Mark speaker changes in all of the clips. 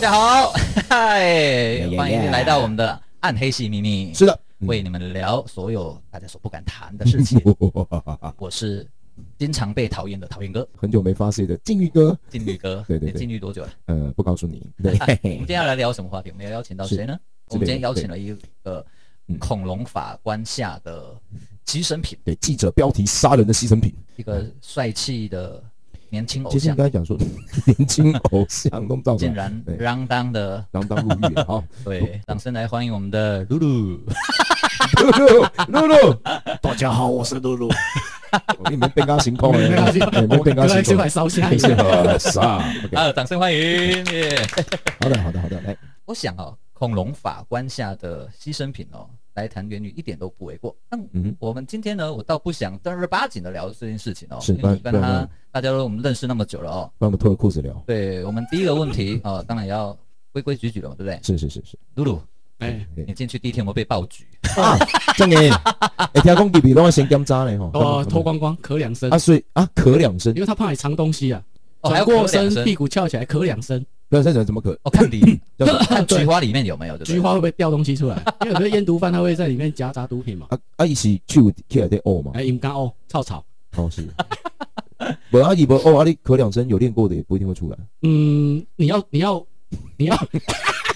Speaker 1: 家好， 嗨
Speaker 2: Yeah, yeah,
Speaker 1: 欢迎
Speaker 2: yeah
Speaker 1: 来到我们的暗黑系秘密，
Speaker 2: 是的，
Speaker 1: 为你们聊所有大家所不敢谈的事情。
Speaker 2: 嗯
Speaker 1: 我是经常被讨厌的讨厌哥，
Speaker 2: 很久没发泄的禁欲哥，
Speaker 1: 禁律哥，
Speaker 2: 对对对
Speaker 1: 你禁律多久了？
Speaker 2: 呃，不告诉你， 对，
Speaker 1: 哎我们今天要来聊什么话题？我们要邀请到谁呢？我们今天邀请了一个呃
Speaker 2: 嗯
Speaker 1: 恐龙法官下的牺牲品，
Speaker 2: 对，记者标题杀人的牺牲品，
Speaker 1: 一个帅气的年轻偶
Speaker 2: 其实应
Speaker 1: 像，
Speaker 2: 该讲说 年轻偶像弄到
Speaker 1: 竟然
Speaker 2: 对，
Speaker 1: 嚷当的，
Speaker 2: 然后当入狱了啊哈，
Speaker 1: 对，掌声来欢迎我们的露露。
Speaker 2: 露露露露，哦
Speaker 3: 大家好，我是露露。
Speaker 2: 你们变高行空
Speaker 3: 没
Speaker 2: 了，
Speaker 3: 关系
Speaker 2: 哎你们变高行
Speaker 3: 我刚才
Speaker 2: 空
Speaker 3: 吃块
Speaker 2: 了，
Speaker 3: 烧虾
Speaker 2: 谢谢啊，杀，OK，
Speaker 1: 啊，掌声欢迎！耶
Speaker 2: 好的，好的，好哎的，来，
Speaker 1: 我想哦，恐龙法官下的牺牲品哦，来谈元宇一点都不为过。但
Speaker 2: 嗯哼，
Speaker 1: 我们今天呢，我倒不想正儿八经的聊这件事情哦，
Speaker 2: 是
Speaker 1: 因为你
Speaker 2: 不然
Speaker 1: 跟
Speaker 2: 不
Speaker 1: 他
Speaker 2: 然
Speaker 1: 大家都我们认识那么久了哦。
Speaker 2: 帮我们脱了裤子聊，
Speaker 1: 对我们第一个问题哦，当然也要规规矩矩了嘛，对不对？
Speaker 2: 是是是是，
Speaker 1: 露露，
Speaker 3: 哎，
Speaker 1: 你进去第一天有没有被爆菊？
Speaker 2: 啊，真的，哎，听讲弟弟都要先检查嘞哈，
Speaker 3: 哦，脱光光，咳两声
Speaker 2: 啊，，所以啊，咳两声
Speaker 3: 因，为他怕你藏东西啊。
Speaker 1: 哦，还
Speaker 3: 转
Speaker 1: 要
Speaker 3: 过
Speaker 1: 咳两
Speaker 3: 身，
Speaker 1: 声。
Speaker 3: 屁股翘起来，咳两声。
Speaker 2: 两声怎么咳？
Speaker 1: 哦，看 里
Speaker 2: 叫 啊什么
Speaker 1: 看菊花里面有没有？对不对
Speaker 3: 菊花会不会掉东西 出来？因为有些烟毒贩他会在里面夹杂毒品嘛。
Speaker 2: 啊啊，伊是手起来在呕嘛，
Speaker 3: 哎，你们刚哦，草草。
Speaker 2: 哦是， 无啊伊无呕啊，你咳两声有练过的也不一定会 出来。
Speaker 3: 嗯，你要你要 你 要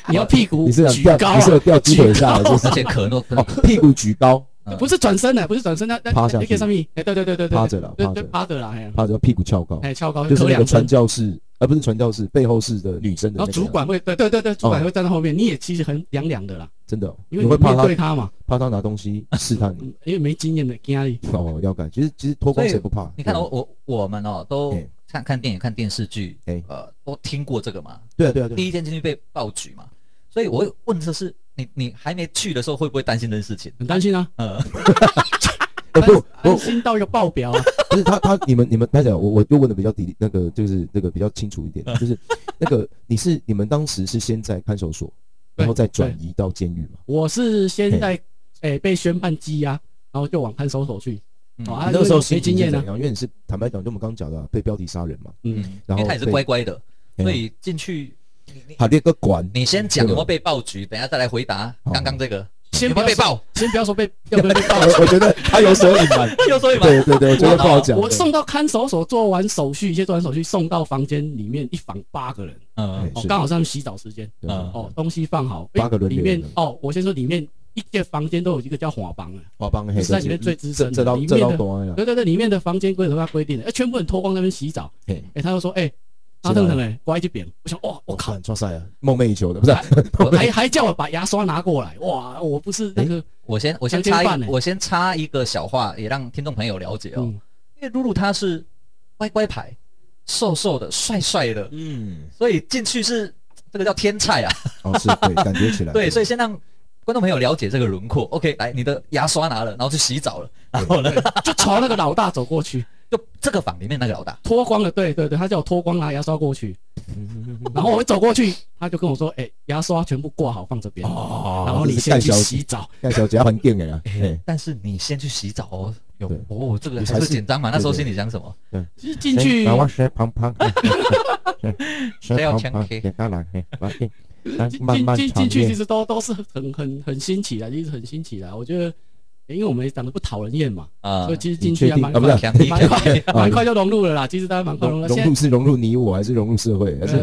Speaker 3: 你要屁股
Speaker 2: 你是
Speaker 3: 举
Speaker 2: 想
Speaker 3: 高
Speaker 2: 掉，
Speaker 3: 啊
Speaker 2: 你是有掉鸡腿下来就
Speaker 1: 而
Speaker 2: 是
Speaker 1: 且咳诺，
Speaker 2: 哦，屁股举高，
Speaker 1: 嗯
Speaker 3: 不是转身啊的，不是转身，那那
Speaker 2: 趴下去
Speaker 3: 那个上面，哎，对对对对对，
Speaker 2: 趴着啦
Speaker 3: 对
Speaker 2: 趴着
Speaker 3: 对趴着啦，哎呀，
Speaker 2: 他叫屁股翘高，
Speaker 3: 哎，翘高
Speaker 2: 就是
Speaker 3: 咳
Speaker 2: 那个
Speaker 3: 两声
Speaker 2: 传。教士，啊而不是传教士背后是的女生的那
Speaker 3: 然后
Speaker 2: 个。啊
Speaker 3: 主管会，对对对对，主管会站在后面，你也其实很凉凉的啦，
Speaker 2: 真的哦，
Speaker 3: 因
Speaker 2: 哦你
Speaker 3: 为你
Speaker 2: 会怕
Speaker 3: 面对
Speaker 2: 他
Speaker 3: 他嘛，
Speaker 2: 怕他拿东西试探 你
Speaker 3: 嗯因为没经验的压力。
Speaker 2: 哦，要干。其实其实脱光谁不怕？
Speaker 1: 你看
Speaker 2: 对啊
Speaker 3: 哦
Speaker 1: 我我我们哦，都
Speaker 2: 哎
Speaker 1: 看看电影、看电视剧
Speaker 2: 哎，
Speaker 1: 呃，都听过这个嘛。
Speaker 2: 对啊对啊对啊，
Speaker 1: 第一天进去被爆菊嘛，所以我会问的是，你你还没去的时候会不会担心这件事情？
Speaker 3: 很担心啊，
Speaker 1: 呃，
Speaker 2: 哎不
Speaker 3: 担
Speaker 2: 不
Speaker 3: 心到一个爆表 啊！
Speaker 2: 不是他他你们你们大家我我就问的比较底那个就是那个比较清楚一点，
Speaker 3: 嗯
Speaker 2: 就是那个你是你们当时是先在看守所，然后再转移到监狱嘛？
Speaker 3: 我是先在诶、被宣判羁押，然后就往看守所去。
Speaker 1: 嗯
Speaker 3: 哦
Speaker 2: 你
Speaker 3: 啊，
Speaker 2: 那个时候
Speaker 3: 因为
Speaker 2: 心
Speaker 3: 没经
Speaker 2: 情是
Speaker 3: 验
Speaker 2: 怎
Speaker 3: 啊，
Speaker 2: 样？因为你是坦白讲，就我们刚刚讲的啊被标题杀人嘛，
Speaker 3: 嗯，
Speaker 1: 嗯，因
Speaker 2: 然
Speaker 1: 为
Speaker 2: 后
Speaker 1: 他也是
Speaker 2: 被
Speaker 1: 乖乖的，
Speaker 2: 哎
Speaker 1: 所以进去，你你
Speaker 2: 还列个管，
Speaker 1: 你先讲有
Speaker 2: 这个
Speaker 1: 没有被爆菊，等一下再来回答
Speaker 2: 哦
Speaker 1: 刚刚这个
Speaker 3: 先
Speaker 1: 有
Speaker 3: 不
Speaker 1: 没
Speaker 3: 要
Speaker 1: 有被爆，
Speaker 3: 先不要说被 要 不要被
Speaker 2: 我
Speaker 3: 爆，
Speaker 2: 我觉得他有所隐 瞒，
Speaker 1: 又说一把，
Speaker 2: 对对对，我觉得不好讲。
Speaker 3: 我
Speaker 2: 对
Speaker 3: 送到看守所做完手续，一切做完手续送到房间里面，一房八个人，
Speaker 1: 嗯
Speaker 3: 哦
Speaker 2: 是，
Speaker 3: 刚好是他们洗澡时间，
Speaker 2: 对
Speaker 1: 嗯
Speaker 3: 哦，东西放好，
Speaker 2: 八个轮
Speaker 3: 里
Speaker 2: 流
Speaker 3: 面
Speaker 2: 的
Speaker 3: 哦，我先说里面一间房间都有一个叫华邦的，
Speaker 2: 华邦黑
Speaker 3: 是在里面最资深的
Speaker 2: 这道
Speaker 3: 里面
Speaker 2: 这
Speaker 3: 的
Speaker 2: 道端呀，
Speaker 3: 对对对，里面的房间规则他规定的，哎，全部人脱光在那边洗澡，
Speaker 2: 嘿
Speaker 3: 哎，他就说，哎，阿邓腾哎，乖一点，我想，哇，我
Speaker 2: 我
Speaker 3: 靠
Speaker 2: 靠，，抓赛啊，梦寐以求的不是啊？
Speaker 3: 我还还叫我把牙刷拿过来，哇，我不是那个，
Speaker 1: 我先我先
Speaker 3: 强奸
Speaker 1: 插
Speaker 3: 犯
Speaker 1: 一
Speaker 3: 欸
Speaker 1: 我先插一个小话，也让听众朋友了解哦，
Speaker 3: 嗯，
Speaker 1: 因为露露她是乖乖牌，瘦瘦的，帅帅的，
Speaker 2: 嗯，
Speaker 1: 所以进去是这个叫天菜啊。
Speaker 2: 哦是对，感觉起 来
Speaker 1: 对，所以
Speaker 2: 以
Speaker 1: 先让观众朋友了解这个轮廓。OK，来，你的牙刷拿了，然后去洗澡了，然后呢，
Speaker 3: 就朝那个老大走过去，
Speaker 1: 就这个房里面那个老大，
Speaker 3: 脱光了，对对对，他叫我脱光拿牙刷过去，
Speaker 2: 嗯
Speaker 3: 然后我一走过去，他就跟我说，哎，牙刷全部挂好放这边，
Speaker 2: 哦
Speaker 3: 然后你先去洗澡，
Speaker 2: 干小姐很劲的啦，
Speaker 3: 哎
Speaker 2: 嘿
Speaker 1: 但是你先去洗澡哦。有
Speaker 2: 对
Speaker 1: 哦，这个
Speaker 2: 你
Speaker 1: 还
Speaker 2: 才
Speaker 1: 是
Speaker 2: 是
Speaker 1: 紧张嘛？那时候
Speaker 2: 对对
Speaker 1: 心里想什么？
Speaker 3: 就是进去
Speaker 2: 然后谁胖胖，谁
Speaker 1: 谁要
Speaker 2: 胖
Speaker 1: 呛
Speaker 2: 胖，
Speaker 1: K？
Speaker 2: 给他来，嘿来嘿来
Speaker 3: 进
Speaker 2: 慢慢
Speaker 3: 进
Speaker 2: 尝
Speaker 3: 进去，其
Speaker 2: 验，
Speaker 3: 实都都是很很很新奇的，其实很新奇的，我觉得。因为我们也长得不讨人厌嘛，
Speaker 1: 啊
Speaker 3: 所以，其实
Speaker 2: 你
Speaker 3: 进
Speaker 2: 确
Speaker 3: 去还
Speaker 2: 定
Speaker 3: 蛮
Speaker 2: 啊？
Speaker 3: 快
Speaker 2: 不是啊
Speaker 1: 强力
Speaker 3: 蛮快，
Speaker 2: 啊
Speaker 3: 蛮快就融入了啦。其实大家蛮快融入
Speaker 2: 哦融
Speaker 3: 了。现
Speaker 2: 融
Speaker 3: 在
Speaker 2: 入是融入你我，还是融入社会？还是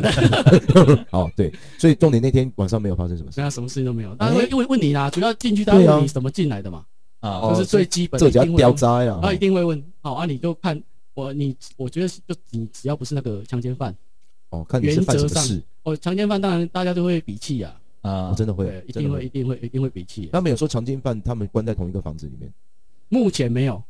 Speaker 2: 好对，所以重点那天晚上没有发生什么事。
Speaker 3: 现在什么事情都没有，大家会问问你啦，主要进去大家
Speaker 2: 哎对啊
Speaker 3: 问你怎么进来的嘛，
Speaker 1: 啊
Speaker 3: 这
Speaker 2: 哦
Speaker 3: 是最基本的。
Speaker 2: 这
Speaker 3: 一
Speaker 2: 叫
Speaker 3: 定会
Speaker 2: 刁
Speaker 3: 问，
Speaker 2: 灾啊！
Speaker 3: 他一定会问。好啊，你就看我你，我觉得就你只要不是那个强奸犯，
Speaker 2: 哦，看你是犯什么事，
Speaker 3: 哦，强奸犯当然大家都会比气啊，
Speaker 2: 哦
Speaker 1: 啊，
Speaker 2: 真的会
Speaker 3: 对，，一
Speaker 2: 真的
Speaker 3: 定会一。定会一定会比气。啊
Speaker 2: 他们有说强奸犯他们关在同一个房子里面，
Speaker 3: 目前没有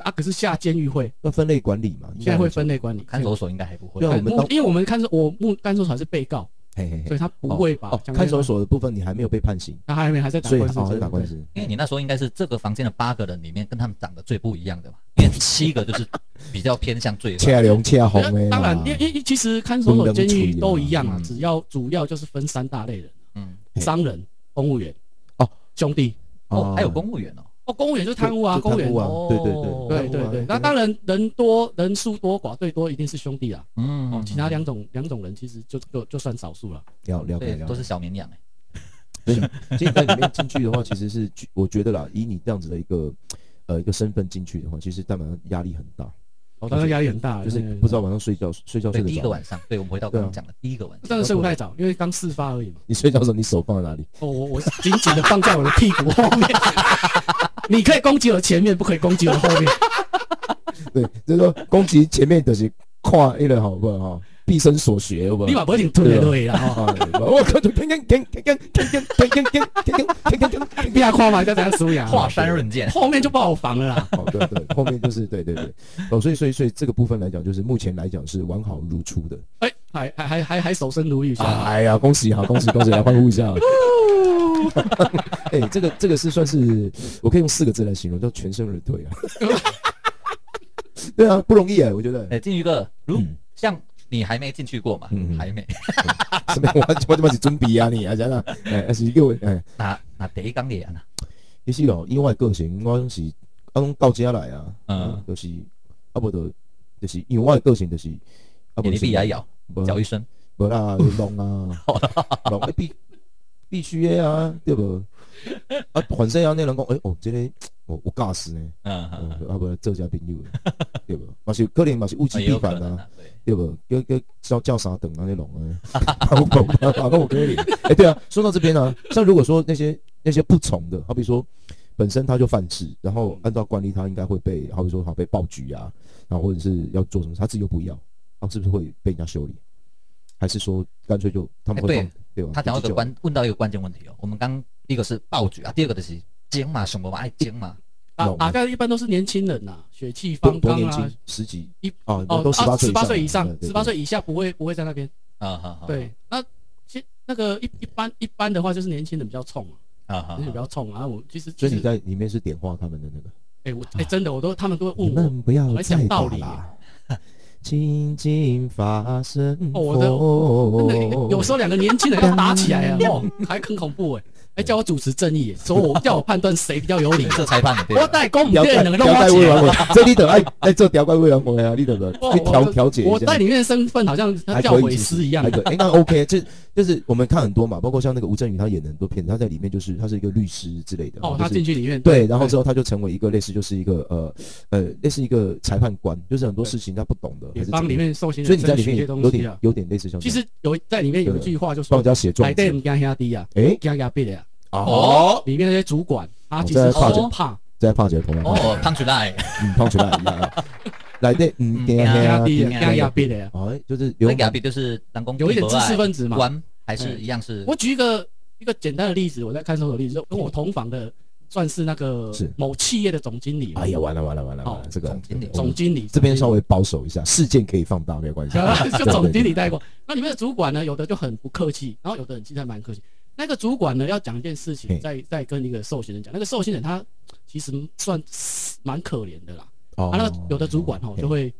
Speaker 3: 啊，可是下监狱会，
Speaker 2: 要分类管理嘛？
Speaker 3: 现在会分类管理。
Speaker 1: 看守所应该还不会
Speaker 2: 对。啊
Speaker 3: 对
Speaker 2: 我们
Speaker 3: 目
Speaker 2: 当
Speaker 3: 因为我们看守我目看守所还是被告，
Speaker 2: 嘿嘿
Speaker 3: 所
Speaker 2: 嘿。
Speaker 3: 以他不会把
Speaker 2: 哦，
Speaker 3: 强奸
Speaker 2: 看守
Speaker 3: 犯，
Speaker 2: 所的部分你还没有被判刑，
Speaker 3: 他还没还在打
Speaker 2: 所以
Speaker 3: 官司，
Speaker 2: 哦还
Speaker 3: 对
Speaker 2: 在打官。司。
Speaker 1: 因为你那时候应该是这个房间的八个人里面跟他们长得最不一样的嘛，因为七个就是比较偏向 罪
Speaker 2: 切
Speaker 1: 犯。
Speaker 2: 龙切红
Speaker 3: 对对
Speaker 2: 的啦，
Speaker 3: 对啊当然，因因因其实看守
Speaker 2: 不
Speaker 3: 所、
Speaker 2: 能
Speaker 3: 监狱
Speaker 2: 处理啊
Speaker 3: 都一样啊
Speaker 1: 嗯，
Speaker 3: 只要主要就是分三大类人。
Speaker 1: 嗯，
Speaker 2: 嘿
Speaker 3: 商人、公务员、
Speaker 2: 哦
Speaker 3: 兄弟，
Speaker 1: 哦，还有
Speaker 2: 功
Speaker 1: 公务员哦，
Speaker 3: 哦，公务员就是贪污啊，
Speaker 2: 就就
Speaker 3: 公务员
Speaker 2: 贪污啊对对对
Speaker 1: 哦
Speaker 3: 对
Speaker 2: 贪污
Speaker 3: 对
Speaker 2: 啊
Speaker 3: 对，
Speaker 2: 对
Speaker 3: 那当然人多人数多寡最多一定是兄弟啦，
Speaker 1: 嗯
Speaker 3: 哦，其他两种两种人其实就就就算少数了。
Speaker 2: 了了
Speaker 1: 嗯
Speaker 2: 解
Speaker 1: 对
Speaker 2: 了
Speaker 1: 都是。
Speaker 2: 解
Speaker 1: 小绵羊哎，
Speaker 2: 所以在里面进去的话，其实是我觉得啦，以你这样子的一个呃一个身份进去的话，其实代表压力很大，
Speaker 3: 哦，当然压力很大，
Speaker 2: 就是
Speaker 3: 对对对
Speaker 2: 不知道晚上睡觉睡觉睡
Speaker 1: 对，
Speaker 2: 得
Speaker 1: 第一个
Speaker 2: 着吗。
Speaker 1: 晚上，对我们回到刚
Speaker 2: 啊
Speaker 1: 刚讲的第一个晚上，
Speaker 3: 真的睡不太早，因为刚事发而已嘛。
Speaker 2: 你睡觉的时候，你手放在哪里？
Speaker 3: 哦，我我 紧紧的放在我的屁股后面，你可以攻击我前面，不可以攻击我后面。
Speaker 2: 对，就是说攻击前面就是跨一人好不好？毕生所学，好不好？
Speaker 3: 你把不挺吞了对啦，哦，
Speaker 2: 我靠！就天天天天天天天天天天天天天天
Speaker 3: 你别夸嘛，再等下输 呀。
Speaker 1: 华山论剑，
Speaker 3: 后面就不好防了啦。
Speaker 2: 好对对，后面就是对对对，哦，所以所以所以这个部分来讲，就是目前来讲是完好如初的。
Speaker 3: 哎，还还还还还守身如玉一下。
Speaker 2: 哎呀，恭喜哈，恭喜恭喜，来欢呼一下。啊 哎、这个这个是算是我可以用四个字来形容，叫全身而退啊。 对啊，不容易哎，我觉得。
Speaker 1: 哎，进一个，如
Speaker 2: 嗯
Speaker 1: 像你还没进去过嘛
Speaker 2: 嗯嗯，
Speaker 1: 还没，哎
Speaker 2: 什么？我我他妈是准备啊你啊，真啊，哎，是叫哎，
Speaker 1: 那那第一缸里啊，
Speaker 2: 其实哦，因为我的个性，我拢是我拢到家来啊，
Speaker 1: 嗯
Speaker 2: 就是啊，无就就是因为我的个性就是啊，
Speaker 1: 眼
Speaker 2: 无
Speaker 1: 睛闭牙咬，
Speaker 2: 无
Speaker 1: 叫一声，
Speaker 2: 无啦，运动啊，运动必必须的啊，对无？啊，反正啊，那人讲，诶、哦，这个我我驾驶呢，
Speaker 1: 嗯嗯嗯
Speaker 2: 哦啊无做一下朋友的，对无？ 嘛是可能嘛是物极
Speaker 1: 啊，也
Speaker 2: 必
Speaker 1: 有可
Speaker 2: 反啊
Speaker 1: 能。啊，对，
Speaker 2: 对不？叫叫叫叫啥等啊那种啊，我懂啊，我跟我哥你。哎，对啊，说到这边呢、啊，像如果说那些那些不从的，好比说本身他就犯事，然
Speaker 3: 嗯
Speaker 2: 后按照惯例他应该会被，好比说好被爆菊啊，然后或者是要做什么，他自己又不要，他是不是会被人家修理？还是说干脆就他们会
Speaker 1: 哎
Speaker 2: 放对吧？
Speaker 1: 他讲到一个
Speaker 2: 自己就
Speaker 1: 关，问到一个关键问题哦，我们刚第一个是爆菊啊，第二个就是精嘛，什么嘛爱精嘛，
Speaker 3: 打
Speaker 2: 懂
Speaker 3: 打架一般啊都是年轻人呐，血气
Speaker 2: 多
Speaker 3: 方
Speaker 2: 多
Speaker 3: 刚
Speaker 2: 年
Speaker 3: 啊
Speaker 2: 轻，十几
Speaker 3: 一
Speaker 2: 啊，
Speaker 3: 哦
Speaker 2: 都十八
Speaker 3: 啊
Speaker 2: 岁
Speaker 3: 十八岁以
Speaker 2: 上
Speaker 3: 上
Speaker 2: 了，，对
Speaker 3: 十八。
Speaker 2: 对
Speaker 3: 岁以下不会不会在那边。
Speaker 1: 啊哈，啊，
Speaker 3: 对，哦那其那个一一般一般的话，就是年轻人比较冲啊，
Speaker 1: 啊哈
Speaker 3: 年，轻人比较冲啊。然后我其实
Speaker 2: 所以你
Speaker 3: 其实
Speaker 2: 在里面是点化他们的那个。
Speaker 3: 哎我哎真的我都他们都会
Speaker 2: 你
Speaker 3: 问我
Speaker 2: 们不要
Speaker 3: 我在
Speaker 2: 再
Speaker 3: 讲
Speaker 2: 打
Speaker 3: 道理
Speaker 2: 啦，静静发生
Speaker 3: 哦我的真的
Speaker 2: 哦
Speaker 3: 有有时候两个年轻人要打起来啊，哦，还很恐怖哎、还叫我主持正义、说我叫我判断谁比较有 理
Speaker 1: 你。这裁判的对
Speaker 2: 啊
Speaker 3: 我
Speaker 1: 吧，
Speaker 3: 带公
Speaker 2: 调
Speaker 3: 店
Speaker 2: 解
Speaker 3: 能
Speaker 2: 调
Speaker 3: 弄花
Speaker 2: 解委
Speaker 3: 钱
Speaker 2: 员，会，这你得爱爱做调解委员会啊，你得
Speaker 3: 哦
Speaker 2: 去调调解
Speaker 3: 我
Speaker 2: 一
Speaker 3: 在
Speaker 2: 下。
Speaker 3: 里面的身份好像他
Speaker 2: 还
Speaker 3: 叫
Speaker 2: 可以
Speaker 3: 毁
Speaker 2: 其实
Speaker 3: 尸一样啊
Speaker 2: 还。可以。哎，那 OK，就就是我们看很多嘛，包括像那个吴镇宇，他演的很多片，他在里面就是他是一个律师之类的。
Speaker 3: 哦，
Speaker 2: 就
Speaker 3: 他
Speaker 2: 是
Speaker 3: 进去里面，
Speaker 2: 对，然后之后他就成为一个类似就是一个呃呃类似一个裁判官，就是很多事情他不懂的，还
Speaker 3: 也
Speaker 2: 是
Speaker 3: 帮
Speaker 2: 怎么
Speaker 3: 里
Speaker 2: 样
Speaker 3: 面受刑
Speaker 2: 所以
Speaker 3: 人
Speaker 2: 你在
Speaker 3: 争
Speaker 2: 里
Speaker 3: 取一
Speaker 2: 面
Speaker 3: 些
Speaker 2: 有
Speaker 3: 东西
Speaker 2: 点
Speaker 3: 啊。
Speaker 2: 有点类似像这
Speaker 3: 其
Speaker 2: 样
Speaker 3: 实有在里面有一句话就
Speaker 2: 帮
Speaker 3: 说
Speaker 2: 人家写：“状
Speaker 3: 来
Speaker 2: 子
Speaker 3: 电。跟压低啊，
Speaker 2: 哎，
Speaker 3: 跟压低的啊。
Speaker 2: 哦，”
Speaker 3: 里面那些主管，他其
Speaker 2: 我
Speaker 3: 实
Speaker 2: 在怕
Speaker 3: 很怕，
Speaker 2: 在怕姐同
Speaker 1: 哦，胖出来，
Speaker 2: 嗯，胖出来一样啊，来的嗯，
Speaker 1: 嗯
Speaker 2: 给
Speaker 3: 跟
Speaker 2: 啊
Speaker 3: 压低的，
Speaker 1: 对啊
Speaker 3: 跟压低的啊。
Speaker 2: 哦，哎就是流
Speaker 1: 那
Speaker 2: 氓
Speaker 1: 雅比就是南宫
Speaker 3: 有一点知识分子嘛哎
Speaker 1: 玩还是一样是
Speaker 3: 我举一个一个简单的例子，我在看守所例子，跟我同房的算是那个
Speaker 2: 是
Speaker 3: 某企业的总经理，
Speaker 2: 哎呀，完了完了完了完了
Speaker 3: 哦，
Speaker 2: 这个
Speaker 1: 总经理
Speaker 2: 这个我
Speaker 3: 啊总
Speaker 2: 们
Speaker 3: 经理
Speaker 2: 这边稍微保守一下，事件可以放大，没有关系。
Speaker 3: 就总经
Speaker 2: 对
Speaker 3: 理 带过。那里面的主管呢，有的就很不客气，然后有的人其实还蛮客气。那个主管呢，要讲一件事
Speaker 2: 嘿
Speaker 3: 情，再再跟一个受刑人讲，那个受刑人他其实算是蛮可怜的啦。
Speaker 2: 哦哎
Speaker 3: 啊，那个有的主管哦，就会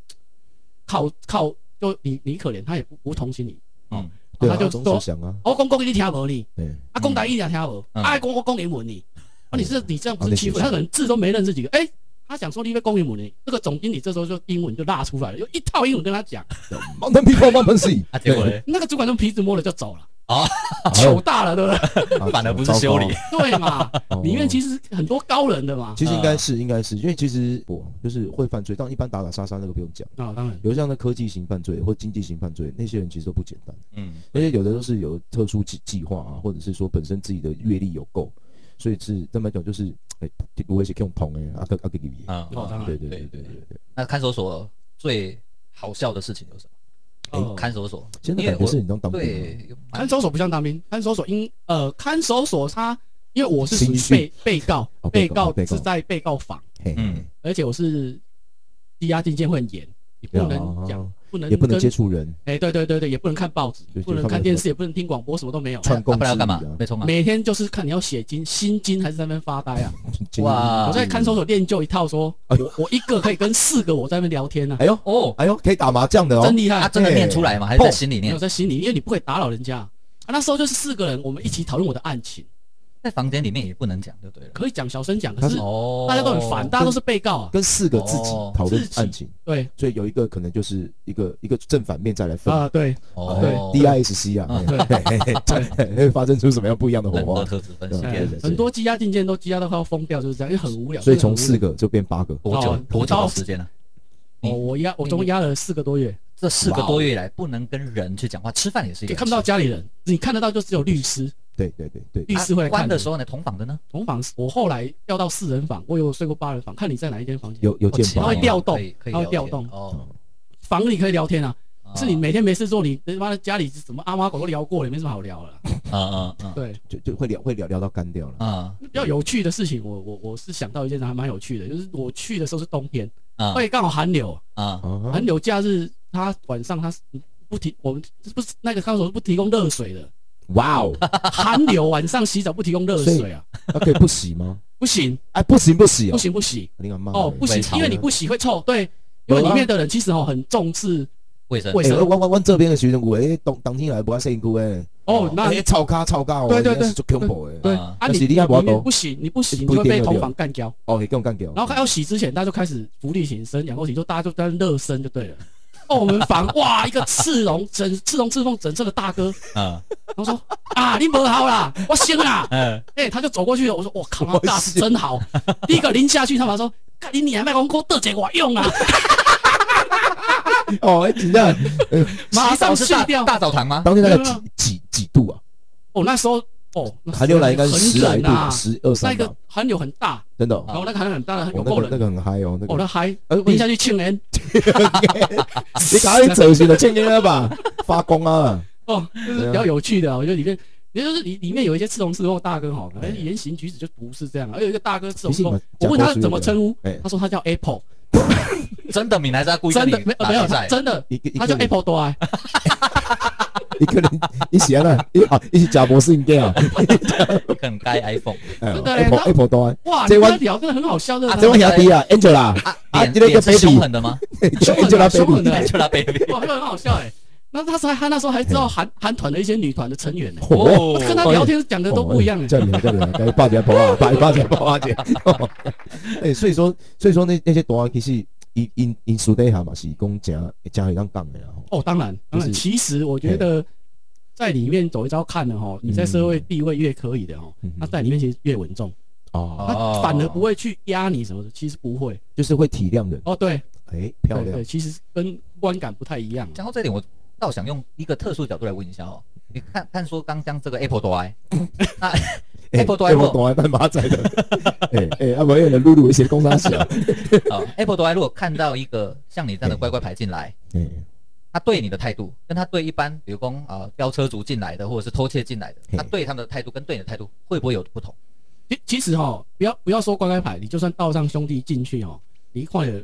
Speaker 3: 靠靠，就你你可怜，他也不不同情你，哦
Speaker 1: 嗯
Speaker 2: 对啊
Speaker 3: 他就
Speaker 2: 总
Speaker 3: 说哦
Speaker 2: 是想啊，哎
Speaker 3: 我讲讲你听无你，
Speaker 2: 对，
Speaker 3: 啊，讲台语你也听无，
Speaker 1: 嗯
Speaker 3: 啊，讲我讲英文你，啊，你这你这样不是欺负
Speaker 2: 啊
Speaker 3: 人
Speaker 2: 那
Speaker 3: 他，可能字都没认识几个，哎，他想说你被公英母呢，这个总经理这时候就英文就辣出来了，就一套英文跟他讲，
Speaker 2: 哦，那 people 慢慢试
Speaker 1: 啊，结果嘞
Speaker 3: 那个主管就鼻子摸了就走了，
Speaker 2: 好
Speaker 3: 糗大了，对不对？
Speaker 2: 啊
Speaker 1: 反而不是修理，
Speaker 3: 对嘛，
Speaker 2: 糟糕
Speaker 3: 里面
Speaker 2: 哦
Speaker 3: 其实很多高人的嘛，
Speaker 2: 其实应该是应该是，因为其实我就是会犯罪，但一般打打杀杀那个不用讲，
Speaker 3: 啊，当然，
Speaker 2: 有像那科技型犯罪或经济型犯罪，那些人其实都不简单。
Speaker 1: 嗯
Speaker 2: 而且有的都是有特殊计计划啊，或者是说本身自己的阅历有够，所以是这么讲就是，哎、我也是用同哎，阿克阿克给你，
Speaker 1: 啊，
Speaker 3: 哦，当然
Speaker 2: 对，对对对对对，
Speaker 1: 那看守所最好笑的事情有什么？
Speaker 2: 哎
Speaker 3: 哦
Speaker 1: 看守所，
Speaker 2: 其实那
Speaker 1: 因为
Speaker 2: 感觉
Speaker 1: 我
Speaker 2: 是你当当兵啊，
Speaker 1: 对
Speaker 3: 看守所不像当兵，看守所因呃，看守所他因为我是属于
Speaker 2: 刑讯
Speaker 3: 被被告
Speaker 2: 哦，被
Speaker 3: 被
Speaker 2: 告
Speaker 3: 告
Speaker 2: 被告
Speaker 3: 是在被告房，
Speaker 2: 嘿，
Speaker 1: 嗯
Speaker 3: 而且我是羁押禁见会很严，你不能
Speaker 2: 啊
Speaker 3: 讲，不能
Speaker 2: 也不能
Speaker 3: 跟
Speaker 2: 接触人，
Speaker 3: 哎，对对对对，也不能看报纸
Speaker 2: 对，
Speaker 3: 不能看电视，也不能听广播，什么都没有。
Speaker 2: 串供
Speaker 1: 啊不然要干嘛
Speaker 2: 之类的啊？
Speaker 1: 被冲啊？
Speaker 3: 每天就是看你要写经、心经还是在那边发 呆啊！
Speaker 1: 哇
Speaker 3: 我在看
Speaker 2: 嗯
Speaker 3: 守所练就一套说，
Speaker 2: 哎
Speaker 3: 我我一个可以跟四个我在那边聊天啊，
Speaker 2: 哎呦
Speaker 1: 哦，
Speaker 2: 哎呦，可以打麻将的哦
Speaker 3: 真，厉
Speaker 1: 他
Speaker 3: 害！
Speaker 1: 真的念出来吗？还是在心里
Speaker 3: 没
Speaker 1: 念
Speaker 3: 啊有？在心里，因为你不可以打扰人家啊。那时候就是四个人，我们一起讨论我的案情，
Speaker 1: 在房间里面也不能讲，就对了。
Speaker 3: 可以讲小声讲，可是
Speaker 1: 哦
Speaker 3: 大家都很烦，大家都是被告啊。
Speaker 2: 跟四个自己
Speaker 1: 哦
Speaker 2: 讨论
Speaker 3: 自己
Speaker 2: 案情，
Speaker 3: 对
Speaker 2: 所以有一个可能就是一个一个正反面再来分
Speaker 3: 啊，对，
Speaker 1: 哦，
Speaker 2: D I S C 啊，
Speaker 3: 对
Speaker 2: 嘿嘿嘿对，会发生出什么样不一样的火
Speaker 1: 人格
Speaker 2: 花？
Speaker 1: 特质分析
Speaker 2: 对
Speaker 1: 片
Speaker 2: 对，对
Speaker 3: 很多积压进件都积压到快要疯掉，就是这样，因为很无聊。
Speaker 2: 所以
Speaker 3: 真
Speaker 2: 从
Speaker 3: 的很无
Speaker 2: 四
Speaker 3: 聊
Speaker 2: 个就变八个，
Speaker 1: 多久
Speaker 3: 哦
Speaker 1: 多久
Speaker 3: 到
Speaker 1: 的时间呢？啊你
Speaker 3: 哦，我压
Speaker 1: 嗯
Speaker 3: 我总共压了四个多月，
Speaker 1: 这四个
Speaker 2: 哇哦
Speaker 1: 多月以来不能跟人去讲话，吃饭也是一
Speaker 3: 也
Speaker 1: 个
Speaker 3: 看不到家里人，你看得到就只有律师，
Speaker 2: 对对对对，
Speaker 3: 律
Speaker 1: 哦啊
Speaker 3: 师会来看
Speaker 1: 关
Speaker 3: 你
Speaker 1: 的时候呢，同房的呢，
Speaker 3: 同房，我后来调到四人房，我有睡过八人房，看你在哪一间房间。
Speaker 2: 有有
Speaker 1: 哦
Speaker 2: 见
Speaker 1: 奇
Speaker 2: 报
Speaker 1: 怪
Speaker 3: 它会调动
Speaker 1: 可以可以
Speaker 3: 它会
Speaker 1: 聊
Speaker 3: 调
Speaker 1: 天
Speaker 3: 动
Speaker 1: 哦，
Speaker 3: 房里可以聊天啊，
Speaker 1: 啊
Speaker 3: 是你每天没事做，你他妈的家里什么阿猫阿狗都聊过了，也没什么好聊了啦。
Speaker 1: 啊啊啊
Speaker 3: 对，
Speaker 2: 就就会聊会聊聊到干掉了。
Speaker 1: 啊
Speaker 3: 比较有趣的事情，我我我是想到一件还蛮有趣的，就是我去的时候是冬天，哎
Speaker 1: 啊
Speaker 3: 会刚好寒流，
Speaker 1: 啊
Speaker 2: 啊
Speaker 3: 寒流假日它晚上它是不提我们不是那个看守是不提供热 水的，
Speaker 2: 哇哦，
Speaker 3: 寒流晚上洗澡不提供热水啊，
Speaker 2: 那可以不洗 吗？
Speaker 3: 不行
Speaker 2: 哎，不行不洗哦
Speaker 3: 啊不，行不行
Speaker 2: 你欸敢骂
Speaker 3: 哦
Speaker 2: 人
Speaker 3: 不行
Speaker 1: 会，吵
Speaker 3: 因为你
Speaker 2: 的
Speaker 3: 不洗会臭，对，因
Speaker 2: 有
Speaker 3: 为里
Speaker 2: 啊
Speaker 3: 面的人其实哦很重视
Speaker 1: 卫生哦
Speaker 3: 卫
Speaker 2: 哎，
Speaker 3: 生
Speaker 2: 我我我这边的学生，我哎，当当天来不要辛苦哎，
Speaker 3: 哦那
Speaker 2: 哎，吵咖吵咖哦，
Speaker 3: 对对
Speaker 2: 人家
Speaker 3: 对
Speaker 2: 是做 combo 哎，
Speaker 3: 对
Speaker 1: 啊
Speaker 3: 啊
Speaker 2: 但
Speaker 3: 你
Speaker 2: 是你也没
Speaker 3: 里
Speaker 2: 办法
Speaker 3: 面不行你不洗你
Speaker 2: 不一
Speaker 3: 会
Speaker 2: 定
Speaker 3: 被
Speaker 2: 有
Speaker 3: 同
Speaker 2: 料
Speaker 3: 房干掉。
Speaker 2: 哦，你跟我干掉，
Speaker 3: 然后要洗之前，大家就开始浮力挺身、仰卧起坐，大家就在热身 就对了。哦，我们房哇，一个赤龙整赤龙赤凤整色的大哥，
Speaker 1: 啊
Speaker 3: 然后说啊，你不好啦，我醒啦，
Speaker 1: 嗯
Speaker 3: 哎、他就走过去了。我说我靠，
Speaker 2: 我
Speaker 3: 大师真 好。第一个淋下去，他马上说，干你娘，麦克风得借我用啊，
Speaker 2: 哦，哎，真 的，呃
Speaker 3: 马上
Speaker 1: 洗
Speaker 3: 去
Speaker 1: 澡是大
Speaker 3: 掉。
Speaker 1: 大澡堂吗？
Speaker 2: 当天大概
Speaker 3: 没有没
Speaker 2: 几几几度啊？
Speaker 3: 哦，那时候哦，那时候
Speaker 2: 寒流来应该是
Speaker 3: 很
Speaker 2: 十来
Speaker 3: 冷啊
Speaker 2: 度，，十二
Speaker 3: 那
Speaker 2: 三
Speaker 3: 个
Speaker 2: 吧，
Speaker 3: 寒流很大，
Speaker 2: 真的哦。
Speaker 3: 然后那个寒流很大，有
Speaker 2: 我
Speaker 3: 够
Speaker 2: 那个那
Speaker 3: 冷。
Speaker 2: 个很嗨哦，那
Speaker 3: 哦，
Speaker 2: 个
Speaker 3: 那还
Speaker 2: 呃
Speaker 3: 淋下去庆人
Speaker 2: 你赶快走行了，欠烟了吧？ 发功啊！
Speaker 3: 哦，就是比较有趣的啊、我觉得里面，也就是里里面有一些赤龙赤凤大哥哈，可能言行举止就不是这样啊。而有一个大哥赤龙赤凤，我问他怎么称呼，
Speaker 2: 哎，
Speaker 3: 他说他叫 Apple，
Speaker 1: 真的，闽南是要故意跟
Speaker 3: 真
Speaker 1: 你
Speaker 3: 的没有
Speaker 1: 打
Speaker 3: 没有
Speaker 1: 比赛
Speaker 3: 真的，
Speaker 2: 一个一
Speaker 3: 他哎叫
Speaker 2: 个
Speaker 3: Apple 多爱，
Speaker 2: 一个人一起啊，一啊一起假博士应该啊，
Speaker 1: 很该 iPhone
Speaker 2: 哎
Speaker 3: 真的嘞
Speaker 2: ，Apple
Speaker 3: 他
Speaker 2: Apple 端
Speaker 3: 哇，
Speaker 2: 这
Speaker 3: 你跟他
Speaker 2: 弯
Speaker 3: 聊真的很好笑，真
Speaker 2: 啊，这位
Speaker 3: 的。
Speaker 2: 兄弟啊，Angela 啊，
Speaker 1: 脸
Speaker 2: 你那个
Speaker 1: 脸是
Speaker 2: baby
Speaker 1: 凶狠的吗？
Speaker 3: 凶狠啊凶
Speaker 2: Angelababy
Speaker 3: 狠 的，
Speaker 1: 就那 baby
Speaker 3: 哇，真的很好笑哎。那他才他那时候还知道韩韩团的一些女团的成员呢，
Speaker 2: 哎哦，
Speaker 3: 我跟他聊天讲的都不一样哎。
Speaker 2: 叫你叫你，该八姐婆啊，八八姐八姐。哎，所以说所以说那那些单其实因因因私底下嘛是讲真真有当讲的啦。吼
Speaker 3: 哦，当然，
Speaker 2: 就
Speaker 3: 当然，
Speaker 2: 是哎
Speaker 3: 其实我觉得在里面走一遭看了哈，你在社会地位越可以的哈
Speaker 2: 嗯，
Speaker 3: 他在里面其实越稳重。
Speaker 2: 哦，
Speaker 1: 哦
Speaker 3: 他反而不会去压你什么的，其实不会。
Speaker 2: 就是会体谅人，
Speaker 3: 哦，对，
Speaker 2: 哎，漂
Speaker 3: 对
Speaker 2: 亮
Speaker 3: 对，，其实跟观感不太一样。
Speaker 1: 讲到这点，我倒想用一个特殊角度来问一下哦，你看看说刚刚这个 Apple 多 i，那 Apple 多 i
Speaker 2: 我懂啊，扮马仔的，哎哎，啊，没有人露露一些工商小，
Speaker 1: 啊 Apple 多 i 如果看到一个像你这样的乖乖牌进来，
Speaker 2: 哎，
Speaker 1: 他对你的态度跟他对一般比如说啊飙车族进来的或者是偷窃进来的，
Speaker 2: 嘿
Speaker 1: 他对他们的态度跟对你的态度会不会有不同？
Speaker 3: 其其实哈，不要不要说乖乖牌，你就算道上兄弟进去哦，你看了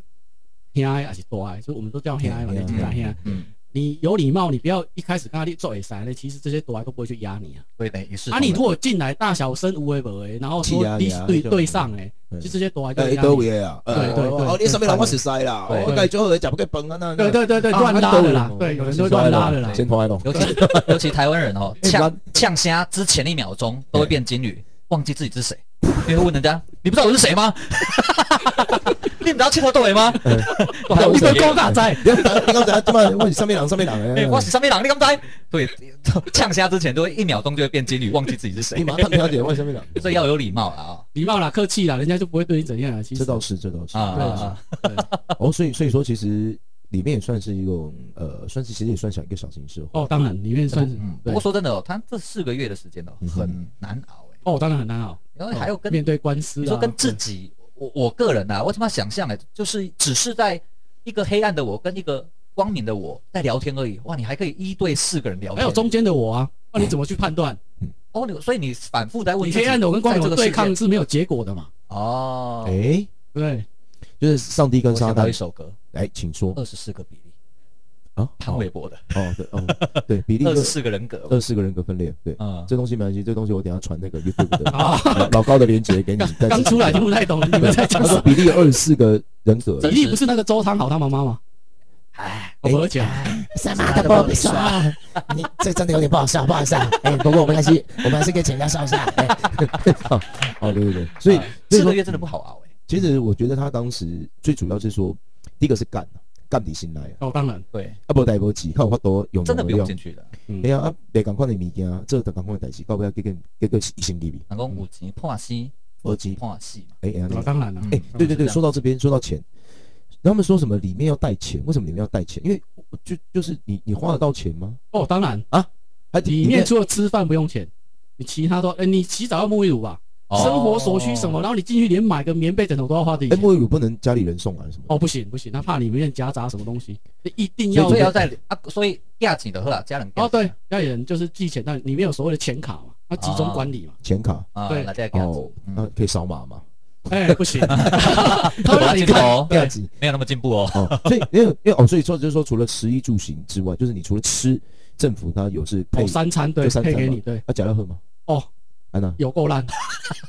Speaker 3: 黑爱还是多爱，所以我们都叫黑爱嘛，
Speaker 2: 嗯
Speaker 3: 年纪大黑爱。
Speaker 1: 嗯，
Speaker 3: 你有礼貌，你不要一开始跟他做耳塞呢，其实这些多爱都不会去压你啊。
Speaker 1: 所以等于是
Speaker 3: 啊，你如果进来大小声无为不为，然后说
Speaker 2: 是啊
Speaker 3: 你
Speaker 2: 是啊
Speaker 3: 对
Speaker 2: 就
Speaker 3: 对上哎，
Speaker 2: 嗯
Speaker 3: 就这些多爱就
Speaker 2: 哎，
Speaker 3: 会压
Speaker 2: 倒
Speaker 3: 你。
Speaker 2: 位啊，
Speaker 3: 对对对
Speaker 2: 哦，你什么人我熟悉啦，
Speaker 1: 对
Speaker 2: 我介做好食不过饭啊那，
Speaker 3: 对
Speaker 2: 那，
Speaker 3: 对对对，
Speaker 2: 啊
Speaker 3: 乱拉的啦，对，有人就会乱拉的啦。
Speaker 2: 先拖来咯，
Speaker 1: 尤其 尤其台湾人哦，
Speaker 2: 哎
Speaker 1: 呛
Speaker 2: 咱
Speaker 1: 呛虾之前一秒钟都会变金鱼，忘记自己是谁，你会问人家：“你不知道我是谁吗？” 你不知道切头豆尾吗？ 我还
Speaker 2: 嗯
Speaker 1: 问
Speaker 2: 你不要
Speaker 1: 你
Speaker 2: 讲大仔，你讲 你讲大仔，今晚我是上面人上面人
Speaker 1: 哎
Speaker 2: 诶，
Speaker 1: 我是上面狼，你敢不知？对， 呛虾之前都会一秒钟就会变金鱼，忘记自己是
Speaker 2: 你
Speaker 1: 谁，
Speaker 2: 马上了解我是上面人，
Speaker 1: 所以要有礼貌啊！
Speaker 3: 礼貌啦，客气啦，人家就不会对你怎样啊。其实
Speaker 2: 这倒是这倒是
Speaker 1: 啊啊
Speaker 3: 对
Speaker 1: 啊！
Speaker 3: 对
Speaker 2: 哦，所以所以说其实里面也算是一种呃，算是其实也算小一个小型社会，
Speaker 3: 哦，当然里面算是
Speaker 1: 嗯，不
Speaker 3: 对
Speaker 1: 过说真的哦，他这四个月的时间哦
Speaker 2: 嗯，哼
Speaker 1: 很难熬哎，
Speaker 3: 哦，当然很难熬，
Speaker 1: 然后还有跟
Speaker 3: 面对官司啊，
Speaker 1: 你说跟自
Speaker 3: 对
Speaker 1: 己，我我个人啊，我他妈想象哎，就是只是在一个黑暗的我跟一个光明的我在聊天而已。哇，你还可以一对四个人聊天，
Speaker 3: 还有中间的我啊，那你怎么去判 断？
Speaker 1: 哦，你所以你反复在问
Speaker 3: 你
Speaker 1: 自己
Speaker 3: 黑暗的我跟光明
Speaker 1: 在
Speaker 3: 的
Speaker 1: 这个世
Speaker 3: 对
Speaker 1: 界
Speaker 3: 抗是没有结果的嘛？
Speaker 1: 哦。
Speaker 2: 哎，
Speaker 3: 对，
Speaker 2: 就是上帝跟
Speaker 1: 我
Speaker 2: 撒
Speaker 1: 想到一
Speaker 2: 旦，
Speaker 1: 首歌，
Speaker 2: 哎，请说
Speaker 1: 二十四个比例，
Speaker 2: 啊，
Speaker 1: 潘玮柏的
Speaker 2: 哦对哦对，比例
Speaker 1: 二
Speaker 2: 二
Speaker 1: 十四个人格嘛，
Speaker 2: 二四个人格分裂，对。
Speaker 1: 嗯，
Speaker 2: 这东西没关系，这东西我等一下传那个 YouTube 的
Speaker 3: 啊，
Speaker 2: 老老高的链接 给你。嗯但是
Speaker 3: 刚出来听不太懂你们
Speaker 2: 他
Speaker 3: 在讲什
Speaker 2: 说
Speaker 3: 么。
Speaker 2: 比例二十四个人格，
Speaker 3: 比利不是那个周汤好他妈妈吗？
Speaker 2: 哎，
Speaker 3: 我不讲，
Speaker 2: 什么都不必说，你这真的有点不好笑，不好笑。 哎，不过我们还是我们还是可以请人家笑一下。 哎哦，哦对对对，所以所以
Speaker 1: 四
Speaker 2: 说
Speaker 1: 啊个月真的不好熬哎。
Speaker 2: 其实我觉得他当时最主要是说，第一个是干啊，干底心来啊，
Speaker 3: 哦，当然，
Speaker 1: 对，
Speaker 2: 啊不代无钱，看有法多用
Speaker 1: 真的不用
Speaker 2: 用
Speaker 1: 进。去的。
Speaker 2: 哎呀，啊，别共款的物件，做同共款的代志，到尾啊，结果结果是一生入去，
Speaker 1: 能讲五级破戏，
Speaker 2: 无钱。
Speaker 1: 破戏嘛。
Speaker 2: 哎，哎，
Speaker 3: 哦，当然了，
Speaker 1: 嗯
Speaker 2: 哎、
Speaker 1: 是
Speaker 2: 对对
Speaker 1: 这
Speaker 2: 对，
Speaker 1: 样
Speaker 2: 说到这边，说到钱，他们说什么里面要带钱？为什么里面要带钱？因为我就就是你你花得到钱吗？
Speaker 3: 哦，当然，
Speaker 2: 还
Speaker 3: 里面除了吃饭不用钱，你其他都，哎，你洗澡要沐浴乳吧，生活所需什
Speaker 1: 哦
Speaker 3: 么，然后你进去连买个棉被枕头都要花自己
Speaker 2: 哎，
Speaker 3: 钱。
Speaker 2: 沐浴乳不能家里人送啊来什么？
Speaker 3: 哦，不行不行，他怕里面夹杂什么东西，一定
Speaker 1: 哦？
Speaker 3: 要
Speaker 1: 所以要在啊，所以亚紧的喝啊，家人
Speaker 3: 哦，对，那人就是寄钱，但里面有所谓的钱卡嘛，要集中管理嘛。
Speaker 2: 钱卡
Speaker 1: 啊，
Speaker 3: 对
Speaker 1: 来再给他
Speaker 2: 哦
Speaker 1: 煮，，
Speaker 2: 那
Speaker 1: 嗯，
Speaker 2: 可以扫码嘛？
Speaker 3: 哎，不行，他
Speaker 1: 我
Speaker 3: 会让
Speaker 1: 要进
Speaker 3: 你看
Speaker 1: 头
Speaker 2: 这样子
Speaker 1: 没有那么进步哦。
Speaker 2: 哦，所以因为因为哦，所以说就是说，除了食衣住行之外，就是你除了吃，政府它有是配
Speaker 3: 哦，三餐对
Speaker 2: 就三餐
Speaker 3: 配
Speaker 2: 嘛
Speaker 3: 给你，对，
Speaker 2: 啊，假料喝吗？
Speaker 3: 哦，
Speaker 2: 安 娜，
Speaker 3: 有够烂，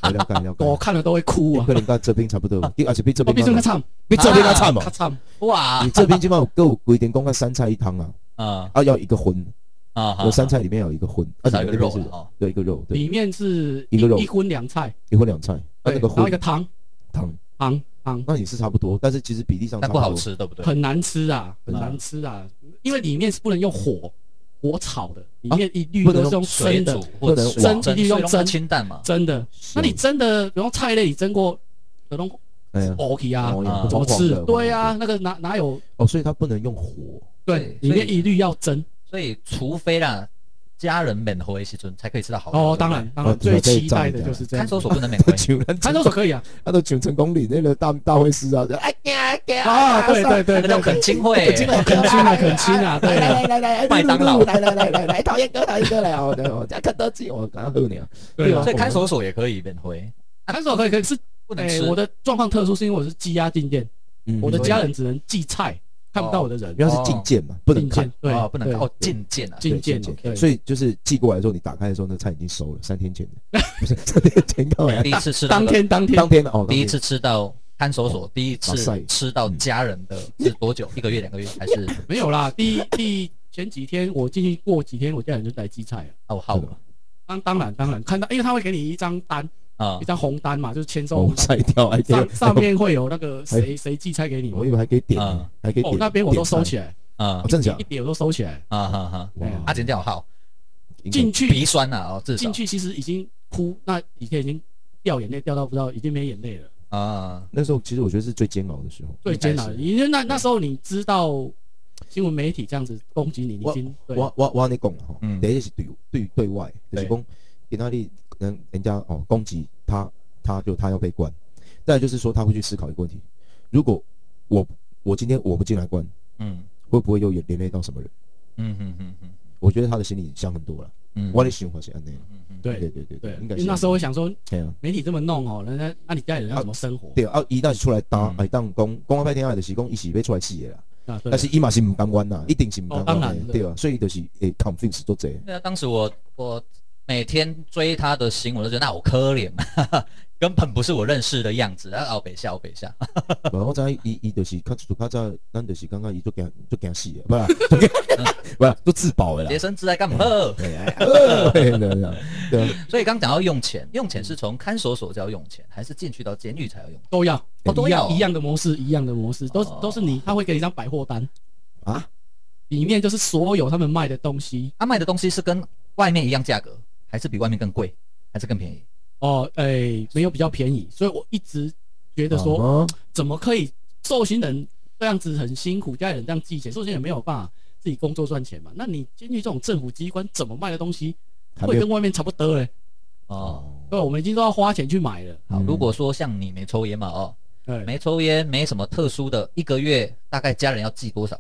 Speaker 2: 来了解了
Speaker 3: 我
Speaker 2: 解。
Speaker 3: 看了都会哭啊
Speaker 2: 可。能跟这边差不多，而且比这
Speaker 3: 哦，
Speaker 2: 边
Speaker 3: 毕竟他唱，
Speaker 2: 比这边较惨
Speaker 3: 他
Speaker 2: 嘛。
Speaker 3: 唱，
Speaker 1: 哇
Speaker 2: 你，这边基本上有规定，讲个三菜一汤啊，
Speaker 1: 啊
Speaker 2: 啊要一个荤，
Speaker 1: 啊，好
Speaker 2: 我三菜里面有一个荤，啊，
Speaker 1: 少
Speaker 2: 你
Speaker 1: 一
Speaker 2: 们
Speaker 1: 个
Speaker 2: 那边
Speaker 1: 肉
Speaker 2: 是
Speaker 1: 了哦。
Speaker 2: 对一个肉，对，
Speaker 3: 里面是
Speaker 2: 一
Speaker 3: 一
Speaker 2: 个肉
Speaker 3: 一荤两菜，
Speaker 2: 一荤两菜，那
Speaker 3: 对，
Speaker 2: 那个
Speaker 3: 然后
Speaker 2: 荤
Speaker 3: 一个汤
Speaker 2: 汤，
Speaker 3: 汤汤，
Speaker 2: 那也是差不多，但是其实比例上
Speaker 1: 但
Speaker 2: 差
Speaker 1: 不好
Speaker 2: 多，
Speaker 1: 吃，对不对？
Speaker 3: 很难吃啊，很
Speaker 2: 很难
Speaker 3: 难吃啊，因为里面是不能用火火炒的，里面一律
Speaker 2: 啊不能
Speaker 3: 都是
Speaker 2: 用
Speaker 3: 用
Speaker 1: 水
Speaker 3: 生的
Speaker 1: 煮，或者
Speaker 2: 不能
Speaker 3: 往
Speaker 1: 蒸，
Speaker 3: 用
Speaker 1: 用
Speaker 3: 蒸
Speaker 1: 清淡嘛。
Speaker 3: 真的。那你蒸的，比如菜类，你蒸过的东
Speaker 2: 哎呀，
Speaker 3: OK 啊，
Speaker 2: 哦
Speaker 1: 啊
Speaker 3: 怎么吃？对，
Speaker 2: 黄
Speaker 3: 啊
Speaker 2: 黄的，
Speaker 3: 那个哪哪有？
Speaker 2: 哦，所以它不能用火，
Speaker 3: 对，
Speaker 1: 对
Speaker 3: 里
Speaker 1: 所以
Speaker 3: 面一律要蒸。
Speaker 1: 所以除非啦，家人免回时阵才可以吃到好料
Speaker 3: 哦，当然，，当然，
Speaker 2: 哦对。
Speaker 3: 最期待的就是这
Speaker 1: 对不对看
Speaker 3: 样。啊
Speaker 1: 守所不能免回
Speaker 2: 请人
Speaker 3: 看守所 可以啊，
Speaker 2: 他都请成功里那个大大会师啊，哎呀哎呀，
Speaker 3: 啊，对对
Speaker 1: 那
Speaker 3: 对
Speaker 1: 个叫
Speaker 3: 对，
Speaker 1: 恳亲会，
Speaker 3: 恳亲
Speaker 2: 哎
Speaker 3: 啊，恳亲啊，对啊，
Speaker 2: 来来来来，来来来来来，讨厌哥，讨厌哥来哦，我家肯德基，我刚刚喝你啊，
Speaker 3: 对啊
Speaker 1: 所以。看守所也可以免回，
Speaker 3: 看守所可以，可以是，
Speaker 1: 不能
Speaker 3: 哎，
Speaker 1: 吃。
Speaker 3: 我的状况特殊，是因为我是羁押禁见，
Speaker 1: 嗯
Speaker 3: 我的家人只能寄菜，看不到我的人
Speaker 2: 因。为它是禁见嘛，不能
Speaker 3: 禁
Speaker 2: 看
Speaker 3: 见，，对
Speaker 1: 哦，，不能
Speaker 3: 对
Speaker 1: 哦，进见啊，
Speaker 3: 禁见
Speaker 2: 对
Speaker 3: 对
Speaker 2: 所以就是寄过来之后，你打开的时候，那菜已经熟了，三天前的， 不是三天前干嘛呀
Speaker 1: 第？一次吃到
Speaker 3: 当天哦当天
Speaker 2: 当天的哦，
Speaker 1: 第一次吃到看守所，第一
Speaker 2: 哇塞
Speaker 1: 次吃到家人的
Speaker 3: 嗯
Speaker 1: 是多久？一个月、两个月还 是？
Speaker 3: 没有啦，第一第一前几天我进去过几天，我家人就来寄菜了。
Speaker 1: 哦，好了
Speaker 3: 当当然当然看到，因为他会给你一张单，
Speaker 1: 啊
Speaker 3: 一，张红单嘛，就是签收
Speaker 2: 哦
Speaker 3: 红，单，
Speaker 2: 吓一跳，哎，
Speaker 3: 上上面会有那个谁谁寄菜给你。
Speaker 2: 我以为还可以点
Speaker 1: 嗯，
Speaker 2: 还可以
Speaker 3: 哦
Speaker 2: 点，，
Speaker 3: 那边我都收起
Speaker 2: 来，
Speaker 3: 来，
Speaker 1: 啊
Speaker 2: 哦真的假的？
Speaker 3: 一点我都收起来。
Speaker 1: 啊哈哈！
Speaker 2: 哇
Speaker 1: 阿简叫好，鼻
Speaker 3: 进去
Speaker 1: 酸呐哦，至少
Speaker 3: 进去其实已经哭，那几天已经掉眼泪，掉到不知道已经没眼泪了，
Speaker 1: 啊，
Speaker 2: 那时候其实我觉得是最煎熬的时候。
Speaker 3: 最艰难。因为那那时候你知道新闻媒体这样子攻击你，你已
Speaker 2: 我
Speaker 3: 经对
Speaker 2: 我我我跟你讲啦吼，
Speaker 1: 嗯
Speaker 2: 第一是对对对外，就
Speaker 1: 对
Speaker 2: 是讲给那里人人家哦攻击他，他就他要被关。再来就是说他会去思考一个问题：如果我我今天我不进来关，
Speaker 1: 嗯
Speaker 2: 会不会又连累到什么人？
Speaker 1: 嗯嗯嗯嗯
Speaker 2: 我觉得他的心里想很多了。
Speaker 1: 嗯，
Speaker 2: 我的想法是安内，
Speaker 1: 嗯嗯
Speaker 2: 对
Speaker 3: 对
Speaker 2: 对对
Speaker 3: 对，
Speaker 2: 应
Speaker 3: 因
Speaker 2: 该
Speaker 3: 为
Speaker 2: 是
Speaker 3: 那时候我想说
Speaker 2: 对啊。
Speaker 3: 媒体这么弄哦，人家那你家里人要怎么生活
Speaker 2: 对啊，一旦出来打
Speaker 1: 嗯，
Speaker 2: 哎，当公公安派天下就是讲，一起被出来死的啦。
Speaker 3: 啊？对
Speaker 2: 但是伊嘛是唔甘愿啦，一定是唔甘
Speaker 3: 哦当
Speaker 2: 愿
Speaker 3: 然
Speaker 2: 的，
Speaker 3: 对
Speaker 2: 对啊。所以就是会 confuse 都这。
Speaker 1: 对啊，当时我我每天追他的新闻，都觉得那好可怜，啊 根本不是我认识的样子，然后北下，北下，
Speaker 2: 无，我知影伊伊就是较自较早，咱就是感觉伊足惊足惊死的， 不啦，足惊不啦，足自爆的
Speaker 1: 洁
Speaker 2: 啦。
Speaker 1: 身自爱干嘛？
Speaker 3: 嗯
Speaker 1: 呵
Speaker 2: 对啊，对啊对啊对 啊，
Speaker 1: 所以刚讲到用钱，用钱
Speaker 3: 嗯
Speaker 1: 是从看守所就要用钱，还是进去到监狱才要用？
Speaker 3: 都要
Speaker 1: 哦都
Speaker 3: 一
Speaker 1: 要哦
Speaker 3: 样一样的模式，一样的模式，都是
Speaker 1: 哦
Speaker 3: 都是你，他会给你一张百货单，
Speaker 2: 啊，
Speaker 3: 里面就是所有他们卖的东西
Speaker 1: 啊他卖的东西是跟外面一样价格，还是比外面更贵，还是更便宜？
Speaker 3: 哦，哎，没有比较便宜，所以我一直觉得说，
Speaker 2: 啊，
Speaker 3: 怎么可以受刑人这样子很辛苦，家里人这样寄钱，受刑人没有办法自己工作赚钱嘛？那你监狱这种政府机关怎么卖的东西
Speaker 2: 还没
Speaker 3: 会
Speaker 2: 有
Speaker 3: 跟外面差不多嘞？
Speaker 1: 哦，
Speaker 3: 对，我们已经都要花钱去买了，
Speaker 1: 好，
Speaker 2: 嗯
Speaker 1: 如果说像你没抽烟嘛，哦，
Speaker 3: 哎，
Speaker 1: 没抽烟，没什么特殊的，一个月大概家人要寄多少？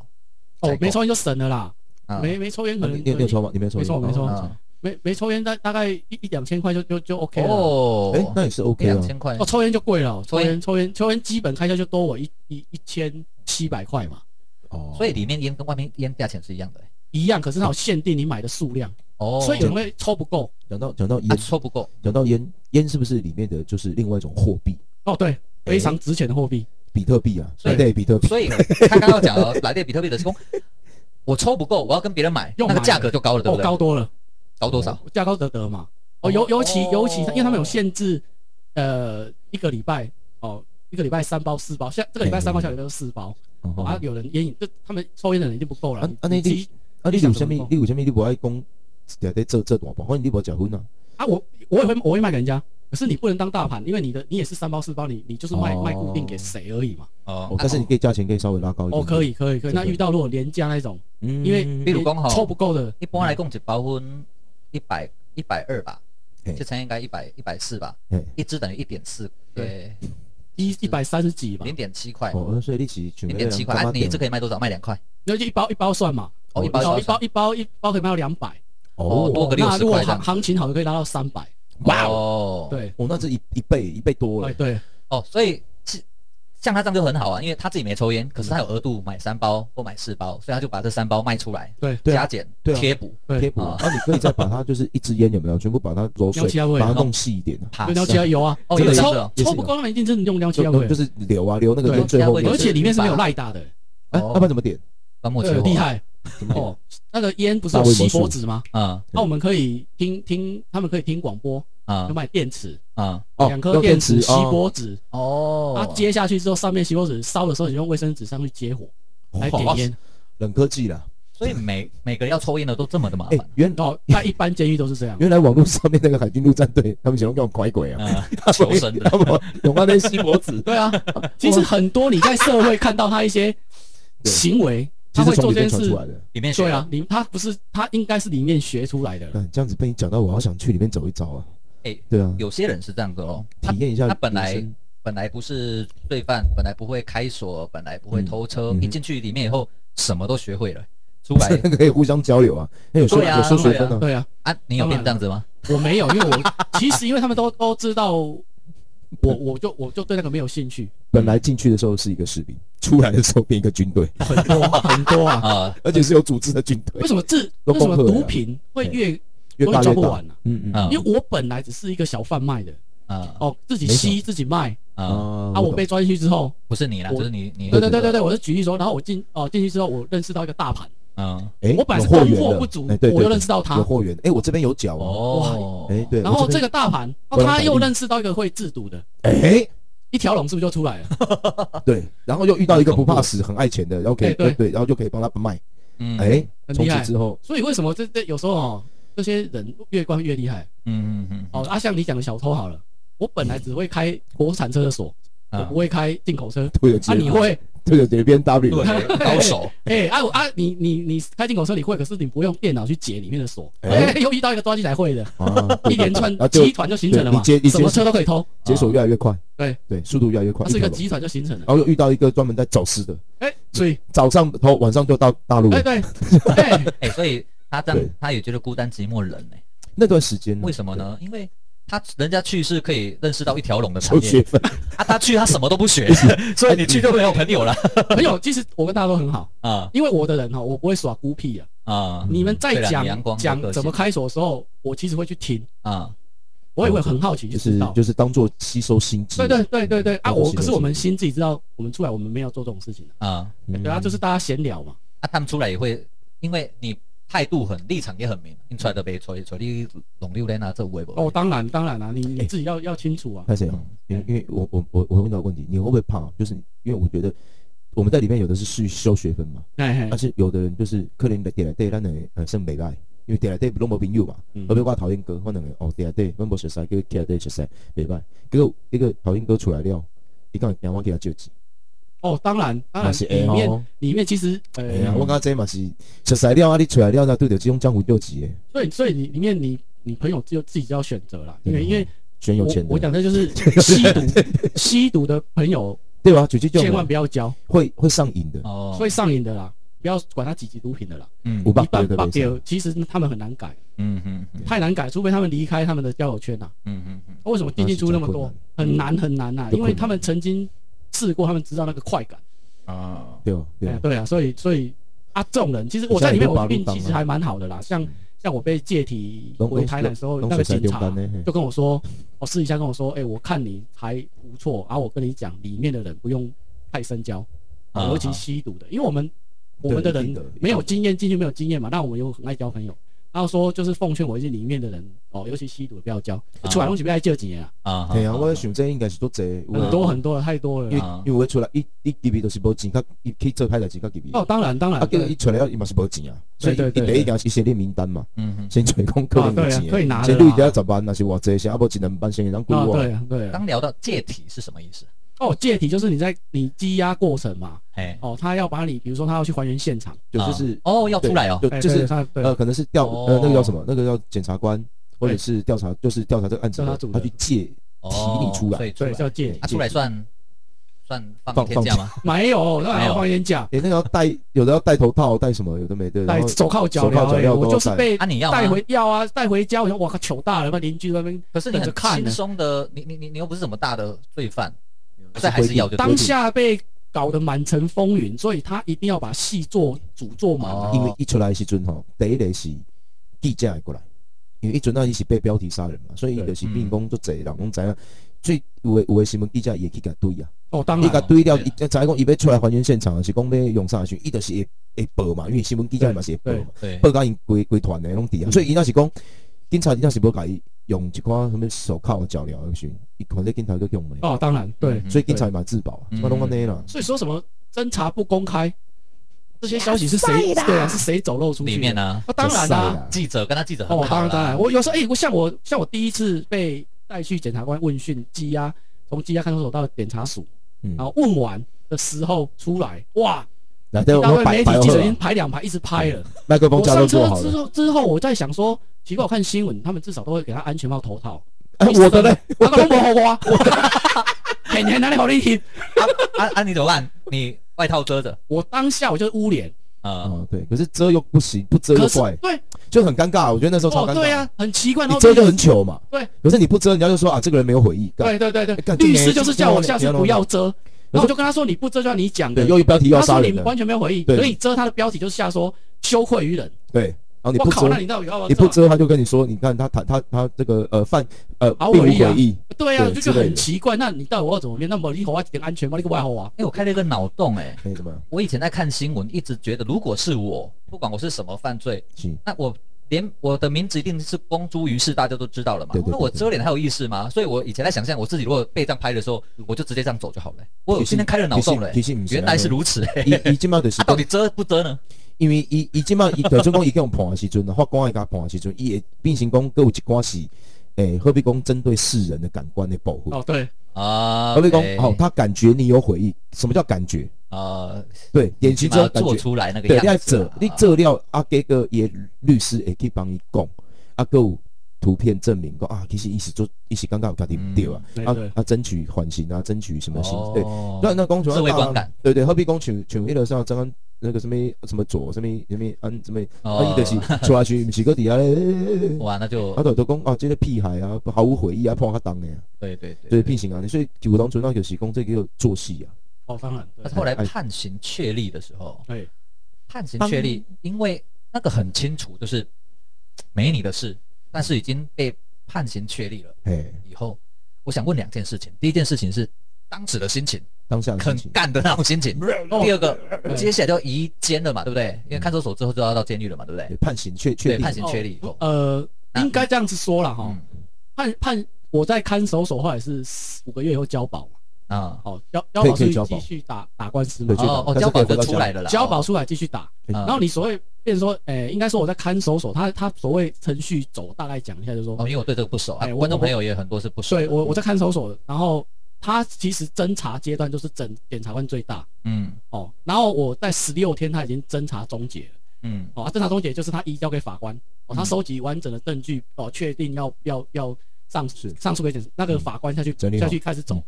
Speaker 3: 哦，没抽烟就省了啦，
Speaker 1: 啊，
Speaker 3: 没没抽烟可
Speaker 2: 啊
Speaker 3: 能
Speaker 2: 你你有你有抽吗？你没有抽？哦
Speaker 3: 没抽没抽
Speaker 1: 啊，
Speaker 3: 没没抽烟大大概一一两千块就就就 OK 了。
Speaker 1: 哦，
Speaker 2: 哎，那也是
Speaker 1: 一
Speaker 2: OK
Speaker 1: 两
Speaker 2: 啊。
Speaker 1: 千块
Speaker 3: 哦，，抽烟就贵了哦，
Speaker 1: 抽
Speaker 3: 抽
Speaker 1: 烟
Speaker 3: 烟抽烟抽烟基本开销就多我一一一千七百块嘛，
Speaker 2: 哦，
Speaker 1: 所以里面烟跟外面烟价钱是一样的、哎
Speaker 3: 一样，可是它有限定你买的数量，
Speaker 1: 哦，
Speaker 3: 所以有人会抽不够。
Speaker 2: 讲到讲到
Speaker 1: 啊
Speaker 2: 烟，
Speaker 1: 抽不够，
Speaker 2: 讲到烟，烟是不是里面的就是另外一种货币？
Speaker 3: 哦，对，非常值钱的货币，
Speaker 2: 比特币啊，
Speaker 1: 所以
Speaker 2: 来对比特币，
Speaker 1: 所以他刚刚讲了，来电比特币的是说，我抽不够，我要跟别人买，
Speaker 3: 用
Speaker 1: 那个
Speaker 3: 买
Speaker 1: 价格就高了，对
Speaker 3: 哦
Speaker 1: 不，对？
Speaker 3: 高多了，
Speaker 1: 高多少？
Speaker 3: 价高者得嘛。哦，尤尤其尤其，因为他们有限制，呃，一个礼拜哦，一个礼拜三包四包，下这个礼拜三包，下个礼拜四包。哦啊，有人烟瘾，就他们抽烟的人已经不够了
Speaker 2: 啊。啊那
Speaker 3: 你自己
Speaker 2: 啊，你
Speaker 3: 你想
Speaker 2: 有
Speaker 3: 怎
Speaker 2: 啥
Speaker 3: 么
Speaker 2: 物
Speaker 3: 讲？
Speaker 2: 你有啥物？你无爱讲，在在做做大盘，反正你无结婚啊。
Speaker 3: 啊，我我也会我会卖给人家，可是你不能当大盘，因为你的你也是三包四包，你你就是卖
Speaker 2: 哦
Speaker 3: 卖固定给谁而已嘛。
Speaker 2: 哦
Speaker 1: 哦，
Speaker 2: 但是你可以价钱可以稍微拉高一点。
Speaker 3: 哦，可以可以可以。那遇到如果廉价那种，
Speaker 2: 嗯，
Speaker 3: 因为
Speaker 1: 比如讲吼
Speaker 3: 抽不够的，
Speaker 1: 一般来讲，一包分一百一百二吧，
Speaker 2: 嘿
Speaker 1: 这餐应该一百一百四吧，
Speaker 2: 嘿
Speaker 1: 一支等于一点四，对，
Speaker 3: 一一百三十几嘛
Speaker 1: 零，点七块，
Speaker 2: 哦，所以你是全
Speaker 1: 零点七块，啊，你一支可以卖多少？卖两块，
Speaker 3: 那就一包一包算嘛。
Speaker 1: 哦，一包
Speaker 3: 哦
Speaker 1: 多
Speaker 3: 一包
Speaker 1: 少？
Speaker 3: 一包一包可以卖到两百，
Speaker 1: 哦多个
Speaker 3: 那
Speaker 1: 60
Speaker 3: 如果
Speaker 1: 块这样
Speaker 3: 行行情好的可以拉到三百。
Speaker 2: 哇
Speaker 1: 哦，
Speaker 3: 对，
Speaker 2: 哦，那这一一倍一倍多
Speaker 3: 哎
Speaker 2: 了。
Speaker 3: 对，
Speaker 1: 哦，所以是像他这样就很好啊，因为他自己没抽烟，可是他有额度买三包或买四包，所以他就把这三包卖出来，
Speaker 3: 对
Speaker 2: 对啊
Speaker 1: 加减
Speaker 2: 对啊
Speaker 1: 贴补，
Speaker 3: 对
Speaker 2: 贴补，
Speaker 1: 啊
Speaker 2: 然后你可以再把 它就是一支烟有没有，全部把它揉
Speaker 3: 尿
Speaker 2: 碎
Speaker 3: 气啊，味
Speaker 2: 把它弄细一点啊，
Speaker 1: 怕
Speaker 3: 对，尿气啊有啊，
Speaker 1: 哦
Speaker 3: 这个
Speaker 2: 有
Speaker 1: 这
Speaker 3: 抽
Speaker 1: 个
Speaker 2: 也是有
Speaker 3: 抽不够，那一定真的用尿气
Speaker 2: 就
Speaker 3: 啊味
Speaker 2: 就，是流啊流那个
Speaker 3: 对
Speaker 2: 烟最
Speaker 1: 这
Speaker 2: 后面
Speaker 1: 样
Speaker 3: 而
Speaker 1: 会，
Speaker 3: 且里面是没有赖大的，
Speaker 2: 哎，
Speaker 1: 哦
Speaker 2: 要不然怎么点？
Speaker 1: 端木
Speaker 3: 对
Speaker 1: 求，
Speaker 3: 厉，害
Speaker 2: 怎么点？
Speaker 3: 哦。那个烟不是有吸波子吗？
Speaker 1: 嗯
Speaker 3: 那我们可以听听，他们可以听广播，有
Speaker 1: 嗯
Speaker 3: 买电池，
Speaker 1: 嗯，
Speaker 2: 啊哦
Speaker 3: 两颗
Speaker 2: 用电
Speaker 3: 池
Speaker 2: 池
Speaker 3: 吸
Speaker 2: 哦
Speaker 3: 波子，它
Speaker 1: 哦，
Speaker 3: 接下去之后，上面吸波子烧的时候，你用卫生纸上去接火来点烟。
Speaker 2: 哦冷科技啦。
Speaker 1: 所以每每个人要抽烟的都这么的麻
Speaker 2: 哎
Speaker 1: 烦，，
Speaker 2: 原
Speaker 3: 哦，在一般监狱都是这样。
Speaker 2: 原来网络上面那个海军陆战队，他们喜欢干鬼鬼啊，
Speaker 1: 嗯，求生 的
Speaker 2: 他们有那些吸脖子，
Speaker 3: 对 啊，其实很多你在社会看到他一些
Speaker 2: 对
Speaker 3: 行为，
Speaker 2: 其
Speaker 3: 他
Speaker 2: 实
Speaker 3: 会
Speaker 2: 从
Speaker 3: 做
Speaker 2: 里
Speaker 3: 这
Speaker 2: 面
Speaker 3: 件
Speaker 2: 传出
Speaker 3: 事
Speaker 2: 来。的。
Speaker 1: 里面学
Speaker 3: 对
Speaker 1: 的
Speaker 3: 啊，，你他不是他应该是里面学出来的。
Speaker 2: 那哎这样子被你讲到，我好想去里面走一遭啊！
Speaker 1: 哎
Speaker 2: 对啊，
Speaker 1: 有些人是这样的哦，他
Speaker 2: 体验一下人生。
Speaker 1: 他本来本来不是罪犯，本来不会开锁，本来不会偷车
Speaker 2: 嗯嗯，哼
Speaker 1: 一进去里面以后什么都学会了，出 来
Speaker 2: 那个可以互相交流啊，那有收
Speaker 1: 对啊
Speaker 2: 有收学分啊，
Speaker 3: 对啊，
Speaker 1: 啊，你有变这样子吗？
Speaker 3: 啊我没有，因为我其实因为他们都都知道，我我就我就对那个没有兴趣，
Speaker 2: 本来进去的时候是一个士兵，出来的时候变一个军 队，
Speaker 3: 很多很 多啊。
Speaker 1: 啊，
Speaker 2: 而且是有组织的军队
Speaker 3: 为，什么这
Speaker 2: 都
Speaker 3: 为什么
Speaker 2: 崩溃了
Speaker 3: 毒品会越
Speaker 2: 越
Speaker 3: 永远
Speaker 2: 大
Speaker 3: 找
Speaker 2: 越
Speaker 3: 不
Speaker 2: 大
Speaker 3: 完。呢？
Speaker 2: 嗯
Speaker 1: 啊
Speaker 2: 嗯
Speaker 3: 因为我本来只是一个小贩卖的，
Speaker 1: 啊
Speaker 3: 哦，自己
Speaker 2: 没
Speaker 3: 吸自己卖，
Speaker 1: 啊，
Speaker 2: 啊
Speaker 3: 啊，我被抓进去之后，
Speaker 1: 不是你啦，
Speaker 3: 我
Speaker 1: 就是你你
Speaker 3: 对对对对对，我是举例说，然后我进哦进去之后，我认识到一个大盘，
Speaker 1: 嗯
Speaker 2: 哎，
Speaker 3: 我本来是
Speaker 2: 有货
Speaker 3: 供
Speaker 2: 源
Speaker 3: 货
Speaker 2: 的
Speaker 3: 不足
Speaker 2: 哎对对
Speaker 3: 我又
Speaker 2: 对
Speaker 3: 认识到他
Speaker 2: 有货源，哎，我这边有脚哦，
Speaker 1: 哦，
Speaker 2: 哎，对，
Speaker 3: 然后
Speaker 2: 我
Speaker 3: 这
Speaker 2: 边
Speaker 3: 个大盘，
Speaker 2: 我
Speaker 3: 哦
Speaker 2: 来
Speaker 3: 他
Speaker 2: 反
Speaker 3: 又
Speaker 2: 应
Speaker 3: 认识到一个会制毒的，
Speaker 2: 哎
Speaker 3: 一条龙是不是就出来 了？
Speaker 2: 对，然后又遇到一个不怕死、很爱钱的，然后可以
Speaker 3: 哎对
Speaker 2: 对，然后就可以帮他卖，
Speaker 1: 嗯
Speaker 2: 哎，
Speaker 3: 很
Speaker 2: 从
Speaker 3: 厉
Speaker 2: 此
Speaker 3: 害
Speaker 2: 之后，
Speaker 3: 所以为什么这这有时候哦，这些人越关越厉害？
Speaker 1: 嗯嗯嗯
Speaker 3: 哦，啊，像你讲的小偷好了，我本来只会开国产车的锁，我
Speaker 2: 嗯
Speaker 1: 啊
Speaker 3: 不会开进口车，
Speaker 2: 对
Speaker 3: 啊，
Speaker 2: 着
Speaker 3: 你会？
Speaker 2: 对着这边 W，
Speaker 1: 对，高手，
Speaker 3: 哎，啊我啊，你你你开进口车你会，可是你不用电脑去解里面的锁，
Speaker 2: 哎
Speaker 3: 哎， 又遇到一个抓进来会的，
Speaker 2: 啊，对
Speaker 3: 一连串
Speaker 2: 然后就
Speaker 3: 集团就形成了嘛
Speaker 2: 对你接你，接
Speaker 3: 什么车都可以偷，
Speaker 2: 解锁越
Speaker 1: 啊
Speaker 2: 来越快，
Speaker 3: 对
Speaker 2: 对，速度越来越快，
Speaker 3: 它是一个
Speaker 2: 一条龙哦
Speaker 3: 集团就形成了
Speaker 2: 然。后又遇到一个专门在走私的，
Speaker 3: 哎，所以
Speaker 2: 早上偷，晚上就到大陆了
Speaker 3: 哎。对， 哎，
Speaker 1: 哎，所以他这样
Speaker 2: 对嗯
Speaker 1: 他也觉得孤单寂寞冷哎，
Speaker 2: 那段时间呢
Speaker 1: 为什 么？呢？因为他人家去是可以认识到一条龙的产
Speaker 2: 收学
Speaker 1: 业，
Speaker 2: 分，
Speaker 1: 啊，他去他什么都不学， 所以你去就没有朋友了
Speaker 3: 朋友，其实我跟大家都很好，
Speaker 1: 啊
Speaker 3: 因为我的人哈，我不会耍孤僻啊。
Speaker 1: 啊
Speaker 2: 嗯
Speaker 3: 你们在
Speaker 1: 对啦你阳
Speaker 3: 讲
Speaker 1: 光有
Speaker 3: 讲
Speaker 1: 个
Speaker 3: 怎么
Speaker 1: 性
Speaker 3: 开锁的时候，我其实会去听，
Speaker 1: 啊
Speaker 3: 我也会很好奇去
Speaker 2: 哦就
Speaker 3: 知
Speaker 2: 是
Speaker 3: 道。
Speaker 2: 就是当做吸收新知。
Speaker 3: 对对对对对啊！
Speaker 2: 了解
Speaker 3: 我
Speaker 2: 了
Speaker 3: 可是
Speaker 2: 解
Speaker 3: 我们心自己知道，我们出来我们没有做这种事情的、
Speaker 1: 啊，
Speaker 2: 嗯，
Speaker 3: 对啊，就是大家闲聊嘛。
Speaker 1: 啊，他们出来也会，因为你态度很立场也很明，你出来都被吹吹你龙六连啊，这微博
Speaker 3: 哦，当然当然啦、你
Speaker 2: 哎
Speaker 3: 你自己要要清楚啊。
Speaker 2: 拍谁？因为因为我我我我问到个问题，你会不会怕？就是因为我觉得我们在里面有的是去修学分嘛，
Speaker 3: 哎
Speaker 2: 但
Speaker 3: 嘿，
Speaker 2: 是有的人就是可能点来对，咱的呃算袂歹，因为点来对拢无朋友嘛，
Speaker 3: 嗯
Speaker 2: 特别我讨厌哥，我两个哦点来对，阮无熟识，叫点来对熟识袂歹，结果那个讨厌哥出来了，伊讲让我给他救济，
Speaker 3: 哦，当然当然
Speaker 2: 嘛，是会
Speaker 3: 里面、
Speaker 2: 哦
Speaker 3: 里面其实呃，
Speaker 2: 哎呀，我感觉这嘛是熟识了啊，你出来了，那对着这种江湖救济的，
Speaker 3: 所以所以你里面你你朋友就自己就要选择啦，因为
Speaker 2: 嗯
Speaker 3: 因为
Speaker 2: 选有钱
Speaker 3: 我我
Speaker 2: 的，
Speaker 3: 讲的就是吸毒吸毒的朋友
Speaker 2: 对吧？就这种
Speaker 3: 千万啊
Speaker 2: 的
Speaker 3: 不要交，
Speaker 2: 会会上瘾的，
Speaker 1: 哦，
Speaker 3: 会上瘾的啦，不要管他几级毒品的啦。
Speaker 1: 嗯
Speaker 2: 五百
Speaker 3: 一半
Speaker 2: 对
Speaker 3: 八
Speaker 2: 对对
Speaker 3: 九，其实他们很难改，
Speaker 1: 嗯嗯嗯
Speaker 3: 太难改，除非他们离开他们的交友圈呐、啊。
Speaker 1: 嗯嗯嗯，
Speaker 3: 为什么进进出那么多，很难很难呐、
Speaker 2: 嗯
Speaker 3: 因为他们曾经试过，他们知道那个快感。
Speaker 1: 啊，
Speaker 2: 对吧？对
Speaker 3: 哎
Speaker 2: 吧，？
Speaker 3: 对啊，所以所以啊，这种人其实我在里面我运其实还蛮好的啦，像像我被借题回台南的时候，那个警察
Speaker 2: 呢，
Speaker 3: 就跟我哦说，我私底下跟我说，哎，我看你还不错，啊，我跟你讲，里面的人不用太深交，
Speaker 1: 啊
Speaker 3: 尤其吸毒的，因为我们我们的
Speaker 2: 对一定
Speaker 3: 人
Speaker 2: 的
Speaker 3: 没有经验，进去没有经验嘛，那我们又很爱交朋友。然后说就是奉劝我一些里面的人哦，尤其吸毒的不要交，出来东西不要叫几年啊，
Speaker 1: 啊，
Speaker 2: 对啊，我在想这应该是都这
Speaker 3: 很多很多的太多
Speaker 2: 因
Speaker 3: 了
Speaker 2: 为
Speaker 3: 啦。
Speaker 1: 啊
Speaker 2: 因为我出来一一级别都是无钱，较伊去做歹代志较级别。
Speaker 3: 哦，当然当然
Speaker 2: 啊，，跟
Speaker 3: 对
Speaker 2: 伊出来了伊嘛是无钱啊，所以
Speaker 3: 对
Speaker 2: 伊
Speaker 3: 对对
Speaker 2: 第一条是先列名单嘛，
Speaker 1: 嗯哼，
Speaker 2: 先找讲可能有
Speaker 3: 啊
Speaker 2: 钱
Speaker 3: 对啊可以拿
Speaker 2: 的，
Speaker 3: 的
Speaker 2: 先
Speaker 3: 啦
Speaker 2: 累掉十万，若是偌济，先啊无一两万先人规
Speaker 3: 啊
Speaker 2: 划。
Speaker 3: 对啊对啊。
Speaker 1: 刚聊到借体是什么意思？
Speaker 3: 哦，借题就是你在你积压过程嘛，
Speaker 1: 哎，
Speaker 3: 哦，他要把你，比如说他要去还原现场，
Speaker 2: 就
Speaker 1: 啊
Speaker 2: 就是
Speaker 1: 哦，要出来哦，
Speaker 2: 就
Speaker 3: 哎
Speaker 2: 就是
Speaker 3: 对他对
Speaker 2: 呃，可能是调
Speaker 1: 哦
Speaker 2: 呃那个叫什么？那个叫检察官或者
Speaker 3: 对
Speaker 2: 是调查，就是调查这个案子
Speaker 3: 调
Speaker 2: 的
Speaker 3: 查，组
Speaker 2: 他
Speaker 3: 的
Speaker 2: 去借
Speaker 1: 哦
Speaker 2: 提你出来
Speaker 1: 所以出
Speaker 3: 对
Speaker 1: 来，
Speaker 3: 叫借题
Speaker 1: 啊，出来算算放
Speaker 2: 放
Speaker 1: 天假吗？
Speaker 3: 没有，那还
Speaker 1: 没有
Speaker 3: 要放烟假，
Speaker 2: 诶，那个要戴，有的要戴头套，戴什么，有的没的。然
Speaker 3: 带
Speaker 2: 后
Speaker 3: 哎手铐脚
Speaker 2: 手铐脚
Speaker 3: 镣而已，
Speaker 2: 镣
Speaker 3: 我
Speaker 2: 都
Speaker 3: 就是
Speaker 2: 带
Speaker 3: 被
Speaker 1: 啊，你要吗
Speaker 3: 带回要啊，带回家，我说哇靠，糗大了，那邻居在那边
Speaker 1: 可是你
Speaker 3: 等着
Speaker 1: 很
Speaker 3: 看
Speaker 1: 轻
Speaker 3: 呢
Speaker 1: 松的，你你你你又不是什么大的罪犯，这还是要就对
Speaker 3: 当下被搞得满城风云，所以他一定要把戏做主做满啊。
Speaker 1: 哦
Speaker 2: 因为一出来的时阵吼，第一个是记者会过来，因为一阵啊伊是被标题杀人嘛，所以伊就是变讲足侪人拢知影。最有的有的新闻记者也去甲对啊，
Speaker 3: 哦，当
Speaker 2: 伊
Speaker 3: 然
Speaker 2: 甲
Speaker 1: 个
Speaker 3: 啊，
Speaker 2: 对了，
Speaker 1: 对啊
Speaker 2: 伊知影讲伊要出来还原现场，还是讲要用啥去，伊就是会会报嘛，因为新闻记者嘛是会报嘛，
Speaker 1: 对，
Speaker 2: 报甲因规规团的拢伫啊，
Speaker 3: 嗯
Speaker 2: 所以伊若是讲警察伊若是无甲伊用一款什物手铐脚镣的时候，伊可能警察就用的，
Speaker 3: 哦，当然对。
Speaker 1: 嗯
Speaker 2: 所以警察嘛自保啊，
Speaker 1: 嗯
Speaker 2: 即摆拢安尼啦，
Speaker 3: 所以说什么侦查不公开，这些消息是谁？对啊，是谁走漏出去的？
Speaker 1: 里面呢，
Speaker 3: 啊，当然
Speaker 2: 就晒
Speaker 3: 啦
Speaker 2: 啦。
Speaker 1: 记者跟他记者很
Speaker 3: 哦，当
Speaker 1: 好
Speaker 3: 然当
Speaker 1: 啦
Speaker 3: 然，，我有时候哎，我像我像我第一次被带去检察官问讯羁押，从羁押看守所到检察署，
Speaker 2: 嗯
Speaker 3: 然，后问完的时候出来，哇，
Speaker 2: 来，
Speaker 3: 一
Speaker 2: 等我
Speaker 3: 大堆
Speaker 2: 们摆
Speaker 3: 媒体
Speaker 2: 摆好
Speaker 3: 记者已经
Speaker 2: 了，
Speaker 3: 排两排一直拍了。
Speaker 2: 麦克风
Speaker 3: 我
Speaker 2: 架
Speaker 3: 上
Speaker 2: 都做
Speaker 3: 车
Speaker 2: 好
Speaker 3: 之
Speaker 2: 了，
Speaker 3: 后之后，我在想说，奇怪，我看新闻，他们至少都会给他安全帽、头套。
Speaker 2: 哎，我的嘞。，
Speaker 3: 我都没 好瓜，很很难好你听。
Speaker 1: 啊啊，你怎么办？你外套遮着，
Speaker 3: 我当下我就是捂脸，
Speaker 1: 呃，
Speaker 2: 啊，对，可是遮又不行，不遮
Speaker 3: 可
Speaker 2: 又
Speaker 3: 是
Speaker 2: 怪，
Speaker 3: 对
Speaker 2: 就很尴尬。我觉得那时候超尴
Speaker 3: 哦
Speaker 2: 尬。
Speaker 3: 对啊，很奇怪，然
Speaker 2: 你
Speaker 3: 后
Speaker 2: 遮就很糗嘛。
Speaker 3: 对，
Speaker 2: 可是你不遮，人家就说啊，这个人没有悔意。干
Speaker 3: 对对对
Speaker 2: 哎干这
Speaker 3: 对，律
Speaker 2: 没
Speaker 3: 师就是叫我下次不要遮，
Speaker 2: 不要
Speaker 3: 然后我就跟他说你不遮就像你讲的
Speaker 2: 对，，又一标题又要
Speaker 3: 他
Speaker 2: 杀
Speaker 3: 说
Speaker 2: 人
Speaker 3: 你
Speaker 2: 的，
Speaker 3: 完全没有回应，
Speaker 2: 对
Speaker 3: 所以遮他的标题就是下说羞愧于人。
Speaker 2: 对，然后你
Speaker 3: 我
Speaker 2: 不
Speaker 3: 靠，那
Speaker 2: 遮，
Speaker 3: 你到底要不要？
Speaker 2: 你不，遮他就跟你说，你看他他他他这个呃犯呃
Speaker 3: 毫无
Speaker 2: 并无
Speaker 3: 悔意啊
Speaker 2: 悔意，
Speaker 3: 对啊，
Speaker 2: 对
Speaker 3: 我就觉
Speaker 2: 之
Speaker 3: 得
Speaker 2: 类的
Speaker 3: 很奇怪。那你到底我要怎么变？那么你给我一点安全帽，你给我外号啊？
Speaker 1: 哎，我开了一个脑洞，哎，
Speaker 2: 哎怎么样？
Speaker 1: 我以前在看新闻，一直觉得如果是我，不管我是什么犯罪，
Speaker 2: 行，
Speaker 1: 那我连我的名字一定是公诸于世，大家都知道了嘛
Speaker 2: 对对。对
Speaker 1: 那我遮脸还有意思吗？所以我以前在想象，我自己如果被这样拍的时候，我就直接这样走就好了。我有今天开了脑洞了，
Speaker 2: 其实其实不是啊
Speaker 1: 原来是如此。哎
Speaker 2: 伊伊即摆就是
Speaker 1: 啊，到底遮不遮呢？
Speaker 2: 因为伊伊即摆伊就算讲伊叫判的时阵， 法官会甲判的时阵，伊会变成讲佫有一寡是诶，好比讲针对世人的感官的保护。
Speaker 3: 哦，对，
Speaker 1: 啊，
Speaker 2: 好比讲
Speaker 1: OK，
Speaker 2: 哦，他感觉你有悔意，什么叫感觉？
Speaker 1: 呃，
Speaker 2: 对，典
Speaker 1: 起
Speaker 2: 型之后
Speaker 1: 码
Speaker 2: 感觉
Speaker 1: 做。出来那个
Speaker 2: 对，你要
Speaker 1: 样子
Speaker 2: 做
Speaker 1: 啊。，
Speaker 2: 你做了啊，给个也律师会去帮你讲，啊，还有图片证明讲啊，其实伊是做，伊是刚刚有家己
Speaker 1: 嗯
Speaker 2: 对啊，
Speaker 3: 对
Speaker 2: 啊
Speaker 3: 对
Speaker 2: 啊，争取缓刑啊，争取什么刑？对，
Speaker 1: 哦
Speaker 2: 那那公权
Speaker 1: 社会观感，
Speaker 2: 对对，何必讲像像迄个像刚刚那个什么什么左什么什么安什么，
Speaker 1: 哦
Speaker 2: 啊，伊就是出来去，毋是搁底下咧，
Speaker 1: 哇，那就
Speaker 2: 啊，就都讲啊，这个屁孩啊，毫无悔意啊，判较重的啊，
Speaker 1: 对对对。
Speaker 2: 对，判刑啊，所以有当阵啊，就是讲这个叫做戏啊，
Speaker 3: 哦，当然，对
Speaker 1: 但是后来判刑确立的时候，
Speaker 3: 对，
Speaker 1: 判刑确立，因为那个很清楚，就是没你的事，但是已经被判刑确立了
Speaker 2: 嘿，
Speaker 1: 以后，我想问两件事情。第一件事情是当时的心情，
Speaker 2: 当下的
Speaker 1: 很
Speaker 2: 心情，
Speaker 1: 干的那种心情。
Speaker 3: 哦
Speaker 1: 第二个，接下来就移监了嘛，对不对？因为看守所之后就要到监狱了嘛，对不
Speaker 2: 对
Speaker 1: 对？
Speaker 2: 判刑确确
Speaker 1: 对，
Speaker 2: 定
Speaker 1: 判，刑确立以后，
Speaker 3: 呃，
Speaker 1: 那
Speaker 3: 应该这样子说了哈
Speaker 1: 嗯。
Speaker 3: 判判，我在看守所后来是五个月以后交保嘛，
Speaker 1: 啊，
Speaker 3: 哦，交交
Speaker 2: 可以
Speaker 3: 保
Speaker 2: 可以
Speaker 3: 是
Speaker 2: 交保
Speaker 3: 继续打打官司嘛
Speaker 2: 对，就
Speaker 1: 哦哦，
Speaker 2: 但是
Speaker 1: 交
Speaker 2: 可以
Speaker 1: 保就
Speaker 2: 回到
Speaker 1: 出
Speaker 2: 家
Speaker 1: 来了啦，哦
Speaker 3: 交保出来继续打，
Speaker 2: 嗯
Speaker 3: 然后你所谓，变成说，诶、应该说我在看守所，他他所谓程序走，大概讲一下，就是说，
Speaker 1: 哦，因为我对这个不熟啊
Speaker 3: 哎，我
Speaker 1: 观众朋友也很多是不熟的。
Speaker 3: 对我我在看守所，然后他其实侦查阶段就是整检察官最大
Speaker 1: 嗯
Speaker 3: 哦，然后我在十六天他已经侦查终结了
Speaker 1: 嗯
Speaker 3: 哦，啊侦查终结就是他移交给法官哦，
Speaker 2: 嗯
Speaker 3: 他收集完整的证据哦，确定要要要上
Speaker 2: 是嗯
Speaker 3: 上诉给检那个法官下去、
Speaker 2: 整理好
Speaker 3: 下去开始走，
Speaker 2: 嗯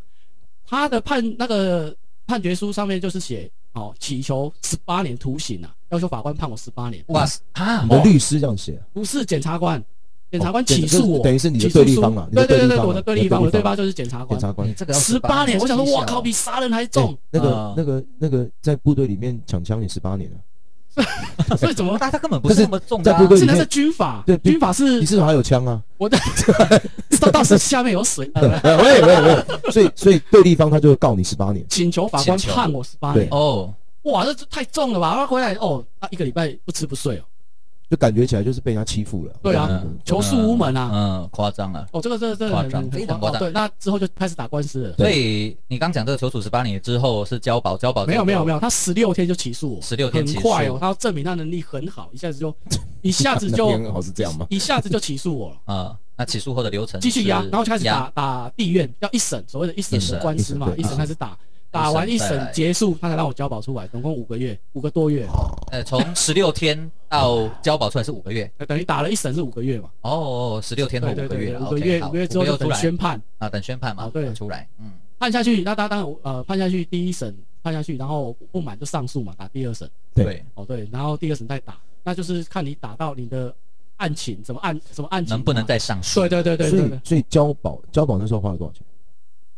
Speaker 3: 他的判那个判决书上面就是写哦，祈求十八年徒刑啊，要求法官判我十八年，
Speaker 1: 哇啊
Speaker 2: 你，的律师这样写啊，
Speaker 3: 不是检察官，检察官
Speaker 2: 检
Speaker 3: 起诉
Speaker 2: 就是
Speaker 3: 我，
Speaker 2: 等于是你的
Speaker 3: 起诉
Speaker 2: 对立
Speaker 3: 书
Speaker 2: 方啦你的
Speaker 3: 对对
Speaker 2: 对
Speaker 3: 对
Speaker 2: 立
Speaker 3: 对，
Speaker 2: 方
Speaker 3: 我
Speaker 2: 啦
Speaker 3: 的对
Speaker 2: 你的
Speaker 3: 立方，
Speaker 2: 对立
Speaker 3: 我的对
Speaker 2: 方
Speaker 3: 方就是检察
Speaker 2: 检。
Speaker 3: 官
Speaker 2: 察官
Speaker 1: 你。这个要
Speaker 3: 十八年，我
Speaker 2: 哎
Speaker 3: 想说，哇靠，比杀人还重
Speaker 2: 欸！那个、
Speaker 1: 啊
Speaker 2: 那个、那个，在部队里面抢枪也十八年了、
Speaker 3: 所以怎么？
Speaker 1: 但他根本不是那么重的、啊
Speaker 2: 但是在部队对
Speaker 3: 现在
Speaker 2: 你
Speaker 3: 是
Speaker 2: 看
Speaker 3: 军法
Speaker 2: 对，
Speaker 3: 军法是
Speaker 2: 你至少还有枪啊！哎
Speaker 3: 我的，到当时下面有水，呃
Speaker 2: 喂喂喂，所以所以对立方他就会告你十八年，
Speaker 3: 请求法官
Speaker 1: 请求
Speaker 3: 判我十八年。
Speaker 1: 哦，
Speaker 3: 哇，这这太重了吧！他回来哦，他一个礼拜不吃不睡哦，
Speaker 2: 就感觉起来就是被人家欺负了。
Speaker 3: 对啊
Speaker 1: 嗯
Speaker 3: 求诉无门啊！
Speaker 1: 嗯，夸张了。
Speaker 3: 哦，这个这个这个
Speaker 1: 夸
Speaker 3: 很
Speaker 1: 张
Speaker 3: 很
Speaker 1: 非常
Speaker 3: 夸
Speaker 1: 夸张
Speaker 3: 哦对，那之后就开始打官司了。
Speaker 1: 所以你刚讲这个求处十八年之后是交保，交保
Speaker 3: 没有没有没
Speaker 1: 有，
Speaker 3: 有，他十六天就起诉我，
Speaker 1: 16天
Speaker 3: 很
Speaker 1: 起诉
Speaker 3: 快哦，他要证明他能力很好，一下子就一下子
Speaker 2: 那边
Speaker 3: 就
Speaker 2: 好是这样吗？
Speaker 3: 一下子就起诉我了。
Speaker 1: 啊，那起诉后的流程
Speaker 3: 继续压，
Speaker 1: 是
Speaker 3: 然后就开始
Speaker 1: 压
Speaker 3: 打打地院，要一审，所谓的一审
Speaker 1: 一审
Speaker 3: 的官司嘛，
Speaker 2: 一审对
Speaker 3: 一审开始打，打
Speaker 1: 一审
Speaker 3: 完一
Speaker 1: 再来
Speaker 3: 审结束，他才让我交保出来，总共五个月，五个多月，
Speaker 1: 呃，从十六天到交保出来是五个 月，
Speaker 3: 呃等于打了一审是五个月嘛，
Speaker 1: 哦，十六天后
Speaker 3: 对对
Speaker 1: 五个
Speaker 3: 对
Speaker 1: 月
Speaker 3: 对，
Speaker 1: 了，
Speaker 3: 五个月
Speaker 1: OK，好
Speaker 3: 五个月之后
Speaker 1: 五
Speaker 3: 就
Speaker 1: 出
Speaker 3: 等
Speaker 1: 来
Speaker 3: 宣判，
Speaker 1: 啊，等宣判嘛，
Speaker 3: 哦对
Speaker 1: 出来，嗯，
Speaker 3: 判下去，那他当然呃判下去第一审判下去，然后不满就上诉嘛，打第二审，
Speaker 2: 对
Speaker 1: 对，
Speaker 3: 哦对，然后第二审再打，那就是看你打到你的案情怎么案怎么案情
Speaker 1: 能不能
Speaker 3: 嘛
Speaker 1: 再上诉？
Speaker 3: 对对对对
Speaker 2: 所
Speaker 3: 对
Speaker 2: 以
Speaker 3: 对，
Speaker 2: 所以交保交保那时候花了多少钱？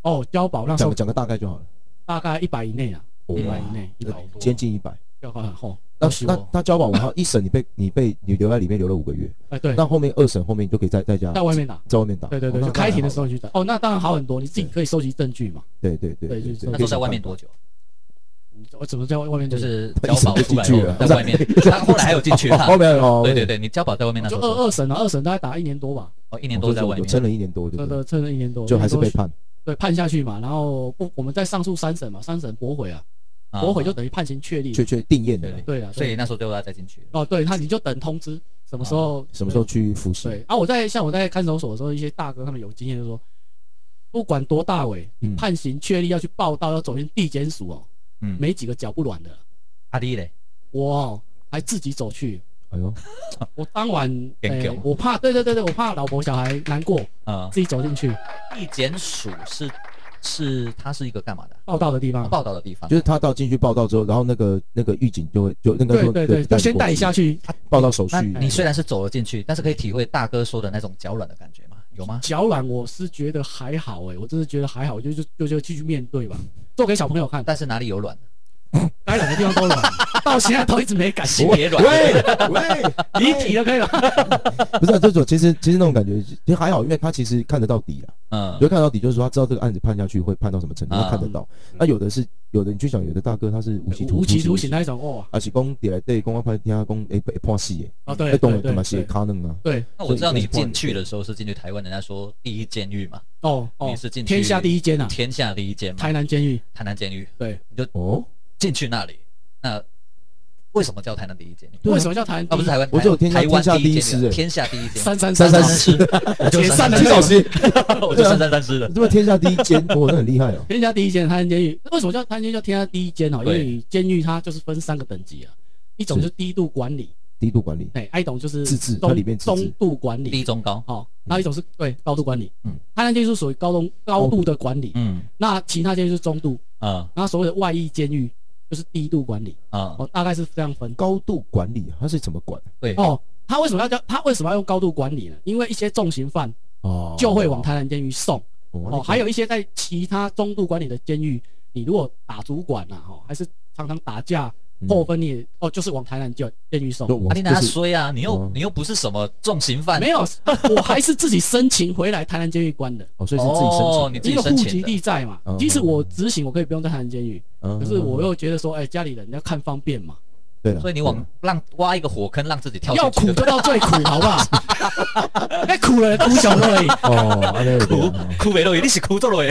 Speaker 3: 哦交保那时
Speaker 2: 讲
Speaker 3: 候
Speaker 2: 个讲个大概就好了，
Speaker 3: 大概一百以内啊，
Speaker 2: 哇
Speaker 3: 一百以内一百以内
Speaker 2: 接近一百。
Speaker 3: 要很厚，
Speaker 2: 那
Speaker 3: 要修
Speaker 2: 那那交保完后一审你被你被你留在里面留了五个月，
Speaker 3: 哎对，
Speaker 2: 那后面二审后面你就可以在在家
Speaker 3: 在外面打。
Speaker 2: 在外面打。
Speaker 3: 对对对，
Speaker 2: 哦
Speaker 3: 就开庭的时，
Speaker 2: 那
Speaker 3: 候你去打。哦，那当然好很多，你自己可以收集证据嘛。
Speaker 2: 那还好对对对
Speaker 3: 对
Speaker 2: 对
Speaker 3: 就是
Speaker 2: 对。
Speaker 1: 那时候在外面
Speaker 2: 哦
Speaker 1: 多久？
Speaker 3: 我怎么在外面
Speaker 1: 就
Speaker 3: 就是
Speaker 1: 是交保出来
Speaker 2: 一直就进去了
Speaker 1: 后在外面，他后来还有进去
Speaker 2: 哦
Speaker 1: 啊
Speaker 2: 后。面哦，
Speaker 1: 对对对，你交保在外面那时
Speaker 3: 就
Speaker 1: 候
Speaker 3: 二
Speaker 1: 多久，
Speaker 3: 二审啊，二审大概打一年多吧，
Speaker 1: 哦，一
Speaker 2: 一
Speaker 1: 年多在外面。
Speaker 2: 撑了一年多，就
Speaker 3: 对
Speaker 2: 是
Speaker 3: 对，撑了一年多，
Speaker 2: 就还是被
Speaker 3: 一年多
Speaker 2: 判。
Speaker 3: 对判下去嘛。然后不，我们再上诉三审嘛，三审驳回啊，
Speaker 1: 啊
Speaker 3: 驳回就等于判刑确立。
Speaker 2: 确确定验的
Speaker 1: 对，
Speaker 3: 对啊，对
Speaker 1: 所以那时候就要再进去。
Speaker 3: 哦，对他你就等通知什么时候
Speaker 2: 啊什么时候去服
Speaker 3: 对
Speaker 2: 刑？
Speaker 3: 啊？我在像我在看守所的时候，一些大哥他们有经验，就说不管多大尾，你
Speaker 2: 嗯
Speaker 3: 判刑确立要去报道，要走进地检署哦，
Speaker 1: 嗯，
Speaker 3: 没几个脚不软的。
Speaker 1: 阿弟嘞，
Speaker 3: 我哦还自己走去，
Speaker 2: 哎呦，
Speaker 3: 我当晚，
Speaker 1: 变
Speaker 3: 哎
Speaker 1: 狗
Speaker 3: 我怕，对对对对，我怕老婆小孩难过，
Speaker 1: 啊，
Speaker 3: 自己走进去
Speaker 1: 地检署是是它是一个干嘛的啊？
Speaker 3: 报道的地方，
Speaker 1: 报道的地方
Speaker 2: 就。是他到进去报道之后，然后那个那个狱警就会就那个
Speaker 3: 对对对，就先带你下
Speaker 2: 去
Speaker 3: 去，
Speaker 2: 报道手续
Speaker 1: 那。你虽然是走了进去，但是可以体会大哥说的那种脚软的感觉吗？有吗？
Speaker 3: 脚软，我是觉得还好哎、我真的觉得还好，就就就就继续面对吧，做给小朋友看，
Speaker 1: 但是哪里有软？
Speaker 3: 该软的地方都软， 到现在都一直没感
Speaker 1: 心
Speaker 3: 觉，
Speaker 1: 也软。
Speaker 2: 喂喂，
Speaker 3: 离题了可以吧？
Speaker 2: 不是啊这种，其实其实那种感觉其实还好，因为他其实看得到底啊，
Speaker 1: 嗯
Speaker 2: 你会看到底，就是说他知道这个案子判下去会判到什么程度，
Speaker 1: 啊
Speaker 2: 他看得到。那有的是有的，你去想，有的大哥他是无期徒啊
Speaker 3: 无期徒刑，那一种哦，
Speaker 2: 而且公底来对公安派听他公诶被判死耶，
Speaker 3: 啊对
Speaker 2: 哎，懂了
Speaker 3: 对
Speaker 2: 懂了，
Speaker 3: 对
Speaker 2: 写
Speaker 3: 对
Speaker 2: 卡弄啊，
Speaker 3: 对
Speaker 1: 那我知道你进去的时候是进去台湾，人家说第一监狱嘛，
Speaker 3: 哦
Speaker 1: 你
Speaker 3: 哦
Speaker 1: 是，进去
Speaker 3: 天下第一监啊，
Speaker 1: 天下第一监嘛
Speaker 3: 台，南监狱，
Speaker 1: 台南监狱
Speaker 3: 对，
Speaker 2: 哦，
Speaker 1: 进去那里，那为什么叫台南第一监狱？
Speaker 2: 对啊
Speaker 3: 为什么叫台南第
Speaker 1: 啊，
Speaker 3: 一
Speaker 1: 不是台湾，
Speaker 2: 我只有天下
Speaker 1: 台湾
Speaker 2: 天下第
Speaker 1: 监
Speaker 2: 一
Speaker 1: 狱啊
Speaker 2: 师哎
Speaker 1: 天下第一监狱，
Speaker 3: 三三
Speaker 2: 三
Speaker 3: 三
Speaker 2: 三
Speaker 3: 好
Speaker 2: 师，
Speaker 1: 我 就
Speaker 3: 解
Speaker 1: 三
Speaker 3: 散了
Speaker 1: 三
Speaker 2: 金老师，
Speaker 1: 我就三三三师了。
Speaker 2: 这么天下第一监，哇，那很厉害 哦。
Speaker 3: 天下第一监，台南监狱。为什么叫台南监狱叫天下第一监哦？因
Speaker 1: 对
Speaker 3: 为监狱它就是分三个等级啊，一种就是低度管理，
Speaker 2: 低度管理，
Speaker 3: 哎，啊一种就是
Speaker 2: 自治它
Speaker 3: 中
Speaker 2: 里面自治
Speaker 3: 中度管
Speaker 1: 低
Speaker 3: 理，
Speaker 1: 中高，
Speaker 3: 哦，然后一种是对高度管理。
Speaker 1: 嗯
Speaker 3: 嗯，台南监狱是属于高中高度的管理，
Speaker 1: 嗯
Speaker 3: 那其他监狱是中度，
Speaker 1: 啊
Speaker 3: 然后所谓的外役监狱就是低度管理，
Speaker 1: 啊，
Speaker 3: 哦，大概是这样分。
Speaker 2: 高度管理他是怎么管？
Speaker 1: 对，
Speaker 3: 哦，他为什么要叫他为什么要用高度管理呢？因为一些重刑犯
Speaker 2: 哦
Speaker 3: 就会往台南监狱送。哦，还
Speaker 2: 有
Speaker 3: 有一些在其他中度管理的监狱，你如果打主管啊，哦，还是常常打架扣分，你也哦，就是往台南监监狱送。
Speaker 1: 阿
Speaker 2: 嗯我
Speaker 1: 弟拿
Speaker 2: 就是
Speaker 1: 衰啊，你又
Speaker 2: 哦
Speaker 1: 你又不是什么重刑犯，
Speaker 3: 没有， 我还是自己申请回来台南监狱关的，
Speaker 2: 哦，所以是自己申
Speaker 1: 哦
Speaker 2: 请
Speaker 1: 你
Speaker 2: 的，
Speaker 1: 自己
Speaker 3: 因为
Speaker 1: 申
Speaker 3: 户
Speaker 1: 请的
Speaker 3: 籍地在嘛
Speaker 2: 嗯。
Speaker 3: 即使我执行，我可以不用在台南监狱，
Speaker 2: 嗯
Speaker 3: 可是我又觉得说，哎，家里人要看方便嘛，
Speaker 2: 对嗯了，
Speaker 1: 所以你
Speaker 2: 对
Speaker 1: 往
Speaker 2: 了
Speaker 1: 让挖一个火坑让自己跳
Speaker 3: 要
Speaker 1: 进
Speaker 3: 苦
Speaker 1: 去
Speaker 3: 就
Speaker 1: 的，
Speaker 3: 到最苦，好不好？ 哎，苦了苦小乐而已。
Speaker 2: 哦，安尼就对
Speaker 1: 哭
Speaker 2: 了哦
Speaker 1: 哭没落，你是哭着落，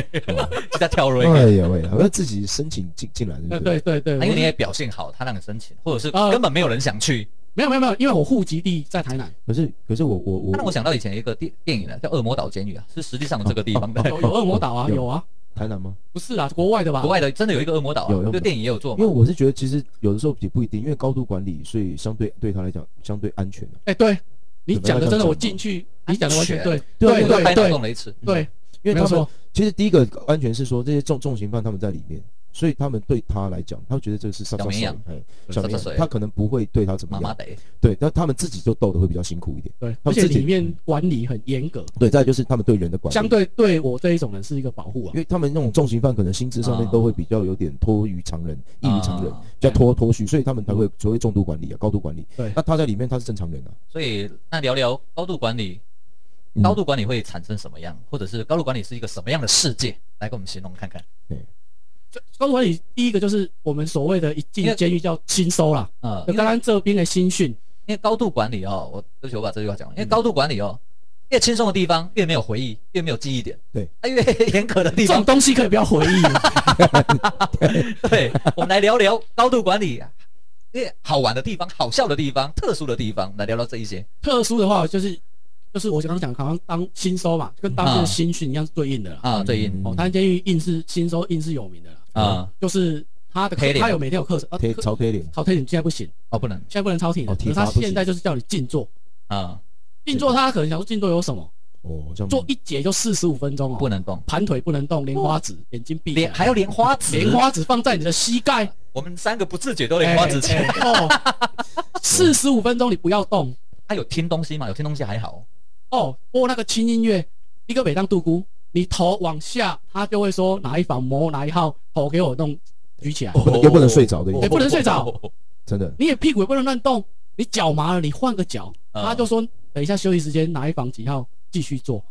Speaker 1: 就在跳落。
Speaker 2: 哎呀喂，好像自己申请进进来
Speaker 3: 呃
Speaker 2: 的，
Speaker 3: 对对对，
Speaker 1: 啊因为你
Speaker 3: 我
Speaker 1: 也表现好，他让你申请，或者是
Speaker 3: 啊
Speaker 1: 根本没有人想去。
Speaker 3: 没有没有没有，因为我户籍地在台南，
Speaker 2: 可是可是我我我
Speaker 1: 那让我想到以前有一个电电影呢，叫《恶魔岛监狱》啊，是实际上有这个地方的。
Speaker 3: 有有恶魔岛啊，
Speaker 2: 有
Speaker 3: 有啊，
Speaker 2: 台南吗？
Speaker 3: 不是啊，国外的吧？
Speaker 1: 国外的真的有一个恶魔岛、啊，
Speaker 2: 有有
Speaker 1: 这个电影也有做
Speaker 2: 因为
Speaker 1: 嘛。
Speaker 2: 我是觉得其实有的时候也不一定，因为高度管理，所以相对对他来讲相对安全的。
Speaker 3: 哎，对，你讲的真的，我
Speaker 2: 准备要这样讲
Speaker 3: 进去，你讲的完全对，
Speaker 2: 对啊
Speaker 3: 对
Speaker 1: 我都
Speaker 3: 对
Speaker 1: 拍脑
Speaker 3: 对
Speaker 1: 洞雷池，
Speaker 3: 对，
Speaker 2: 因为
Speaker 3: 没
Speaker 2: 他
Speaker 3: 有
Speaker 2: 们
Speaker 3: 错，
Speaker 2: 其实第一个安全是说这些重重刑犯他们在里面，所以他们对他来讲，他会觉得这个是杀
Speaker 1: 小
Speaker 2: 杀
Speaker 1: 绵
Speaker 2: 水
Speaker 1: 羊，
Speaker 2: 哎，
Speaker 1: 对
Speaker 2: 小
Speaker 1: 杀
Speaker 2: 绵
Speaker 1: 杀水，
Speaker 2: 羊他可能不会对他怎么
Speaker 1: 妈妈
Speaker 2: 样，
Speaker 1: 得
Speaker 2: 对，但他们自己就斗得会比较辛苦一点。
Speaker 3: 对，
Speaker 2: 他
Speaker 3: 而
Speaker 2: 们
Speaker 3: 且
Speaker 2: 自己
Speaker 3: 里面管理很严格，
Speaker 2: 对，再来就是他们对人的管理，
Speaker 3: 相对对我这一种人是一个保护啊
Speaker 2: 因。为他们那种重刑犯可能心智上面
Speaker 1: 啊
Speaker 2: 都会比较有点脱于常人，异于常人，
Speaker 1: 啊
Speaker 2: 比较脱脱序，所以他们才会所谓重度管理啊，高度管理。
Speaker 3: 对
Speaker 2: 那他在里面他是正常人啊，
Speaker 1: 所以那聊聊高度管理，
Speaker 2: 嗯
Speaker 1: 高度管理会产生什么样，或者是高度管理是一个什么样的世界？来给我们形容看看。
Speaker 3: 高度管理第一个就是我们所谓的一
Speaker 1: 因
Speaker 3: 进
Speaker 1: 为
Speaker 3: 监狱叫新收啦，
Speaker 1: 呃，
Speaker 3: 就
Speaker 1: 因为
Speaker 3: 刚刚这边的新训，
Speaker 1: 因为高度管理哦，我对不起，我把这句话讲
Speaker 3: 嗯
Speaker 1: 完。因为高度管理哦，越轻松的地方越没有回忆，越没有记忆点。
Speaker 2: 对，
Speaker 1: 啊， 越严格的地
Speaker 3: 这种
Speaker 1: 方，
Speaker 3: 东西可以不要回忆。
Speaker 1: 对，我们来聊聊高度管理，因为好玩的地方、好笑的地方、特殊的地方，来聊聊这一些。
Speaker 3: 特殊的话就是就是我刚刚讲，好像当新收嘛，跟当时的新训一样是对应的啦。
Speaker 1: 啊，最硬
Speaker 2: 嗯
Speaker 3: 哦，台南监狱硬是新收硬是有名的啦，
Speaker 1: 啊，
Speaker 3: 就是他的
Speaker 1: 黑
Speaker 3: 课
Speaker 1: 脸
Speaker 3: 他有每天有课程，啊
Speaker 2: 贴
Speaker 3: 课
Speaker 2: 朝贴脸，
Speaker 3: 朝天你现在不行，
Speaker 1: 哦不能
Speaker 3: 现在不能朝天的，
Speaker 2: 哦
Speaker 3: 可
Speaker 2: 体
Speaker 3: 是他
Speaker 2: 罚不行
Speaker 3: 现在就是叫你静坐，
Speaker 1: 啊，
Speaker 3: 静坐他可能想说静坐有什么，
Speaker 2: 哦，这样
Speaker 3: 做一节就四十五分钟哦，
Speaker 1: 嗯不能动，
Speaker 3: 盘腿不能动，莲花指，眼睛闭起
Speaker 1: 莲
Speaker 3: 来，
Speaker 1: 还有莲花指，
Speaker 3: 莲，花指放在你的膝盖，
Speaker 1: 我们三个不自觉都 莲花指前。
Speaker 3: 哎哎哦，四十五分钟你不要动
Speaker 1: 他有听东西吗？有听东西还好。
Speaker 3: 哦，播那个轻音乐，一个每当杜姑，你头往下，他就会说哪一房摸哪一号，头给我弄举起来，
Speaker 2: 不能又不能睡着的意思
Speaker 3: 哎不能睡着。
Speaker 2: 真的
Speaker 3: 你也屁股也不能乱动，你脚麻了你换个脚，
Speaker 1: 嗯
Speaker 3: 他就说等一下休息时间哪一房几号继续做，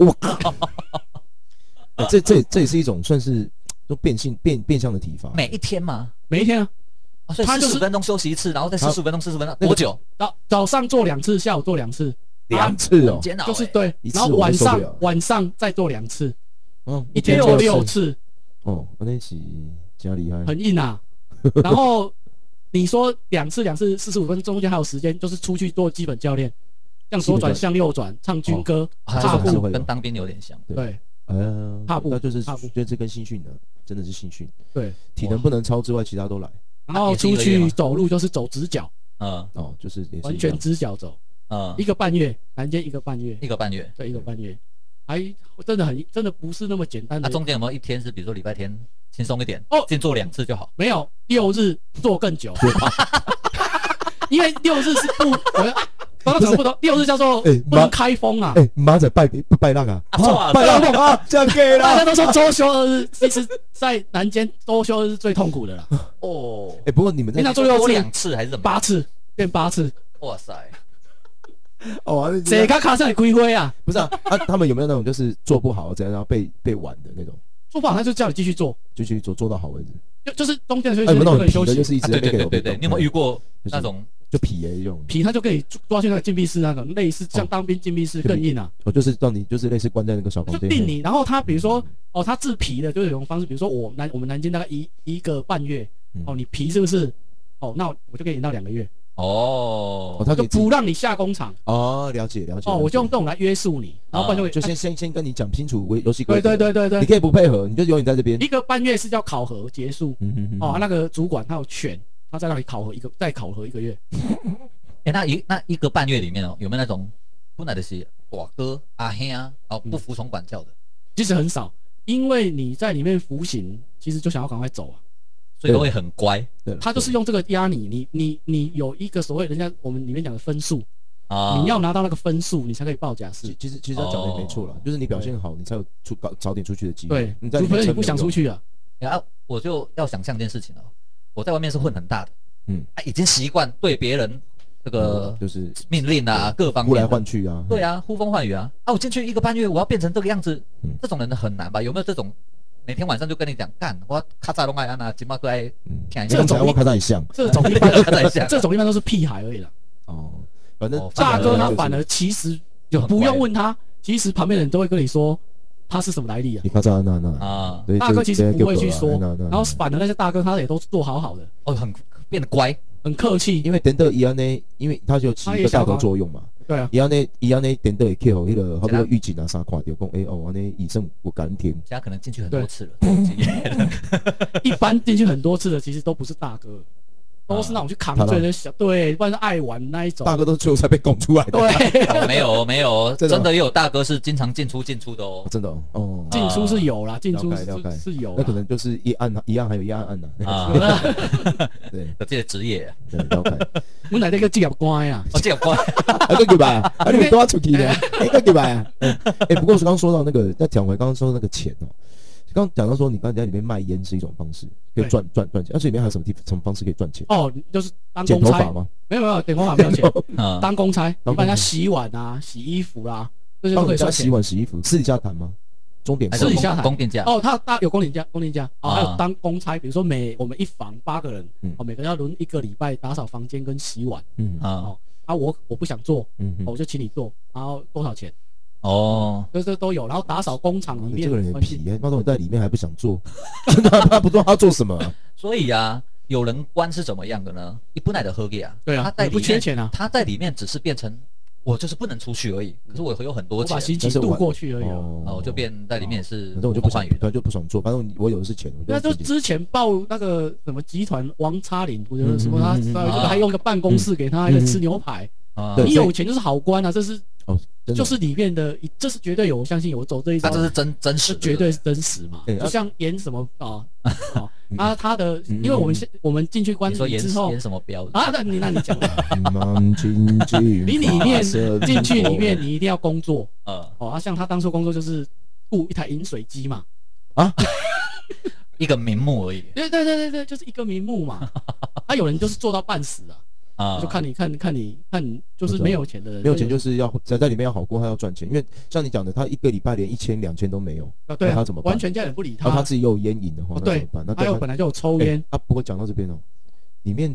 Speaker 3: 哦
Speaker 2: 哎这这这也是一种算是就变性变变相的体罚。
Speaker 1: 每一天嘛，
Speaker 3: 每一天啊，
Speaker 1: 哦、所以
Speaker 3: 他
Speaker 1: 四
Speaker 3: 就是
Speaker 1: 十分钟休息一次，然后再四十分钟、四十分钟，多久？
Speaker 3: 早早上做两次，下午做两次，
Speaker 2: 两次哦
Speaker 1: 很，煎熬、
Speaker 3: 就是
Speaker 1: 哎
Speaker 3: 对
Speaker 2: 一，次
Speaker 3: 然后
Speaker 2: 我
Speaker 3: 晚
Speaker 2: 就受不
Speaker 3: 上
Speaker 2: 了了
Speaker 3: 晚上再做两次，
Speaker 2: 嗯，
Speaker 3: 一天
Speaker 2: 就
Speaker 3: 做六次，
Speaker 2: 哦，我那起加厉害，
Speaker 3: 很硬 啊。然后你说两次两次四十五分钟，中间还有时间，就是出去做基本教练，向左转
Speaker 2: 基
Speaker 3: 向右转，唱军
Speaker 2: 哦
Speaker 3: 歌，
Speaker 1: 啊
Speaker 3: 踏
Speaker 1: 这个
Speaker 3: 步，
Speaker 2: 步
Speaker 1: 跟当兵有点像。
Speaker 2: 对
Speaker 3: 对
Speaker 2: 呃，
Speaker 3: 踏步
Speaker 2: 那就是
Speaker 3: 踏步
Speaker 2: 就这跟新训的，真的是新训，
Speaker 3: 对。
Speaker 2: 体能不能超之外，其他都来
Speaker 3: 然后
Speaker 1: 也是一
Speaker 3: 出
Speaker 1: 个月吗
Speaker 3: 去走路就是走直角，
Speaker 1: 嗯
Speaker 2: 哦，就是也是
Speaker 3: 完
Speaker 2: 一
Speaker 3: 全
Speaker 2: 样
Speaker 3: 直角走，
Speaker 1: 嗯
Speaker 3: 一，个半月，南间一个半月。
Speaker 1: 一个半月。
Speaker 3: 对，一个半月，还真的很真的不是那么简单
Speaker 1: 那、啊
Speaker 3: 的。
Speaker 1: 中间有没有一天是，比如说礼拜天轻松一点，
Speaker 3: 哦
Speaker 1: 先做两次就好？
Speaker 3: 没有六日做 更久， 因为六日是不，我刚刚讲不同，六日叫做
Speaker 2: 哎
Speaker 3: 不能开封啊。
Speaker 2: 哎，马仔拜不拜那个啊，
Speaker 1: 啊错啊
Speaker 2: 拜那个啊，这样可以
Speaker 3: 大
Speaker 2: 啦
Speaker 3: 家。都说周休二日，其实，在南间周休二日是最痛苦的啦，
Speaker 1: 哦，
Speaker 2: 哎，不过你们在
Speaker 3: 平常做
Speaker 1: 多
Speaker 3: 六
Speaker 1: 两
Speaker 3: 次，
Speaker 1: 次还是怎么？
Speaker 3: 八次变八次，
Speaker 1: 哇塞，
Speaker 2: 哦，啊
Speaker 3: 谁卡卡上你归灰啊？
Speaker 2: 不是啊，啊，他们有没有那种就是做不好这样，然后被被玩的那种，
Speaker 3: 做不好他就叫你继续做，
Speaker 2: 就去做做到好为止？
Speaker 3: 就就是中间的休
Speaker 2: 哎，
Speaker 3: 息
Speaker 2: 有没有那
Speaker 3: 可
Speaker 2: 种
Speaker 3: 以
Speaker 2: 皮
Speaker 3: 休
Speaker 2: 的，就
Speaker 3: 息。
Speaker 2: 是一
Speaker 1: 啊，对
Speaker 2: 直在
Speaker 1: 对
Speaker 2: 那个
Speaker 1: 对
Speaker 2: 有
Speaker 1: 对
Speaker 2: 被
Speaker 1: 对，
Speaker 2: 动
Speaker 1: 你有没有遇过
Speaker 2: 就是
Speaker 1: 那种？
Speaker 2: 就皮的这种？
Speaker 3: 皮他就可以抓去那个禁闭室那种，类似
Speaker 2: 哦
Speaker 3: 像当兵禁闭室更硬啊。
Speaker 2: 我哦就是让你就是类似关在那个小房
Speaker 3: 就
Speaker 2: 间，
Speaker 3: 定你，然后他比如说哦，他制皮的就是有种方式，比如说哦我南我们南京大概一一个半月
Speaker 2: 嗯，
Speaker 3: 哦，你皮是不是？哦，那我就给你到两个月，
Speaker 2: 哦，
Speaker 1: 哦，
Speaker 2: 他可
Speaker 3: 就
Speaker 2: 以自己
Speaker 3: 不让你下工厂
Speaker 2: 哦，了解了解。
Speaker 3: 哦，我就
Speaker 2: 了
Speaker 3: 用
Speaker 2: 解
Speaker 3: 这种来约束你，然后不然就会
Speaker 2: 啊
Speaker 3: 啊
Speaker 2: 就先先先跟你讲清楚规游戏规
Speaker 3: 对
Speaker 2: 则，
Speaker 3: 对对对
Speaker 2: 你
Speaker 3: 对，
Speaker 2: 可以不配合，你就永远在这边
Speaker 3: 一。个半月是叫考核结束
Speaker 2: 嗯哼哼
Speaker 3: 哦，啊那个主管他有权，他再让你考核一个，再考核一个月，
Speaker 1: 哎、那一那一个半月里面哦，有没有那种不来的是我哥阿黑啊，哦
Speaker 2: 嗯
Speaker 1: 不服从管教的，
Speaker 3: 其实很少，因为你在里面服刑，其实就想要赶快走啊，
Speaker 1: 所以都会很乖
Speaker 2: 对了
Speaker 3: 他就是用这个压你，你你你有一个所谓人家我们里面讲的分数，
Speaker 1: 啊。
Speaker 3: 你要拿到那个分数，你才可以报假释
Speaker 2: 其。其实其实他讲的也没错了，就是你表现好，你才有出早早点出去的机会
Speaker 3: 哦对。，
Speaker 2: 你在
Speaker 3: 除
Speaker 2: 里面
Speaker 3: 非你
Speaker 2: 撑
Speaker 3: 不想
Speaker 2: 没有
Speaker 3: 出去啊。
Speaker 1: 然后哎我就要想象一件事情哦，我在外面是混很大的，
Speaker 2: 嗯，
Speaker 1: 啊，已经习惯对别人这个
Speaker 2: 嗯就是
Speaker 1: 命令啊，各方
Speaker 2: 呼来
Speaker 1: 面的，
Speaker 2: 唤去啊。
Speaker 1: 对啊，呼风唤雨啊，啊，我进去一个半月，我要变成这个样子
Speaker 2: 嗯，
Speaker 1: 这种人很难吧？有没有这种每天晚上就跟你讲干，我咔嚓弄爱安娜，金马哥爱
Speaker 2: 嗯，
Speaker 1: 看一
Speaker 2: 这
Speaker 1: 下
Speaker 2: 刚，才我看到你像
Speaker 3: 这种一般，
Speaker 1: 咔嚓一下，
Speaker 3: 这种一般都是屁孩而已啦。
Speaker 2: 哦，反正
Speaker 1: 哦
Speaker 3: 大哥他
Speaker 2: 就是
Speaker 3: 反而其实
Speaker 1: 就很乖
Speaker 3: 不用问他，其实旁边的人都会跟你说他是什么来历啊
Speaker 2: 你。看这那那
Speaker 1: 啊，
Speaker 2: 对
Speaker 3: 大哥其实不会去说，然
Speaker 2: 然
Speaker 3: 后反而那些大哥他也都做好好的，
Speaker 1: 哦，很变得乖，
Speaker 3: 很客气。
Speaker 2: 因为等到伊安呢，因为他就起一个带头作用嘛。
Speaker 3: 对啊，
Speaker 2: 伊安呢，伊安呢，等到会去互迄个，好比说狱警啊啥看着讲，诶哦，安尼医生有感情，
Speaker 1: 现在可能进去很多
Speaker 3: 对
Speaker 1: 次了，这种经验
Speaker 3: 一般进去很多次的其实都不是大哥，都是那种去扛
Speaker 2: 啊
Speaker 3: 罪的小，对，不然是爱玩那一种。
Speaker 2: 大哥都是最后才被拱出来的，
Speaker 3: 对，
Speaker 1: 哦没有没有，
Speaker 2: 真的
Speaker 1: 真
Speaker 2: 吗
Speaker 1: 的也有大哥是经常进出进出的哦
Speaker 2: 哦。真的哦哦，
Speaker 3: 进出是有啦，进出
Speaker 2: 了解了解
Speaker 3: 是是有啦。
Speaker 2: 那可能就是一按一按还有一按按呐，
Speaker 1: 啊，
Speaker 2: 对
Speaker 1: 有自己的职业，啊
Speaker 2: 对，了解，
Speaker 3: 我奶奶个技巧乖呀，
Speaker 1: 哦，这有关。
Speaker 2: 啊，个对吧？啊，你们都要出去的，哎，个对吧？哎，哎不过是刚说到那个，再讲回刚刚说到那个钱哦。刚讲到说，你刚才在里面卖烟是一种方式，可以
Speaker 3: 对
Speaker 2: 赚赚赚钱，而且里面还有什么地什么方式可以赚钱？
Speaker 3: 哦，你就是当
Speaker 2: 剪头
Speaker 3: 公差
Speaker 2: 发，吗？
Speaker 3: 没有没有，剪头发没有钱，
Speaker 1: 嗯，
Speaker 3: 当公差，
Speaker 2: 啊当
Speaker 3: 你帮人
Speaker 2: 公差
Speaker 3: 家洗碗啊、洗衣服啦，这些都
Speaker 2: 帮
Speaker 3: 可
Speaker 2: 人
Speaker 3: 以
Speaker 2: 家
Speaker 3: 算
Speaker 2: 洗
Speaker 3: 钱。
Speaker 2: 碗、啊洗衣服，私底下谈吗？钟点
Speaker 1: 还
Speaker 3: 私
Speaker 1: 是
Speaker 3: 底
Speaker 2: 工
Speaker 3: 下
Speaker 1: 公
Speaker 3: 谈
Speaker 1: 公定价。
Speaker 3: 哦，他他有工龄假，工龄假哦，还
Speaker 1: 啊
Speaker 3: 有当公差，比如说每我们一房八个人
Speaker 2: 嗯，
Speaker 3: 哦，每个人要轮一个礼拜打扫房间跟洗碗
Speaker 2: 嗯
Speaker 1: 啊
Speaker 3: 哦，啊，我我不想做，
Speaker 2: 嗯
Speaker 3: 哦我就请你做，然后多少钱？
Speaker 1: 哦，
Speaker 3: 这这都有，然后打扫工厂里
Speaker 2: 你哦
Speaker 3: 面
Speaker 2: 这个人
Speaker 3: 的
Speaker 2: 很
Speaker 3: 关系，
Speaker 2: 皮，哎妈的，我在里面还不想做， 真的他不知道他做什么啊。
Speaker 1: 所以啊，有人关是怎么样的呢？你不奶的喝给啊，
Speaker 3: 对
Speaker 1: 他
Speaker 3: 啊
Speaker 1: 在，里
Speaker 3: 不缺
Speaker 1: 面，
Speaker 3: 钱啊，
Speaker 1: 他在里面只是变成我就是不能出去而已，可是我有很多
Speaker 3: 嗯我
Speaker 1: 钱
Speaker 3: 把心哦
Speaker 2: 但
Speaker 3: 情
Speaker 2: 是我哦
Speaker 3: 度过去而已啊。
Speaker 1: 啊，我就，变在里面也是
Speaker 2: 反正我就不想
Speaker 1: 换，语
Speaker 2: 对，就不想做，反正我有的是钱，我
Speaker 3: 那
Speaker 2: 就
Speaker 3: 啊就
Speaker 2: 自己
Speaker 3: 之前报那个什么集团王差林，我觉
Speaker 2: 嗯
Speaker 3: 得什么他
Speaker 2: 嗯嗯嗯
Speaker 3: 他
Speaker 1: 啊
Speaker 3: 还用个办公室给他还
Speaker 2: 嗯
Speaker 3: 在
Speaker 2: 嗯
Speaker 3: 吃牛排，
Speaker 1: 啊，
Speaker 2: 对
Speaker 3: 你
Speaker 2: 所以
Speaker 3: 有钱就是好官啊，这是
Speaker 2: 哦，真的啊
Speaker 3: 就是里面的一，这是绝对有，我相信有走这一
Speaker 1: 他
Speaker 3: 招，
Speaker 1: 这是真真实
Speaker 3: 是
Speaker 1: 的，
Speaker 3: 绝对是真实嘛
Speaker 2: 对，
Speaker 3: 就像演什么 啊啊，啊他的，
Speaker 2: 嗯
Speaker 3: 因为我们现我们进去观
Speaker 1: 你说
Speaker 3: 礼
Speaker 1: 演
Speaker 3: 之后
Speaker 1: 演什么标的
Speaker 3: 啊，那你那 你讲，
Speaker 2: 满经济，
Speaker 3: 你 里面进去里面你一定要工作
Speaker 1: 呃，
Speaker 3: 哦，啊像他当初工作就是雇一台饮水机嘛，
Speaker 1: 一个名目而已
Speaker 3: 对对对对对，就是一个名目嘛， 啊有人就是做到半死啊。
Speaker 1: 啊，
Speaker 3: 就看你看看你看你，就是没有钱的人，
Speaker 2: 没有钱就是是要在在里面要好过，他要赚钱，因为像你讲的，他一个礼拜连一千两千都没有，
Speaker 3: 啊，对
Speaker 2: 那
Speaker 3: 啊，
Speaker 2: 他怎么办
Speaker 3: 完全家人不理
Speaker 2: 然后他
Speaker 3: 他，
Speaker 2: 自己又有烟瘾的话，
Speaker 3: 哦
Speaker 2: 那
Speaker 3: 对
Speaker 2: 怎么办？那
Speaker 3: 还有
Speaker 2: 他
Speaker 3: 本来就有抽烟
Speaker 2: 哎啊，不过讲到这边哦，里面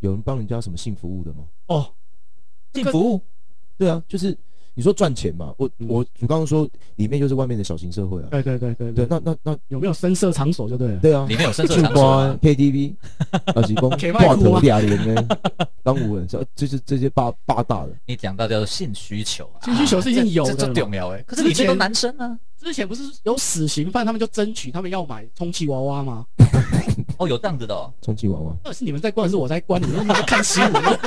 Speaker 2: 有人帮人家什么性服务的吗？
Speaker 3: 哦，
Speaker 1: 进服务
Speaker 2: 对啊，就是你说赚钱嘛，我
Speaker 3: 嗯
Speaker 2: 我我刚刚说里面就是外面的小型社会啊，
Speaker 3: 对对对对
Speaker 2: 对，，那那那
Speaker 3: 有没有深色场所就对了，
Speaker 2: 对啊，
Speaker 1: 里面有深色
Speaker 2: 唱
Speaker 1: 场
Speaker 2: 歌
Speaker 1: 所
Speaker 2: 啊
Speaker 1: 吗，
Speaker 2: KTV，啊是讲
Speaker 3: K
Speaker 2: 挂
Speaker 3: 外哭
Speaker 2: 头
Speaker 3: 啊
Speaker 2: 俩连呢，当五人，这就是这些霸霸大的，
Speaker 1: 你讲到叫做性需求啊，
Speaker 3: 性需求是一定有的
Speaker 1: 这这这重要哎。可是你这个男生啊呢？
Speaker 3: 之前不是有死刑犯，他们就争取他们要买充气娃娃吗？
Speaker 1: 哦，有这样子的哦，
Speaker 2: 充气娃娃。
Speaker 3: 到底是你们在关，还是我在关？你们在看新闻？啊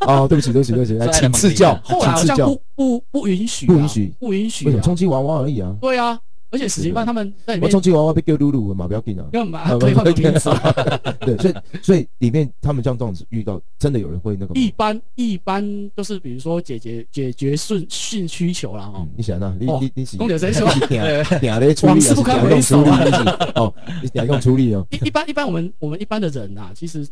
Speaker 2: 哦，对不起，对不起，对不起，来，
Speaker 1: 所以
Speaker 2: 请赐教，
Speaker 3: 后来好
Speaker 2: 请赐
Speaker 3: 像
Speaker 2: 教
Speaker 3: 不。不不允许啊，
Speaker 2: 不允许
Speaker 3: 不允
Speaker 2: 为
Speaker 3: 许
Speaker 2: 什么
Speaker 3: 啊，
Speaker 2: 充气娃娃而已啊？
Speaker 3: 对啊，而且死刑犯他们在里
Speaker 2: 我
Speaker 3: 面
Speaker 2: 充气娃娃被丢露露了嘛，不要紧啊。
Speaker 3: 要买可以换个名字啊，
Speaker 2: 对，所以所以里面他们像这样子遇到，真的有人会那个吗
Speaker 3: 一般一般就是比如说解决解决顺性需求啦哦
Speaker 2: 嗯。你想啊，你
Speaker 3: 哦
Speaker 2: 你你是
Speaker 3: 公牛谁说
Speaker 2: 你是嗲嗲咧处理，
Speaker 3: 往事不堪
Speaker 2: 还
Speaker 3: 回
Speaker 2: 是嗲
Speaker 3: 首
Speaker 2: 用
Speaker 3: 啊
Speaker 2: 处理，你是哦，你嗲用处理哦，
Speaker 3: 一一般一般我们我们一般的人啊，其实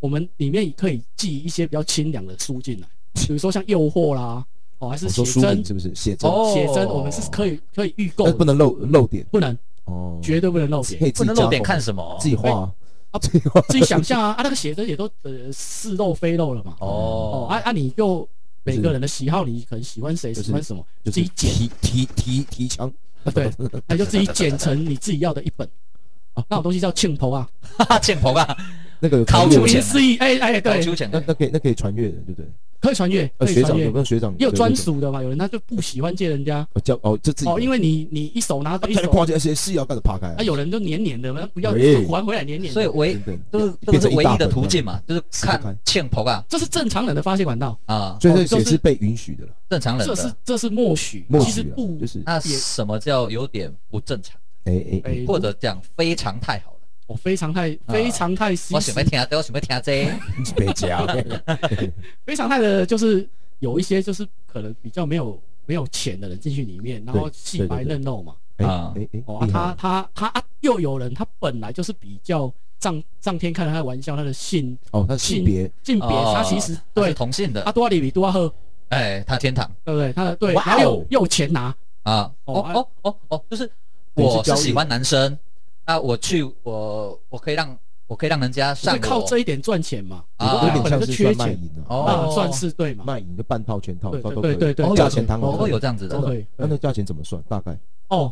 Speaker 3: 我们里面可以寄一些比较清凉的书 进来，比如说像诱惑啦，哦还是
Speaker 2: 我
Speaker 3: 写
Speaker 2: 说书
Speaker 3: 真
Speaker 2: 名，是不是写真？
Speaker 1: 哦
Speaker 3: 写真我们是可以可以预购
Speaker 2: 但
Speaker 3: 的，
Speaker 2: 是不能漏漏点
Speaker 3: 不能
Speaker 2: 哦，
Speaker 3: 绝对不能 漏
Speaker 2: 可
Speaker 3: 写，
Speaker 2: 以
Speaker 1: 不
Speaker 2: 自己
Speaker 1: 能
Speaker 2: 加
Speaker 1: 露点
Speaker 2: 工
Speaker 1: 看什么哦
Speaker 2: 自己画啊，
Speaker 3: 哎
Speaker 2: 自己画
Speaker 3: 自己想象啊啊那个写真也都呃似漏非漏了嘛，哦
Speaker 1: 哦
Speaker 3: 啊，啊你就每个人的喜好，你可能喜欢谁
Speaker 2: 就是
Speaker 3: 喜欢什么，
Speaker 2: 就
Speaker 3: 自
Speaker 2: 是
Speaker 3: 己 剪
Speaker 2: 提提提提枪
Speaker 3: 啊对，那就自己剪成你自己要的一本。
Speaker 2: 哦
Speaker 3: 那种东西叫庆头啊，
Speaker 1: 哈， 欠头啊，
Speaker 2: 那个有
Speaker 1: 靠
Speaker 2: 传
Speaker 1: 近
Speaker 2: 阅
Speaker 3: 顾
Speaker 1: 我
Speaker 2: 的
Speaker 1: 钱
Speaker 3: 名思义，哎哎，
Speaker 1: 搞
Speaker 3: 对，
Speaker 1: 秋千
Speaker 2: 那那可以那可以传阅的，对不对？
Speaker 3: 可以穿越，
Speaker 2: 呃，
Speaker 3: 可以
Speaker 2: 学
Speaker 3: 穿
Speaker 2: 长
Speaker 3: 越
Speaker 2: 有，没有学长
Speaker 3: 也有
Speaker 2: 对
Speaker 3: 专
Speaker 2: 那种
Speaker 3: 属的嘛，有人他就不喜欢借人家
Speaker 2: 哦教哦，就自己啊
Speaker 3: 哦，因
Speaker 2: 为
Speaker 3: 为你你一手拿着一
Speaker 2: 他的
Speaker 3: 手，
Speaker 2: 跨界 S S 要干着扒开啊
Speaker 3: 啊，有人就黏黏的，那不要
Speaker 2: 喂
Speaker 3: 还回来黏黏的，
Speaker 1: 所以唯
Speaker 2: 真的
Speaker 1: 就是这
Speaker 2: 哎
Speaker 1: 个
Speaker 2: 变
Speaker 1: 是
Speaker 2: 成
Speaker 1: 唯
Speaker 2: 大
Speaker 1: 一的
Speaker 2: 本
Speaker 1: 途
Speaker 2: 了
Speaker 1: 径嘛，就是
Speaker 2: 撕不开
Speaker 1: 看欠头啊
Speaker 3: 这是正常人的发泄管道，
Speaker 1: 啊，
Speaker 2: 所以
Speaker 3: 哦就
Speaker 2: 这也
Speaker 3: 是
Speaker 2: 是被允许的了，
Speaker 1: 正常人
Speaker 3: 这是
Speaker 1: 的。
Speaker 3: 这是默许，
Speaker 2: 嗯啊默
Speaker 3: 其
Speaker 2: 许
Speaker 3: 实
Speaker 2: 了
Speaker 3: 不，啊
Speaker 2: 就是
Speaker 1: 那
Speaker 3: 也
Speaker 1: 什么叫有点不正常？
Speaker 2: 哎哎哎，
Speaker 3: 哎，
Speaker 1: 或者讲非常太好了，
Speaker 3: 我非常太
Speaker 1: 啊
Speaker 3: 非常太西
Speaker 1: 我想要
Speaker 3: 式，
Speaker 1: 听，啊我想要听这个。
Speaker 2: 你
Speaker 3: 哎
Speaker 2: 别夹，
Speaker 3: 非常太的就是有一些就是可能比较没有没有钱的人进去里面，然后
Speaker 2: 对
Speaker 3: 细
Speaker 2: 对
Speaker 3: 白
Speaker 2: 对
Speaker 3: 嫩肉嘛，
Speaker 2: 哎
Speaker 1: 啊
Speaker 2: 哎哎
Speaker 3: 哦，啊
Speaker 2: 厉害
Speaker 3: 他他他啊又有人他本来就是比较上上天开了他的玩笑，他的性
Speaker 2: 哦，他性别
Speaker 3: 性 别
Speaker 1: 哦
Speaker 3: 他其实
Speaker 1: 他是
Speaker 3: 对
Speaker 1: 同性
Speaker 3: 啊
Speaker 1: 的，
Speaker 3: 多阿里比多阿赫。
Speaker 1: 哎，他天堂
Speaker 3: 对不对？他的对，
Speaker 2: 哇哦
Speaker 3: 然后又又有钱拿，
Speaker 1: 啊，
Speaker 3: 哦
Speaker 1: 哦
Speaker 3: 啊
Speaker 1: 哦哦哦，就是
Speaker 2: 等于是
Speaker 1: 我
Speaker 2: 交
Speaker 1: 是
Speaker 2: 易
Speaker 1: 喜欢男生，那我去我我可以让我可以让人家
Speaker 3: 就
Speaker 1: 上
Speaker 3: 是靠
Speaker 1: 我
Speaker 3: 这一点赚钱嘛，
Speaker 2: 有
Speaker 1: 啊
Speaker 2: 点，像
Speaker 3: 本来
Speaker 2: 是
Speaker 3: 就缺
Speaker 2: 算卖
Speaker 3: 钱
Speaker 2: 淫啊，
Speaker 3: 啊
Speaker 1: 哦，
Speaker 3: 算是对嘛？
Speaker 2: 卖淫的半套全套，
Speaker 3: 对
Speaker 2: 都
Speaker 3: 对
Speaker 2: 都可以
Speaker 3: 对对对，
Speaker 2: 价钱谈
Speaker 3: 哦
Speaker 2: 好
Speaker 1: 哦，有这样子的
Speaker 3: 都，可以。
Speaker 2: 那那价钱怎么算？大概
Speaker 3: 哦，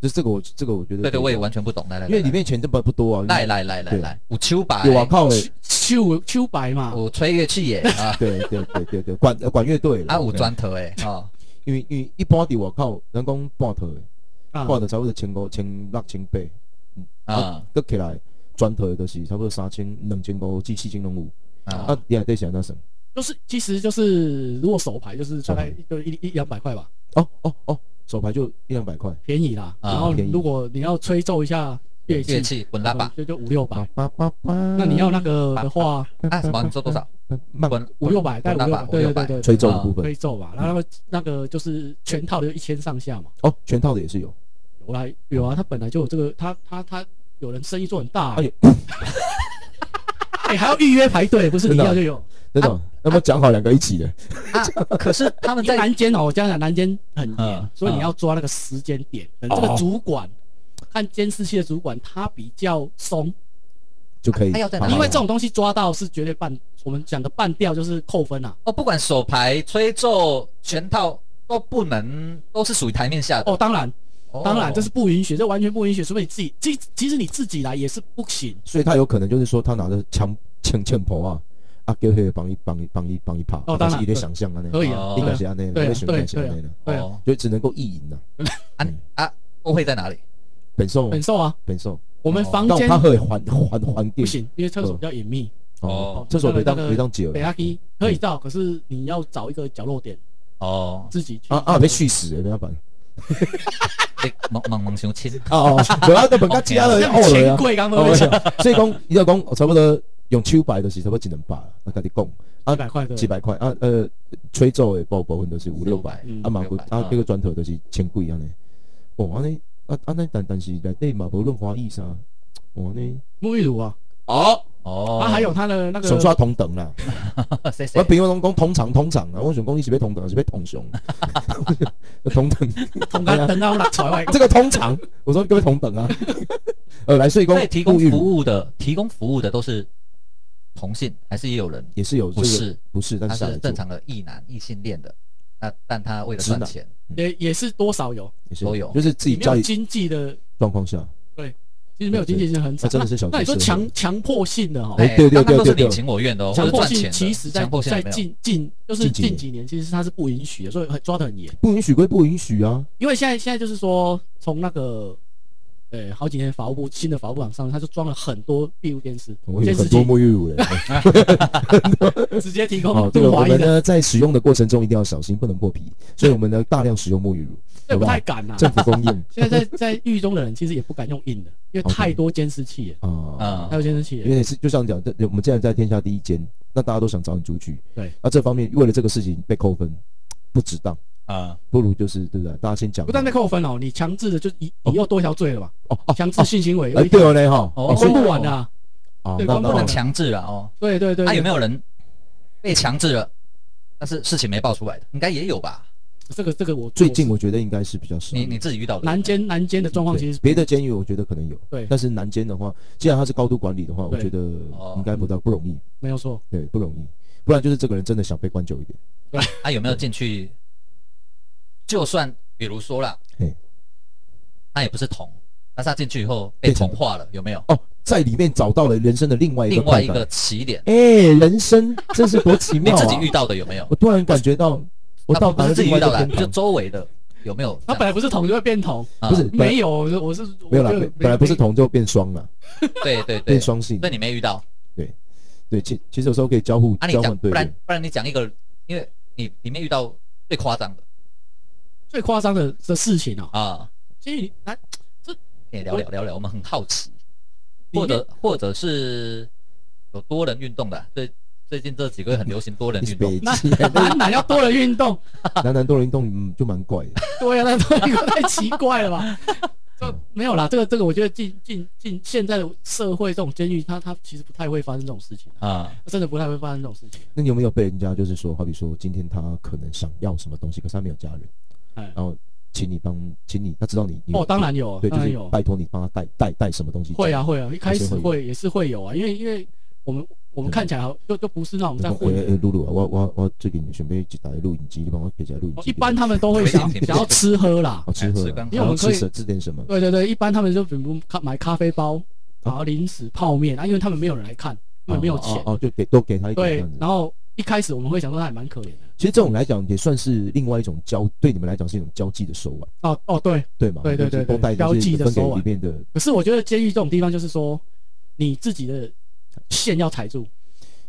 Speaker 2: 就是这个我这个我觉得
Speaker 1: 对对，我也
Speaker 2: 可以
Speaker 1: 完全不懂，来来，
Speaker 2: 因为
Speaker 1: 来
Speaker 2: 里面钱根本不多啊，
Speaker 1: 来来来来
Speaker 2: 对
Speaker 1: 来，我秋白，
Speaker 2: 有啊靠嘞，
Speaker 3: 秋秋白嘛，
Speaker 2: 哦
Speaker 1: 我吹乐器耶 啊
Speaker 2: 对对对对对，管呃管乐队啦
Speaker 1: 啊，我，砖头哎 啊，
Speaker 2: 因为因为一般的我靠，人工半套的，
Speaker 3: 啊
Speaker 2: 半套差不多千五千六千八，
Speaker 1: 啊
Speaker 2: 搁起来。转头就是差不多三千、两千五至四千拢有。
Speaker 1: 啊，
Speaker 2: 啊，你还得想那什么？
Speaker 3: 就是其实就是如果手牌就是大概
Speaker 2: 嗯
Speaker 3: 就一一一两百块吧，
Speaker 2: 哦哦哦，手牌就一两百块。
Speaker 3: 便宜啦。
Speaker 1: 啊
Speaker 3: 然后
Speaker 2: 便宜
Speaker 3: 如果你要吹奏一下乐器，嗯
Speaker 1: 乐器滚拉吧
Speaker 3: 就就五六百
Speaker 2: 叭。啊叭叭叭。
Speaker 3: 那你要那个的话，
Speaker 1: 啊什么？你说多少？
Speaker 2: 慢
Speaker 1: 滚
Speaker 3: 嗯五六百，带
Speaker 1: 滚
Speaker 3: 五
Speaker 1: 拉
Speaker 3: 六
Speaker 1: 吧
Speaker 3: 百，，
Speaker 1: 五
Speaker 3: 对
Speaker 1: 六
Speaker 3: 对
Speaker 1: 百
Speaker 3: 对。对，
Speaker 2: 吹奏的部分
Speaker 3: 吹奏吧。然后那个就是全套的就一千上下嘛。
Speaker 2: 哦，全套的也是有。
Speaker 3: 有啊有啊，他本来就有这个，他他他有人生意做很大、
Speaker 2: 哎
Speaker 3: 哎、还要预约排队，不是
Speaker 2: 真
Speaker 3: 你
Speaker 2: 的啊
Speaker 3: 要就有。
Speaker 2: 那种，那么讲好两个一起的，
Speaker 1: 啊，可是他们
Speaker 3: 在
Speaker 1: 在
Speaker 3: 南监哦，我讲讲南监很严，
Speaker 1: 嗯
Speaker 3: 所以你要抓那个时间点。可能这个主管、看监视器的主管，他比较松，
Speaker 2: 就可以
Speaker 3: 啊
Speaker 1: 他要在哪
Speaker 2: 好。
Speaker 1: 里
Speaker 3: 因为这种东西抓到是绝对半，我们讲的半调就是扣分啊。
Speaker 1: 哦，不管手牌、吹奏、全套都不能，都是属于台面下的。
Speaker 3: 哦，当然，当然
Speaker 1: 哦
Speaker 3: 这是不允许，这完全不允许，除非你自己，其其实你自己来也是不行。
Speaker 2: 所以他有可能就是说他拿着枪枪枪头啊，啊，给会帮一帮一帮一帮一爬，
Speaker 3: 哦当然
Speaker 2: 一点想象啊那，
Speaker 3: 可以
Speaker 1: 哦
Speaker 3: 啊，
Speaker 2: 一
Speaker 3: 对
Speaker 2: 个
Speaker 3: 啊
Speaker 2: 是安内，
Speaker 3: 对啊
Speaker 2: 一个是安
Speaker 3: 对啊
Speaker 2: 内的，
Speaker 3: 对啊，
Speaker 1: 哦
Speaker 2: 就只能够意淫呐。
Speaker 1: 啊啊，都会在哪里？
Speaker 2: 本寿
Speaker 3: 很瘦啊。
Speaker 2: 本寿，
Speaker 3: 我们
Speaker 1: 哦
Speaker 3: 房
Speaker 2: 但
Speaker 3: 间
Speaker 2: 他会还还还
Speaker 3: 不
Speaker 2: 定
Speaker 3: 行，因为厕所比较隐秘。
Speaker 1: 哦
Speaker 2: 厕所没当
Speaker 3: 那个
Speaker 2: 没当解
Speaker 3: 北
Speaker 2: 了
Speaker 3: 阿基可以到，可是你要找一个角落点
Speaker 1: 哦，
Speaker 3: 自己去
Speaker 2: 啊啊被蓄死了，没办法。
Speaker 1: 你蒙蒙蒙熊亲，
Speaker 2: 哦哦，对啊，都本家加 了
Speaker 3: 这
Speaker 2: 哦了
Speaker 3: 钱
Speaker 2: 啊。
Speaker 3: 贵，刚刚
Speaker 2: 哦
Speaker 3: 一，
Speaker 2: 所以讲，伊就讲哦差不多用手牌就是差不多一两百，我跟你讲。
Speaker 3: 百块的
Speaker 2: 几，百块啊，呃，吹奏的部部分都是五六百
Speaker 3: 嗯，
Speaker 2: 啊，嘛
Speaker 1: 六
Speaker 2: 有
Speaker 1: 百
Speaker 2: 啊，这个砖头都是千几安尼。哦，安尼啊安尼，但但是内底嘛无论华裔啥，哦安尼，
Speaker 3: 沐浴乳啊，
Speaker 2: 哦，
Speaker 1: 哦，
Speaker 3: 啊还有它的那
Speaker 2: 想
Speaker 3: 个
Speaker 2: 说同等 啦，
Speaker 1: 谁谁
Speaker 2: 我朋友拢讲同场同场啦，我想讲你是要同等还是要同 上？ 同等，
Speaker 3: 桶
Speaker 2: 哎
Speaker 3: 干
Speaker 2: 呀
Speaker 3: 等到那朝外
Speaker 2: 这个同场，我说各位同等啊。 呃，来，所以讲
Speaker 1: 对提供
Speaker 2: 沐浴
Speaker 1: 服务的提供服务的都是同性，还是也有人
Speaker 2: 也是有这
Speaker 1: 不
Speaker 2: 个
Speaker 1: 是？
Speaker 2: 不是，但
Speaker 1: 他
Speaker 2: 是下来
Speaker 1: 是
Speaker 2: 做
Speaker 1: 正常的异男异性恋的，那但他为了
Speaker 2: 直男
Speaker 1: 赚钱，
Speaker 3: 也也是多少有，
Speaker 2: 也是
Speaker 1: 都有
Speaker 2: 就是自己
Speaker 3: 你没
Speaker 2: 家
Speaker 3: 有
Speaker 2: 里
Speaker 3: 经济的，
Speaker 2: 状况下，
Speaker 3: 其实没有经济性很
Speaker 2: 那
Speaker 3: 惨。
Speaker 2: 啊真的是小
Speaker 3: 那你说
Speaker 2: 小
Speaker 3: 强强迫性的哈，哦
Speaker 2: 哎对对
Speaker 1: 刚刚都
Speaker 2: 对
Speaker 1: 是
Speaker 2: 对
Speaker 1: 你情我愿的哦，
Speaker 3: 强
Speaker 1: 或者
Speaker 3: 迫
Speaker 1: 赚钱
Speaker 3: 性
Speaker 1: 的
Speaker 3: 其实在
Speaker 1: 强迫性
Speaker 3: 在
Speaker 1: 没有
Speaker 3: 近近就是
Speaker 2: 近几
Speaker 3: 近几年其实它是不允许的，所以很抓得很严。
Speaker 2: 不允许归不允许啊，
Speaker 3: 因为现在现在就是说，从那个呃好几年法务部新的法务部长上任，他就装了很多闭路电视，
Speaker 2: 我有
Speaker 3: 监视
Speaker 2: 很多
Speaker 3: 器
Speaker 2: 沐浴乳嘞。
Speaker 3: 直接提
Speaker 2: 哦
Speaker 3: 供，
Speaker 2: 这
Speaker 3: 对
Speaker 2: 个我
Speaker 3: 华裔
Speaker 2: 们
Speaker 3: 的，
Speaker 2: 呢在使用的过程中一定要小心，不能破皮，所以我们呢大量使用沐浴乳，
Speaker 3: 这
Speaker 2: 好
Speaker 3: 不
Speaker 2: 不好
Speaker 3: 太？敢啦、
Speaker 2: 政府供应
Speaker 3: 现在在在狱中的人其实也不敢用硬的，因为
Speaker 2: OK
Speaker 3: 太多监视器了，
Speaker 2: 啊
Speaker 1: 啊，
Speaker 3: 太多监视器
Speaker 2: 因
Speaker 3: 了。
Speaker 2: 为是就像你讲，这我们现在在天下第一间，那大家都想找你出去，
Speaker 3: 对，
Speaker 2: 那这方面为了这个事情被扣分，不值当，
Speaker 1: 啊，
Speaker 2: 不如就是对不对？大家先讲，
Speaker 3: 不但被扣分哦，你强制的就你你又多一条罪了吧？
Speaker 2: 哦哦
Speaker 3: 强制性行为，
Speaker 2: 哎
Speaker 3: 有一
Speaker 2: 对
Speaker 3: 条
Speaker 2: 哦嘞哈，
Speaker 1: 哦
Speaker 3: 关不完的啊。
Speaker 2: 哦
Speaker 3: 对
Speaker 2: 那
Speaker 3: 光
Speaker 2: 那
Speaker 1: 不能
Speaker 2: 好
Speaker 1: 强制了哦。
Speaker 3: 对对对，
Speaker 1: 他有没
Speaker 3: 有
Speaker 1: 有人被强制了，但是事情没爆出来的，应该也有吧？
Speaker 3: 这个这个我
Speaker 2: 最近我觉得应该是比较少，
Speaker 1: 你你自己遇到的
Speaker 3: 南监南监的状况
Speaker 2: 对
Speaker 3: 其实
Speaker 2: 别的监狱我觉得可能有，
Speaker 3: 对
Speaker 2: 但是南监的话，既然它是高度管理的话，我
Speaker 3: 对
Speaker 2: 觉得
Speaker 1: 哦
Speaker 2: 应该不到不容易，
Speaker 3: 没有错，
Speaker 2: 对，不容易，不然就是这个人真的想被关久一点。
Speaker 1: 他啊有没有进去？就算比如说啦
Speaker 2: 嘿，
Speaker 1: 他也不是同，但是他进去以后被
Speaker 2: 变成
Speaker 1: 同化了，有没有？
Speaker 2: 哦，在里面找到了人生的另外一个
Speaker 1: 另外
Speaker 2: 快
Speaker 1: 一
Speaker 2: 感。
Speaker 1: 个起点，
Speaker 2: 哎、人生真是多奇
Speaker 1: 你
Speaker 2: 妙、啊！
Speaker 1: 自己遇到的有没有？
Speaker 2: 我突然感觉到我
Speaker 1: 啊
Speaker 2: 到
Speaker 1: 不
Speaker 2: 达
Speaker 1: 是
Speaker 2: 了
Speaker 1: 自己
Speaker 2: 另外
Speaker 1: 遇
Speaker 2: 一
Speaker 1: 到
Speaker 2: 个
Speaker 1: 的，
Speaker 2: 天
Speaker 1: 就
Speaker 2: 堂，
Speaker 1: 周围的有没有这
Speaker 3: 他
Speaker 1: 样？
Speaker 3: 本来不是同就会变同，
Speaker 1: 啊
Speaker 2: 不是本来
Speaker 3: 没有，我是我是
Speaker 2: 没有啦
Speaker 3: 我，
Speaker 2: 本本来不是同就变双了，
Speaker 1: 对对对
Speaker 2: 变，双性
Speaker 1: 所以。你没遇到
Speaker 2: 对，其其实有时候可以交互、
Speaker 1: 啊？你
Speaker 2: 交
Speaker 1: 讲，
Speaker 2: 换
Speaker 1: 不
Speaker 2: 对
Speaker 1: 然
Speaker 2: 立。
Speaker 1: 不然你讲一个，因为你你没遇到最夸张的
Speaker 3: 最夸张的的事情啊。
Speaker 1: 啊，
Speaker 3: 其实南
Speaker 1: 你也聊聊聊聊，我们很好奇，
Speaker 3: 里面
Speaker 1: 或者或者是有多人运动的啊，最最近这几个月很流行多人
Speaker 2: 你是
Speaker 1: 运动
Speaker 2: 北
Speaker 3: 那
Speaker 2: 极，
Speaker 3: 南南要多人运动，
Speaker 2: 男男多人运动，嗯，就蛮怪的。
Speaker 3: 对啊，那都一个太奇怪了吧？这没有啦，这个这个，我觉得进进进现在的社会这种监狱，它它其实不太会发生这种事情、啊，
Speaker 1: 啊。
Speaker 3: 真的不太会发生这种事情。
Speaker 2: 那你有没有被人家就是说，好比说今天他可能想要什么东西，可是他没有家人，
Speaker 3: 哎，
Speaker 2: 然后请你帮，请你他知道你你
Speaker 3: 哦，当然有，啊，
Speaker 2: 对，就
Speaker 3: 当然
Speaker 2: 是
Speaker 3: 有，
Speaker 2: 拜托你帮他带带带什么东西。
Speaker 3: 会啊，会啊，一开
Speaker 2: 还是
Speaker 3: 始
Speaker 2: 会有
Speaker 3: 会也是会有啊，因为因为我们我们看起来好就就不是那种
Speaker 2: 我
Speaker 3: 在
Speaker 2: 说。
Speaker 3: 混
Speaker 2: 哎
Speaker 3: 的。
Speaker 2: 哎，露露啊，我我我最近准备一台录影机，你帮我给一下录影
Speaker 3: 哦
Speaker 2: 机。
Speaker 3: 一般他们都会想
Speaker 1: 没问题
Speaker 3: 想要吃喝啦
Speaker 2: 好，吃喝
Speaker 1: 哎
Speaker 2: 啊
Speaker 1: 吃，刚好
Speaker 2: 然后
Speaker 3: 因为我们可
Speaker 2: 吃
Speaker 3: 以
Speaker 2: 什吃点什么？
Speaker 3: 对对对，一般他们就比如咖买咖啡包，然后零食、泡面啊，因为他们没有人来看，他们没有钱
Speaker 2: 哦，，哦哦就给都给他一点这
Speaker 3: 对
Speaker 2: 样，子。
Speaker 3: 然后一开始我们会想说他还蛮可怜的。
Speaker 2: 其实这种来讲也算是另外一种交，对你们来讲是一种交际的手腕，
Speaker 3: 哦哦，对，
Speaker 2: 对吗？
Speaker 3: 对对对
Speaker 2: 就是都带
Speaker 3: 对交际的
Speaker 2: 分给
Speaker 3: 手腕
Speaker 2: 里面的
Speaker 3: 可是我觉得监狱这种地方，就是说，你自己的线要踩住，